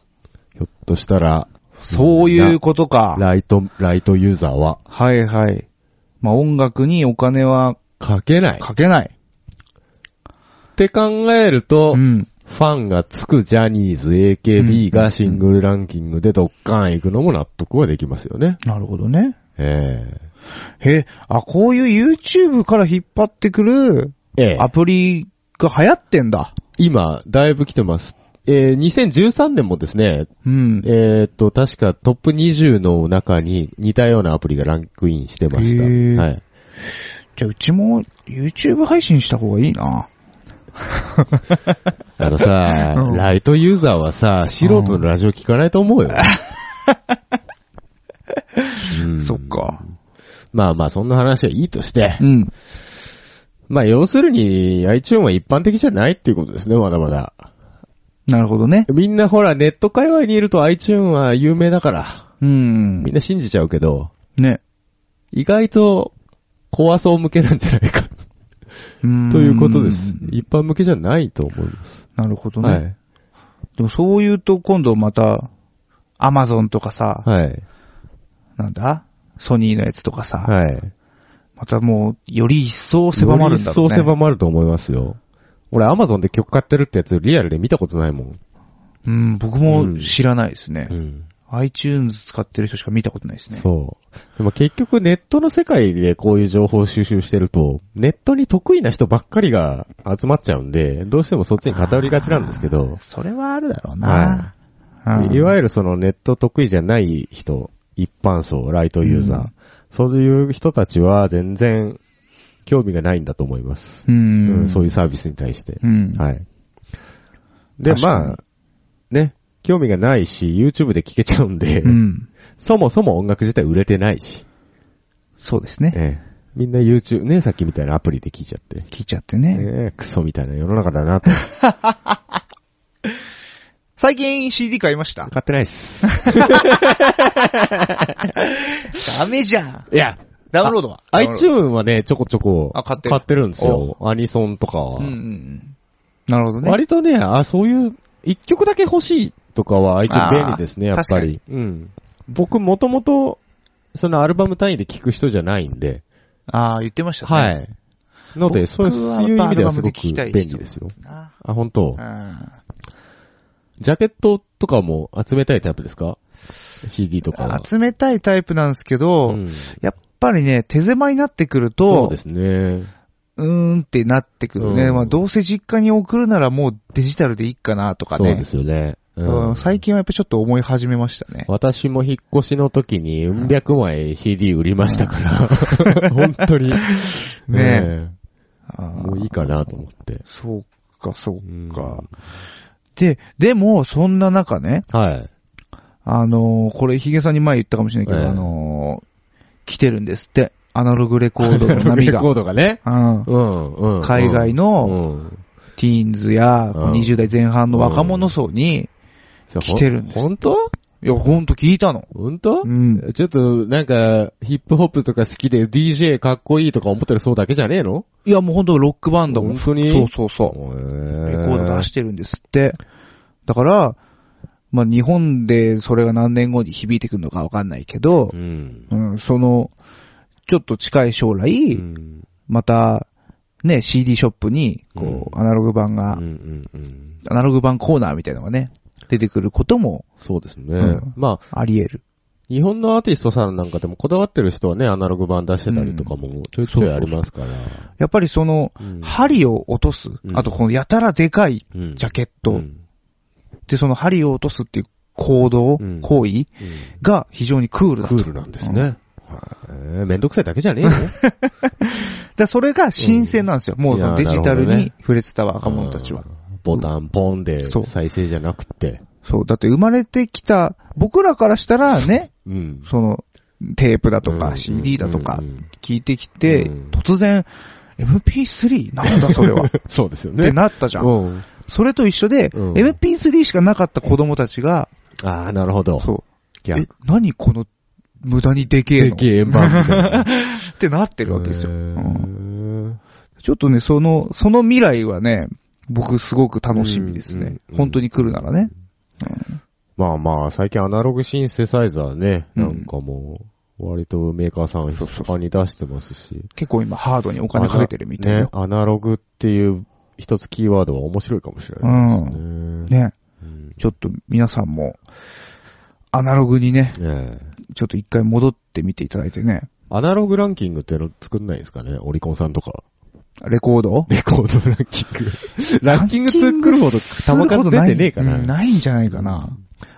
[SPEAKER 4] ひょっとしたら、
[SPEAKER 2] そういうことか。
[SPEAKER 4] ライト、ライトユーザーは
[SPEAKER 2] はいはい。まあ、音楽にお金は
[SPEAKER 4] 書けない。
[SPEAKER 2] かけない。
[SPEAKER 4] って考えると、
[SPEAKER 2] うん。
[SPEAKER 4] ファンがつくジャニーズ AKB がシングルランキングでドッカン行くのも納得はできますよね。
[SPEAKER 2] なるほどね。
[SPEAKER 4] え
[SPEAKER 2] へ、あ、こういう YouTube から引っ張ってくる
[SPEAKER 4] えええ
[SPEAKER 2] アプリが流行ってんだ。
[SPEAKER 4] 今、だいぶ来てます。えー、2013年もですね、
[SPEAKER 2] うん。
[SPEAKER 4] えーっと、確かトップ20の中に似たようなアプリがランクインしてました。
[SPEAKER 2] へー
[SPEAKER 4] はい。
[SPEAKER 2] じゃあ、うちも YouTube 配信した方がいいな。
[SPEAKER 4] あのさ、
[SPEAKER 2] うん
[SPEAKER 4] ライトユーザーはさ、素人のラジオ聞かないと思うよ。うん
[SPEAKER 2] そっか。
[SPEAKER 4] まあまあ、そんな話はいいとして
[SPEAKER 2] う。ん。
[SPEAKER 4] まあ、要するに、iTune は一般的じゃないっていうことですね、まだまだ。
[SPEAKER 2] なるほどね。
[SPEAKER 4] みんなほら、ネット界隈にいると iTune は有名だから、
[SPEAKER 2] うん。
[SPEAKER 4] みんな信じちゃうけど、
[SPEAKER 2] ね。
[SPEAKER 4] 意外と、怖そう向けなんじゃないか、ということです
[SPEAKER 2] ん。
[SPEAKER 4] 一般向けじゃないと思います。
[SPEAKER 2] なるほどね。
[SPEAKER 4] はい。
[SPEAKER 2] でもそう言うと今度また、アマゾンとかさ、
[SPEAKER 4] はい。
[SPEAKER 2] なんだソニーのやつとかさ、
[SPEAKER 4] はい。
[SPEAKER 2] またもう、より一層狭まるんだろう
[SPEAKER 4] よ
[SPEAKER 2] ね。
[SPEAKER 4] り一層狭まると思いますよ。俺、アマゾンで曲買ってるってやつ、リアルで見たことないもん。
[SPEAKER 2] うん、僕も知らないですね、
[SPEAKER 4] ん。
[SPEAKER 2] iTunes 使ってる人しか見たことないですね。
[SPEAKER 4] そう。でも結局、ネットの世界でこういう情報収集してると、ネットに得意な人ばっかりが集まっちゃうんで、どうしてもそっちに偏りがちなんですけど、
[SPEAKER 2] それはあるだろうな。うん
[SPEAKER 4] いわゆるそのネット得意じゃない人、一般層、ライトユーザー、
[SPEAKER 2] うん
[SPEAKER 4] そういう人たちは全然興味がないんだと思います。
[SPEAKER 2] うん
[SPEAKER 4] うんそういうサービスに対して。
[SPEAKER 2] うん
[SPEAKER 4] はい。で、
[SPEAKER 2] 確かに
[SPEAKER 4] まあ、ね、興味がないし、YouTube で聴けちゃうんで、
[SPEAKER 2] うん。
[SPEAKER 4] そもそも音楽自体売れてないし、
[SPEAKER 2] そうですね。
[SPEAKER 4] ええみんな YouTube、ね、さっきみたいなアプリで聴いちゃって、
[SPEAKER 2] 聞いちゃってね。
[SPEAKER 4] ねえ、クソみたいな世の中だなと。
[SPEAKER 2] 最近 CD 買いました
[SPEAKER 4] 買ってないっす。
[SPEAKER 2] ダメじゃん。
[SPEAKER 4] いや、
[SPEAKER 2] ダウンロードは。
[SPEAKER 4] iTune はね、ちょこちょこ、
[SPEAKER 2] あ買ってる
[SPEAKER 4] 買ってるんですよ。アニソンとかは。
[SPEAKER 2] うんうんうん。なるほどね。
[SPEAKER 4] 割とね、あ、そういう、一曲だけ欲しいとかは、
[SPEAKER 2] あ
[SPEAKER 4] 相
[SPEAKER 2] ー
[SPEAKER 4] 手便利ですね、やっぱり。うん。僕、もともと、そのアルバム単位で聴く人じゃないんで、
[SPEAKER 2] ああ、言ってましたね。。
[SPEAKER 4] はいい。ので、そう
[SPEAKER 2] 僕は
[SPEAKER 4] いう意味ではすご
[SPEAKER 2] アルバムで
[SPEAKER 4] く
[SPEAKER 2] 聴きた
[SPEAKER 4] 便
[SPEAKER 2] い
[SPEAKER 4] 利
[SPEAKER 2] 人
[SPEAKER 4] ですよ。
[SPEAKER 2] あ
[SPEAKER 4] あ、本当
[SPEAKER 2] ーあ
[SPEAKER 4] ジャケットとかも集めたいタイプですか ?CD とかは。
[SPEAKER 2] ー。集めたいタイプなんですけど、
[SPEAKER 4] うん
[SPEAKER 2] やっぱりね、手狭になってくる
[SPEAKER 4] そう
[SPEAKER 2] と、
[SPEAKER 4] ですね。
[SPEAKER 2] うーんってなってくるね。
[SPEAKER 4] うん
[SPEAKER 2] まあ、どうせ実家に送るならもうデジタルでいいかなとか
[SPEAKER 4] そうで
[SPEAKER 2] ね。
[SPEAKER 4] すよね。
[SPEAKER 2] う
[SPEAKER 4] うんん
[SPEAKER 2] 最近はやっぱちょっと思い始めましたね。
[SPEAKER 4] 私も引っ越しの時に、うん百枚 CD 売りましたから。 本 当に。
[SPEAKER 2] ねあ
[SPEAKER 4] え
[SPEAKER 2] ー
[SPEAKER 4] もういいかなと思って。
[SPEAKER 2] そうか、そうか。
[SPEAKER 4] うん
[SPEAKER 2] で、でも、そんな中ね、
[SPEAKER 4] はい。
[SPEAKER 2] あのーこれヒゲさんに前言ったかもしれないけど、
[SPEAKER 4] ええ
[SPEAKER 2] あのー来てるんですって。アナログレコー ドの波が。
[SPEAKER 4] ードがね。
[SPEAKER 2] うん
[SPEAKER 4] うん、うん。
[SPEAKER 2] 海外の
[SPEAKER 4] うん、
[SPEAKER 2] ティーンズや
[SPEAKER 4] うん
[SPEAKER 2] 20代前半の若者層に、来てるんです
[SPEAKER 4] 本当
[SPEAKER 2] いや、ほんと聞いたの。
[SPEAKER 4] 本当
[SPEAKER 2] うん。
[SPEAKER 4] ちょっと、なんか、ヒップホップとか好きで DJ かっこいいとか思ってるそうだけじゃねえの
[SPEAKER 2] いや、もうほんとロックバンドも。
[SPEAKER 4] 本当に
[SPEAKER 2] そうそうそう。
[SPEAKER 4] レ
[SPEAKER 2] レコード出してるんですって。だから、まあ日本でそれが何年後に響いてくるのかわかんないけど
[SPEAKER 4] う、ん。
[SPEAKER 2] うん、その、ちょっと近い将
[SPEAKER 4] う
[SPEAKER 2] 来、
[SPEAKER 4] ん。
[SPEAKER 2] また、ね、CD ショップに、こう、アナログ版が
[SPEAKER 4] うん、うんうん。
[SPEAKER 2] アナログ版コーナーみたいなのがね、出てくることも
[SPEAKER 4] そうです
[SPEAKER 2] う
[SPEAKER 4] ね
[SPEAKER 2] ん。
[SPEAKER 4] まあ、
[SPEAKER 2] あり得る。
[SPEAKER 4] 日本のアーティストさんなんかでもこだわってる人はね、アナログ版出してたりとかもちょいちょいありますから。
[SPEAKER 2] やっぱりその、
[SPEAKER 4] うん
[SPEAKER 2] 針を落とす、
[SPEAKER 4] うん
[SPEAKER 2] あとこのやたらでかい
[SPEAKER 4] うん
[SPEAKER 2] ジャケ
[SPEAKER 4] ケ
[SPEAKER 2] ッ
[SPEAKER 4] う
[SPEAKER 2] ト
[SPEAKER 4] ん
[SPEAKER 2] で、その針を落とすっていう行動、
[SPEAKER 4] うん
[SPEAKER 2] 行為が非常にクールだと。
[SPEAKER 4] クールなんですね。はいえーめんどくさいだけじゃ ねえよ。
[SPEAKER 2] だそれが新鮮なんですよ。もうそ
[SPEAKER 4] い
[SPEAKER 2] の
[SPEAKER 4] や
[SPEAKER 2] デジタル
[SPEAKER 4] なるほど
[SPEAKER 2] に
[SPEAKER 4] ね
[SPEAKER 2] 触れてた若者たちは
[SPEAKER 4] う。ん。ボタンポンで
[SPEAKER 2] そう
[SPEAKER 4] 再生じゃなくて。
[SPEAKER 2] そう。だって生まれてきた、僕らからしたらね、
[SPEAKER 4] うん。
[SPEAKER 2] その、テープだと
[SPEAKER 4] う
[SPEAKER 2] か
[SPEAKER 4] ん
[SPEAKER 2] CD だとか
[SPEAKER 4] うんうん
[SPEAKER 2] 聞いてきて
[SPEAKER 4] うん、
[SPEAKER 2] 突然、MP3? なんだそれは。っ
[SPEAKER 4] そうですよ ね。
[SPEAKER 2] てなったじゃ。
[SPEAKER 4] うんん
[SPEAKER 2] それと一緒で、
[SPEAKER 4] うん
[SPEAKER 2] MP3 しかなかった子供たちが、
[SPEAKER 4] ああ、なるほど。
[SPEAKER 2] そう。
[SPEAKER 4] 逆
[SPEAKER 2] え、何この、無駄にでけえの
[SPEAKER 4] でけえ円盤みたいな。
[SPEAKER 2] ってなってるわけですよ。
[SPEAKER 4] へー
[SPEAKER 2] うんちょっとね、その、その未来はね、僕すごく楽しみです
[SPEAKER 4] うんう
[SPEAKER 2] ね
[SPEAKER 4] ん。うん
[SPEAKER 2] 本当に来るならね。
[SPEAKER 4] まあまあ、最近アナログシンセサイザーね、
[SPEAKER 2] うん
[SPEAKER 4] なんかもう、割とメーカーさん他に出してますし。
[SPEAKER 2] 結構今ハードにお金かけてるみたい
[SPEAKER 4] ね
[SPEAKER 2] な。。
[SPEAKER 4] アナログっていう一つキーワードは面白いかもしれないですね。
[SPEAKER 2] ね。
[SPEAKER 4] うん
[SPEAKER 2] ちょっと皆さんも、アナログにね、
[SPEAKER 4] ねえ
[SPEAKER 2] ちょっと一回戻ってみていただいてね。
[SPEAKER 4] アナログランキングっての作んないですかねオリコンさんとか。
[SPEAKER 2] レコード
[SPEAKER 4] レコードランキング。ランキング作るほど
[SPEAKER 2] ま
[SPEAKER 4] 玉数出てねえかな。
[SPEAKER 2] ないんじゃないかな。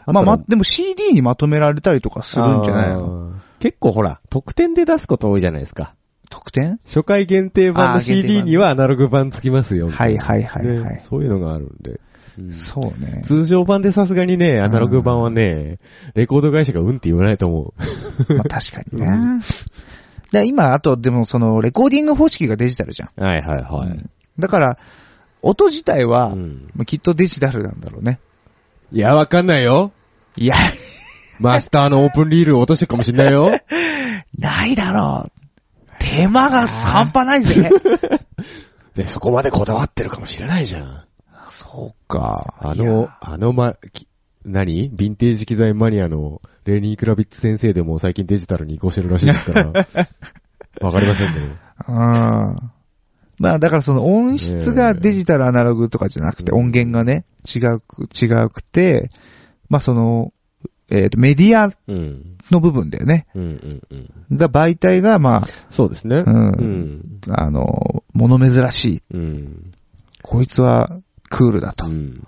[SPEAKER 4] あ
[SPEAKER 2] まあ、ま、
[SPEAKER 4] と
[SPEAKER 2] でも CD にまとめられたりとかするんじゃないの
[SPEAKER 4] あー結構ほら、特典で出すこと多いじゃないですか。
[SPEAKER 2] 特典
[SPEAKER 4] 初回限定版
[SPEAKER 2] あ
[SPEAKER 4] の
[SPEAKER 2] ー限定版
[SPEAKER 4] CD にはアナログ版つきますよ。
[SPEAKER 2] はいはいはいは
[SPEAKER 4] ね
[SPEAKER 2] い。
[SPEAKER 4] そういうのがあるんで。
[SPEAKER 2] そうね。
[SPEAKER 4] 通常版でさすがにね、アナログ版はね、レコード会社がうんって言わないと思
[SPEAKER 2] まあ確かにな。で今、あと、でもその、レコーディング方式がデジタルじゃん。
[SPEAKER 4] う。はいはいは
[SPEAKER 2] うんだから、音自体は、
[SPEAKER 4] うん
[SPEAKER 2] まあきっとデジタルなんだろうね。
[SPEAKER 4] い。いや、わかんないよ。
[SPEAKER 2] いや、
[SPEAKER 4] マスターのオープンリール落としてるかもしんない よ。
[SPEAKER 2] ないだろう。手間が半端ない ぜ。
[SPEAKER 4] で、そこまでこだわってるかもしれないじゃん。
[SPEAKER 2] そうか。
[SPEAKER 4] あの、あのま、き何ヴィンテージ機材マニアのレニー・クラビッツ先生でも最近デジタルに移行してるらしいで すから。わかりませんけど。
[SPEAKER 2] うん。まあだからその音質がデジタルアナログとかじゃなくて、
[SPEAKER 4] うん
[SPEAKER 2] 音源がね、違うく、違うくて、まあその、えっ、と、メディア
[SPEAKER 4] うん。
[SPEAKER 2] の部分だよね。
[SPEAKER 4] うんうんうん。
[SPEAKER 2] が媒体が、まあ、
[SPEAKER 4] そうですね。
[SPEAKER 2] うん
[SPEAKER 4] うん。
[SPEAKER 2] あの、物珍しい。
[SPEAKER 4] うん。
[SPEAKER 2] こいつはクールだと
[SPEAKER 4] うん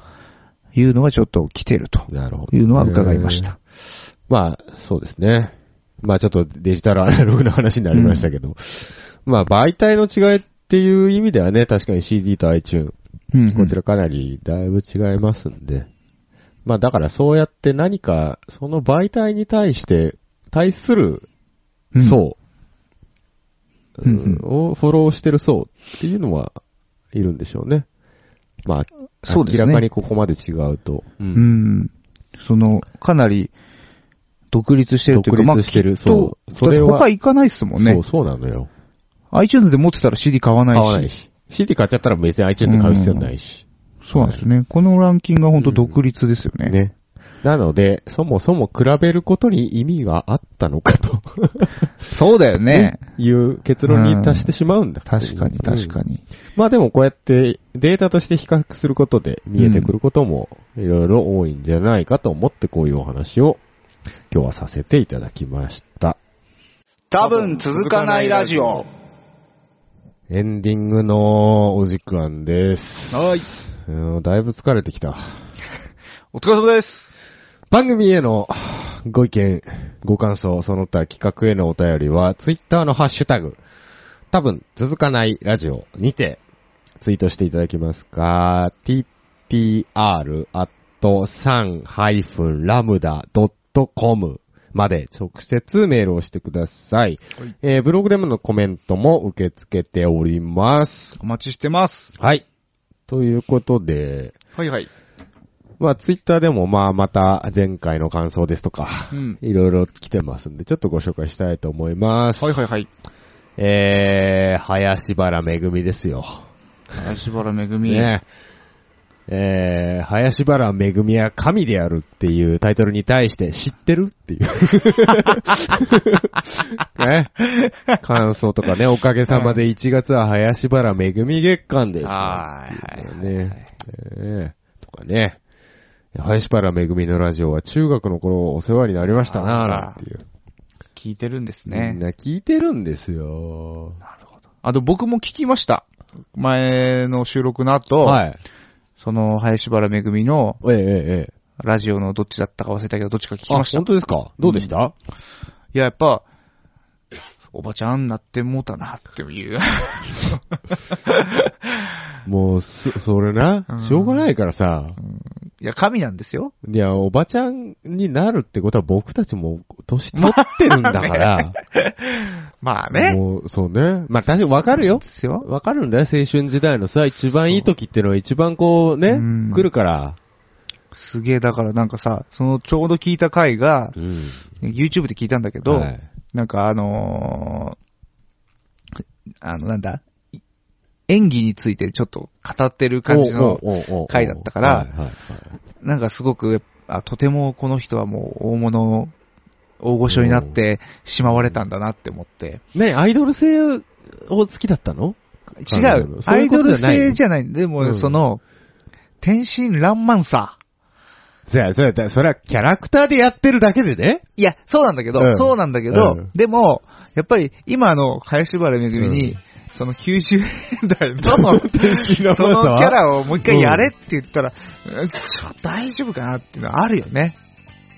[SPEAKER 2] いうのがちょっと来てると
[SPEAKER 4] なるほど。
[SPEAKER 2] いうのは伺いまし
[SPEAKER 4] えー。
[SPEAKER 2] た。
[SPEAKER 4] まあ、そうですね。まあちょっとデジタルアナログの話になりましたけど。まあ媒体の違いっていう意味ではね、確かに CD と iTune。
[SPEAKER 2] うん
[SPEAKER 4] こちらかなりだいぶ違いますんで。まあだからそうやって何か、その媒体に対して、対する
[SPEAKER 2] うん
[SPEAKER 4] 層
[SPEAKER 2] うんうん
[SPEAKER 4] をフォローしてる層っていうのはいるんでしょうね。まあ、
[SPEAKER 2] そうですね
[SPEAKER 4] 明らかにここまで違うと。う
[SPEAKER 2] う。ん。その、かなり、独立してるというか、
[SPEAKER 4] 独立してる
[SPEAKER 2] まあ、きっと
[SPEAKER 4] そうそれは
[SPEAKER 2] だって他行かないっすもんね
[SPEAKER 4] そう、。そうなのよ。
[SPEAKER 2] iTunes で持ってたら CD 買わない
[SPEAKER 4] 買
[SPEAKER 2] し。
[SPEAKER 4] わないし。CD 買っちゃったら別に iTunes で買う必要ないし。
[SPEAKER 2] そうなんですね。このランキングは本当独立ですよね。
[SPEAKER 4] ね。なので、そもそも比べることに意味があったのかと
[SPEAKER 2] そうだよね。
[SPEAKER 4] いう結論に達してしまうんだってい
[SPEAKER 2] 確
[SPEAKER 4] う。
[SPEAKER 2] かに、確
[SPEAKER 4] に
[SPEAKER 2] かに。
[SPEAKER 4] まあでもこうやってデータとして比較することで見えてくることもいろいろ多いんじゃないかと思ってこういうお話を今日はさせていただきました。
[SPEAKER 2] 多分続かないラジオ。
[SPEAKER 4] エンディングのお時間です。
[SPEAKER 2] はい。
[SPEAKER 4] うんだいぶ疲れてきた。
[SPEAKER 2] お疲れ様です。
[SPEAKER 4] 番組へのはぁご意見、ご感想、その他企画へのお便りは、ツイッターのハッシュタグ、多分続かないラジオにて、ツイートしていただけますか、tpr.san-lambda.com まで直接メールをしてください。えーブログでものコメントも受け付けております。
[SPEAKER 2] お待ちしてます。
[SPEAKER 4] はい。ということで、
[SPEAKER 2] はいはい。
[SPEAKER 4] まあ、ツイッターでも、まあ、また前回の感想ですとか、
[SPEAKER 2] うん
[SPEAKER 4] いろいろ来てますんで、ちょっとご紹介したいと思います。
[SPEAKER 2] はいはいはい。
[SPEAKER 4] えー、林原めぐみですよ。
[SPEAKER 2] 林原めぐみ。
[SPEAKER 4] ねえー、林原めぐみは神であるっていうタイトルに対して知ってるっ ていう。ね。感想とかね、おかげさまで1月は林原めぐみ月間です。
[SPEAKER 2] はいはい。
[SPEAKER 4] ね。ええとかね。林原めぐみのラジオは中学の頃お世話になりましたな
[SPEAKER 2] あ
[SPEAKER 4] あ
[SPEAKER 2] ら
[SPEAKER 4] なんていう。
[SPEAKER 2] 聞いてるんです
[SPEAKER 4] みん
[SPEAKER 2] ね。
[SPEAKER 4] な聞いてるんですよ。
[SPEAKER 2] あと僕も聞きました。前の収録の後、
[SPEAKER 4] はい。
[SPEAKER 2] その林原めぐみの
[SPEAKER 4] えええええ
[SPEAKER 2] ラジオのどっちだったか忘れたけど、どっちか聞き
[SPEAKER 4] え。あ、
[SPEAKER 2] ました。
[SPEAKER 4] 本当ですかどうでした、
[SPEAKER 2] いや、やっぱ、おばちゃんなってもうたなっていう。
[SPEAKER 4] もう、そ、それな
[SPEAKER 2] う、ん
[SPEAKER 4] しょうがないからさ。
[SPEAKER 2] いや、神なんですよ。
[SPEAKER 4] いや、おばちゃんになるってことは僕たちも年取ってるんだから。
[SPEAKER 2] まあ ね。
[SPEAKER 4] もう、そうね。まあ、確かにわかるよ
[SPEAKER 2] で。すよ。
[SPEAKER 4] わかるんだよ、青春時代のさ、一番いい時ってのは一番こうね、
[SPEAKER 2] うん
[SPEAKER 4] 来るから。
[SPEAKER 2] すげえ、だからなんかさ、そのちょうど聞いた回が、
[SPEAKER 4] うん。
[SPEAKER 2] YouTube で聞いたんだけど、
[SPEAKER 4] はい
[SPEAKER 2] なんかあのーあの、なんだ、い演技についてちょっと語ってる感じの、
[SPEAKER 4] おうおうおうおう
[SPEAKER 2] 回だったから
[SPEAKER 4] はいはいはい
[SPEAKER 2] なんかすごく、あ、とてもこの人はもう大物、大御所になってしまわれたんだなって思って。
[SPEAKER 4] ね、アイドル性を好きだったの
[SPEAKER 2] 違
[SPEAKER 4] なるほ
[SPEAKER 2] う
[SPEAKER 4] ど。そう
[SPEAKER 2] ア
[SPEAKER 4] い
[SPEAKER 2] イ
[SPEAKER 4] うこ
[SPEAKER 2] ド
[SPEAKER 4] と
[SPEAKER 2] ル
[SPEAKER 4] じゃない
[SPEAKER 2] 性じゃない。で
[SPEAKER 4] う
[SPEAKER 2] も、
[SPEAKER 4] ん
[SPEAKER 2] その、天真爛漫さ。
[SPEAKER 4] そや、そや、だそれはキャラクターでやってるだけで ね。
[SPEAKER 2] いや、そうなんだけど、
[SPEAKER 4] うん
[SPEAKER 2] そうなんだけど、
[SPEAKER 4] うん
[SPEAKER 2] でも、やっぱり今の林原めぐみに、
[SPEAKER 4] う
[SPEAKER 2] その90年代の、
[SPEAKER 4] 真爛漫さは
[SPEAKER 2] そのキャラをもう一回やれって言ったら、うんちょっと大丈夫かなっていうのはあるよね。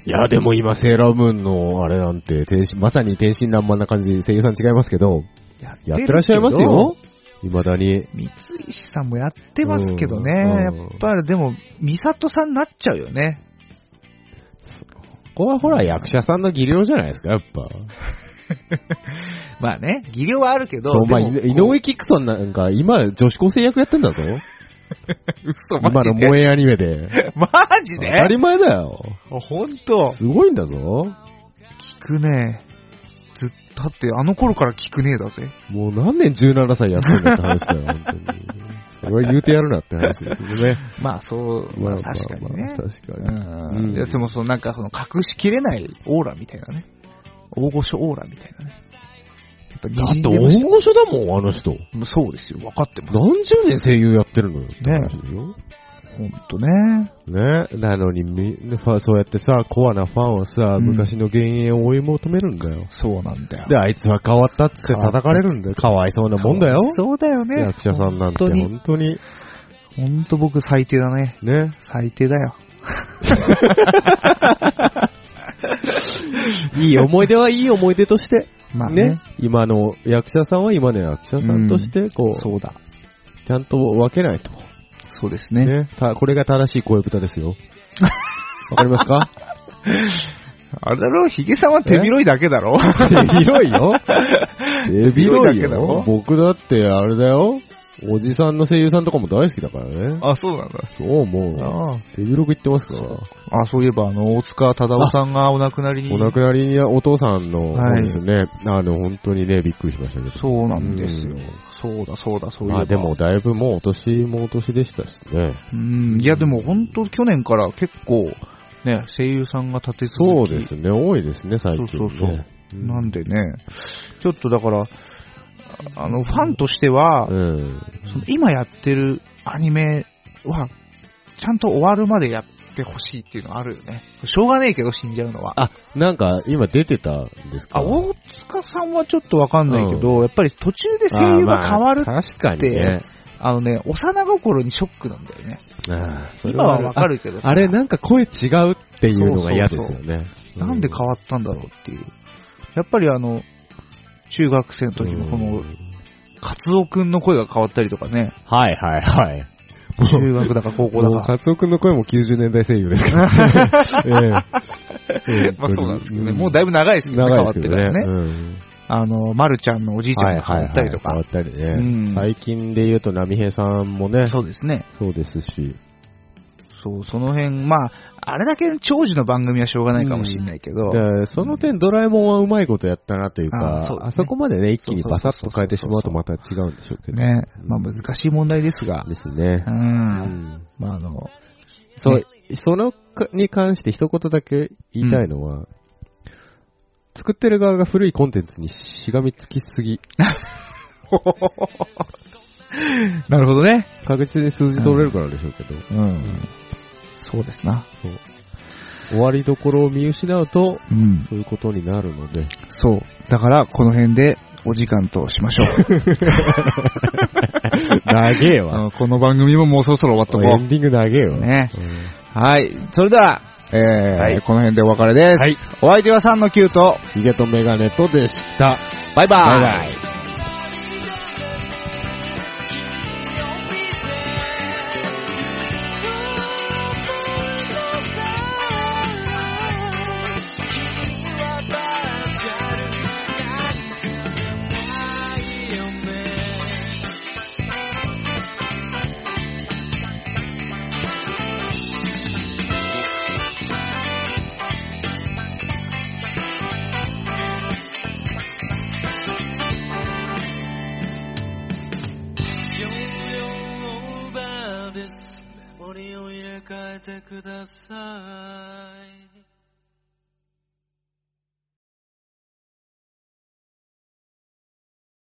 [SPEAKER 4] いや、でも今、セーラームーンのあれなんて、天真まさに天真爛漫な感じで声優さん違いますけど、
[SPEAKER 2] やっ
[SPEAKER 4] やってらっしゃいますよ。。未だに。
[SPEAKER 2] 三石さんもやってますけどね。
[SPEAKER 4] うん
[SPEAKER 2] やっぱりでも、美里さんになっちゃうよね。
[SPEAKER 4] ここはほら、役者さんの技量じゃないですか、やっぱ。
[SPEAKER 2] まあね、技量はあるけど、
[SPEAKER 4] そう、まあ、
[SPEAKER 2] でも
[SPEAKER 4] 井上キックソンなんか、今、女子高生役やってん だぞ。
[SPEAKER 2] 嘘、
[SPEAKER 4] 今
[SPEAKER 2] マジ
[SPEAKER 4] の
[SPEAKER 2] で。
[SPEAKER 4] 萌えアニメで。
[SPEAKER 2] マジ
[SPEAKER 4] 当
[SPEAKER 2] で
[SPEAKER 4] たり前だよ。
[SPEAKER 2] ほんと。
[SPEAKER 4] すごいんだぞ。
[SPEAKER 2] 聞くね。ずっと、だってあの頃から聞くねえだぜ。
[SPEAKER 4] もう何年17歳やってんだって話だよ、本当に。それは言うてやるなって話ですよね。
[SPEAKER 2] まあそう、 まあ確かにね
[SPEAKER 4] まあ。確かに。
[SPEAKER 2] う
[SPEAKER 4] うん
[SPEAKER 2] ん。いやでもそのなんかその隠しきれないオーラみたいなね。大御所オーラみたいなね。やっぱ
[SPEAKER 4] だ
[SPEAKER 2] 滲
[SPEAKER 4] っ
[SPEAKER 2] ん
[SPEAKER 4] て
[SPEAKER 2] でまし
[SPEAKER 4] 大御所だもん、あの人。
[SPEAKER 2] たもうそうですよ。分かってます。
[SPEAKER 4] 何十年声優やってるのよって話でしょ。
[SPEAKER 2] ほんとね。
[SPEAKER 4] ねなのにみ、ファンそうやってさ、コアなファンはさ、
[SPEAKER 2] うん
[SPEAKER 4] 昔の幻影を追い求めるんだよ。
[SPEAKER 2] そうなんだよ。
[SPEAKER 4] で、あいつは変わったっつって叩かれるんだよ。かわいそうなもんだよ。
[SPEAKER 2] そうだよね。
[SPEAKER 4] 役者さんなんて
[SPEAKER 2] 本当に。
[SPEAKER 4] 本当に。
[SPEAKER 2] ほんと僕最低だね。
[SPEAKER 4] ね。
[SPEAKER 2] 最低だよ。
[SPEAKER 4] いい思い出はいい思い出として。
[SPEAKER 2] まあ
[SPEAKER 4] ね
[SPEAKER 2] ね。。
[SPEAKER 4] 今の役者さんは今の役者さんとして、こう、
[SPEAKER 2] そうだ。
[SPEAKER 4] ちゃんと分けないと。
[SPEAKER 2] そうですね。
[SPEAKER 4] ね。たこれが正しい声豚ですよ。わかりますか
[SPEAKER 2] あれだろヒゲさんは手広いだけだろ
[SPEAKER 4] 広 いよ。手広い
[SPEAKER 2] 手広いだけだろ
[SPEAKER 4] よ。僕だってあれだよ。おじさんの声優さんとかも大好きだからね。
[SPEAKER 2] あ、そうなんだ。
[SPEAKER 4] そうも
[SPEAKER 2] あ
[SPEAKER 4] う、手広く言ってますから。
[SPEAKER 2] あ、そういえば、あの、大塚忠夫さんがお亡くなりに。
[SPEAKER 4] お亡くなりにお父さんの、
[SPEAKER 2] はい
[SPEAKER 4] そうですね、あの、本当にね、びっくりしましたけど。
[SPEAKER 2] そうなんですよ
[SPEAKER 4] うん。
[SPEAKER 2] そうだ、そうだ、そういえば。
[SPEAKER 4] まあでも、だいぶもうお年もお年でしたしね。
[SPEAKER 2] うん。いや、でも本当去年から結構、ね、声優さんが立て続
[SPEAKER 4] そう
[SPEAKER 2] き。
[SPEAKER 4] ですね、多いですね、最近、ね。
[SPEAKER 2] そうそうそう
[SPEAKER 4] うん。
[SPEAKER 2] なんでね、ちょっとだから、あの、ファンとしては、
[SPEAKER 4] うん。
[SPEAKER 2] その今やってるアニメは、ちゃんと終わるまでやってほしいっていうのはあるよね。しょうがねえけど死んじゃうのは。
[SPEAKER 4] あ、なんか、今出てたんですか
[SPEAKER 2] あ、大塚さんはちょっとわかんないけど、やっぱり途中で声優が変わる
[SPEAKER 4] あまあ確かにね。
[SPEAKER 2] あのね、幼心にショックなんだよね。
[SPEAKER 4] ああそれ
[SPEAKER 2] 今はわかるけど
[SPEAKER 4] あ
[SPEAKER 2] さ
[SPEAKER 4] あれ、なんか声違うっていうのが嫌ですよね。
[SPEAKER 2] なんで変わったんだろうっていう。やっぱりあの、中学生の時のこ
[SPEAKER 4] う
[SPEAKER 2] の
[SPEAKER 4] ん、
[SPEAKER 2] カツオくんの声が変わったりとかね。
[SPEAKER 4] はいはいはい。
[SPEAKER 2] 中学だか高校だ
[SPEAKER 4] もう、
[SPEAKER 2] か。
[SPEAKER 4] カツオ君の声も90年代声優で すから。ええ
[SPEAKER 2] まあそうなんですけどね。
[SPEAKER 4] ん
[SPEAKER 2] もうだいぶ長いですけどね、変
[SPEAKER 4] 長いで
[SPEAKER 2] わっ
[SPEAKER 4] す
[SPEAKER 2] て
[SPEAKER 4] け
[SPEAKER 2] か
[SPEAKER 4] ど
[SPEAKER 2] らね。
[SPEAKER 4] ね。
[SPEAKER 2] あの、まるちゃんのおじいちゃんが変わったりと
[SPEAKER 4] 変わ
[SPEAKER 2] か。
[SPEAKER 4] ったり
[SPEAKER 2] うん
[SPEAKER 4] ね。最近で言うと、波平さんもね、
[SPEAKER 2] そうですね。
[SPEAKER 4] そうですし。
[SPEAKER 2] そう、その辺、まあ、あれだけ長寿の番組はしょうがないかもしれないけど
[SPEAKER 4] だ、からその点、ドラえもんはうまいことやったなという
[SPEAKER 2] あー
[SPEAKER 4] か
[SPEAKER 2] そう、ですね
[SPEAKER 4] あそこまでね、一気にバサッと変えてしまうとまた違うんでしょうけど。
[SPEAKER 2] ね、まあ難しい問題ですが、
[SPEAKER 4] ですね
[SPEAKER 2] う。、
[SPEAKER 4] うんん
[SPEAKER 2] まああの、
[SPEAKER 4] そう、
[SPEAKER 2] ね
[SPEAKER 4] そのかに関して一言だけ言いたいのは、作ってる側が古いコンテンツにしがみつきすぎ。
[SPEAKER 2] なるほどね。
[SPEAKER 4] 確実に数字取れるからでしょうけど、
[SPEAKER 2] うん。そうですな。
[SPEAKER 4] そう終わりどころを見失うと、
[SPEAKER 2] うん。
[SPEAKER 4] そういうことになるので、
[SPEAKER 2] そう。だから、この辺でお時間としましょう。
[SPEAKER 4] 長え
[SPEAKER 2] あ
[SPEAKER 4] わ。
[SPEAKER 2] のこの番組ももうそろそろ終わっと
[SPEAKER 4] エ
[SPEAKER 2] こ
[SPEAKER 4] ンディング長えわ。
[SPEAKER 2] う。ね。
[SPEAKER 4] うん
[SPEAKER 2] はい。それでは、えー
[SPEAKER 4] はい
[SPEAKER 2] この辺でお別れです。
[SPEAKER 4] はい
[SPEAKER 2] お相手は3の9と、
[SPEAKER 4] ヒゲとメガネとでした。
[SPEAKER 2] バイバ
[SPEAKER 4] バイバイ。
[SPEAKER 6] オーバーです。折を入れ替えてください。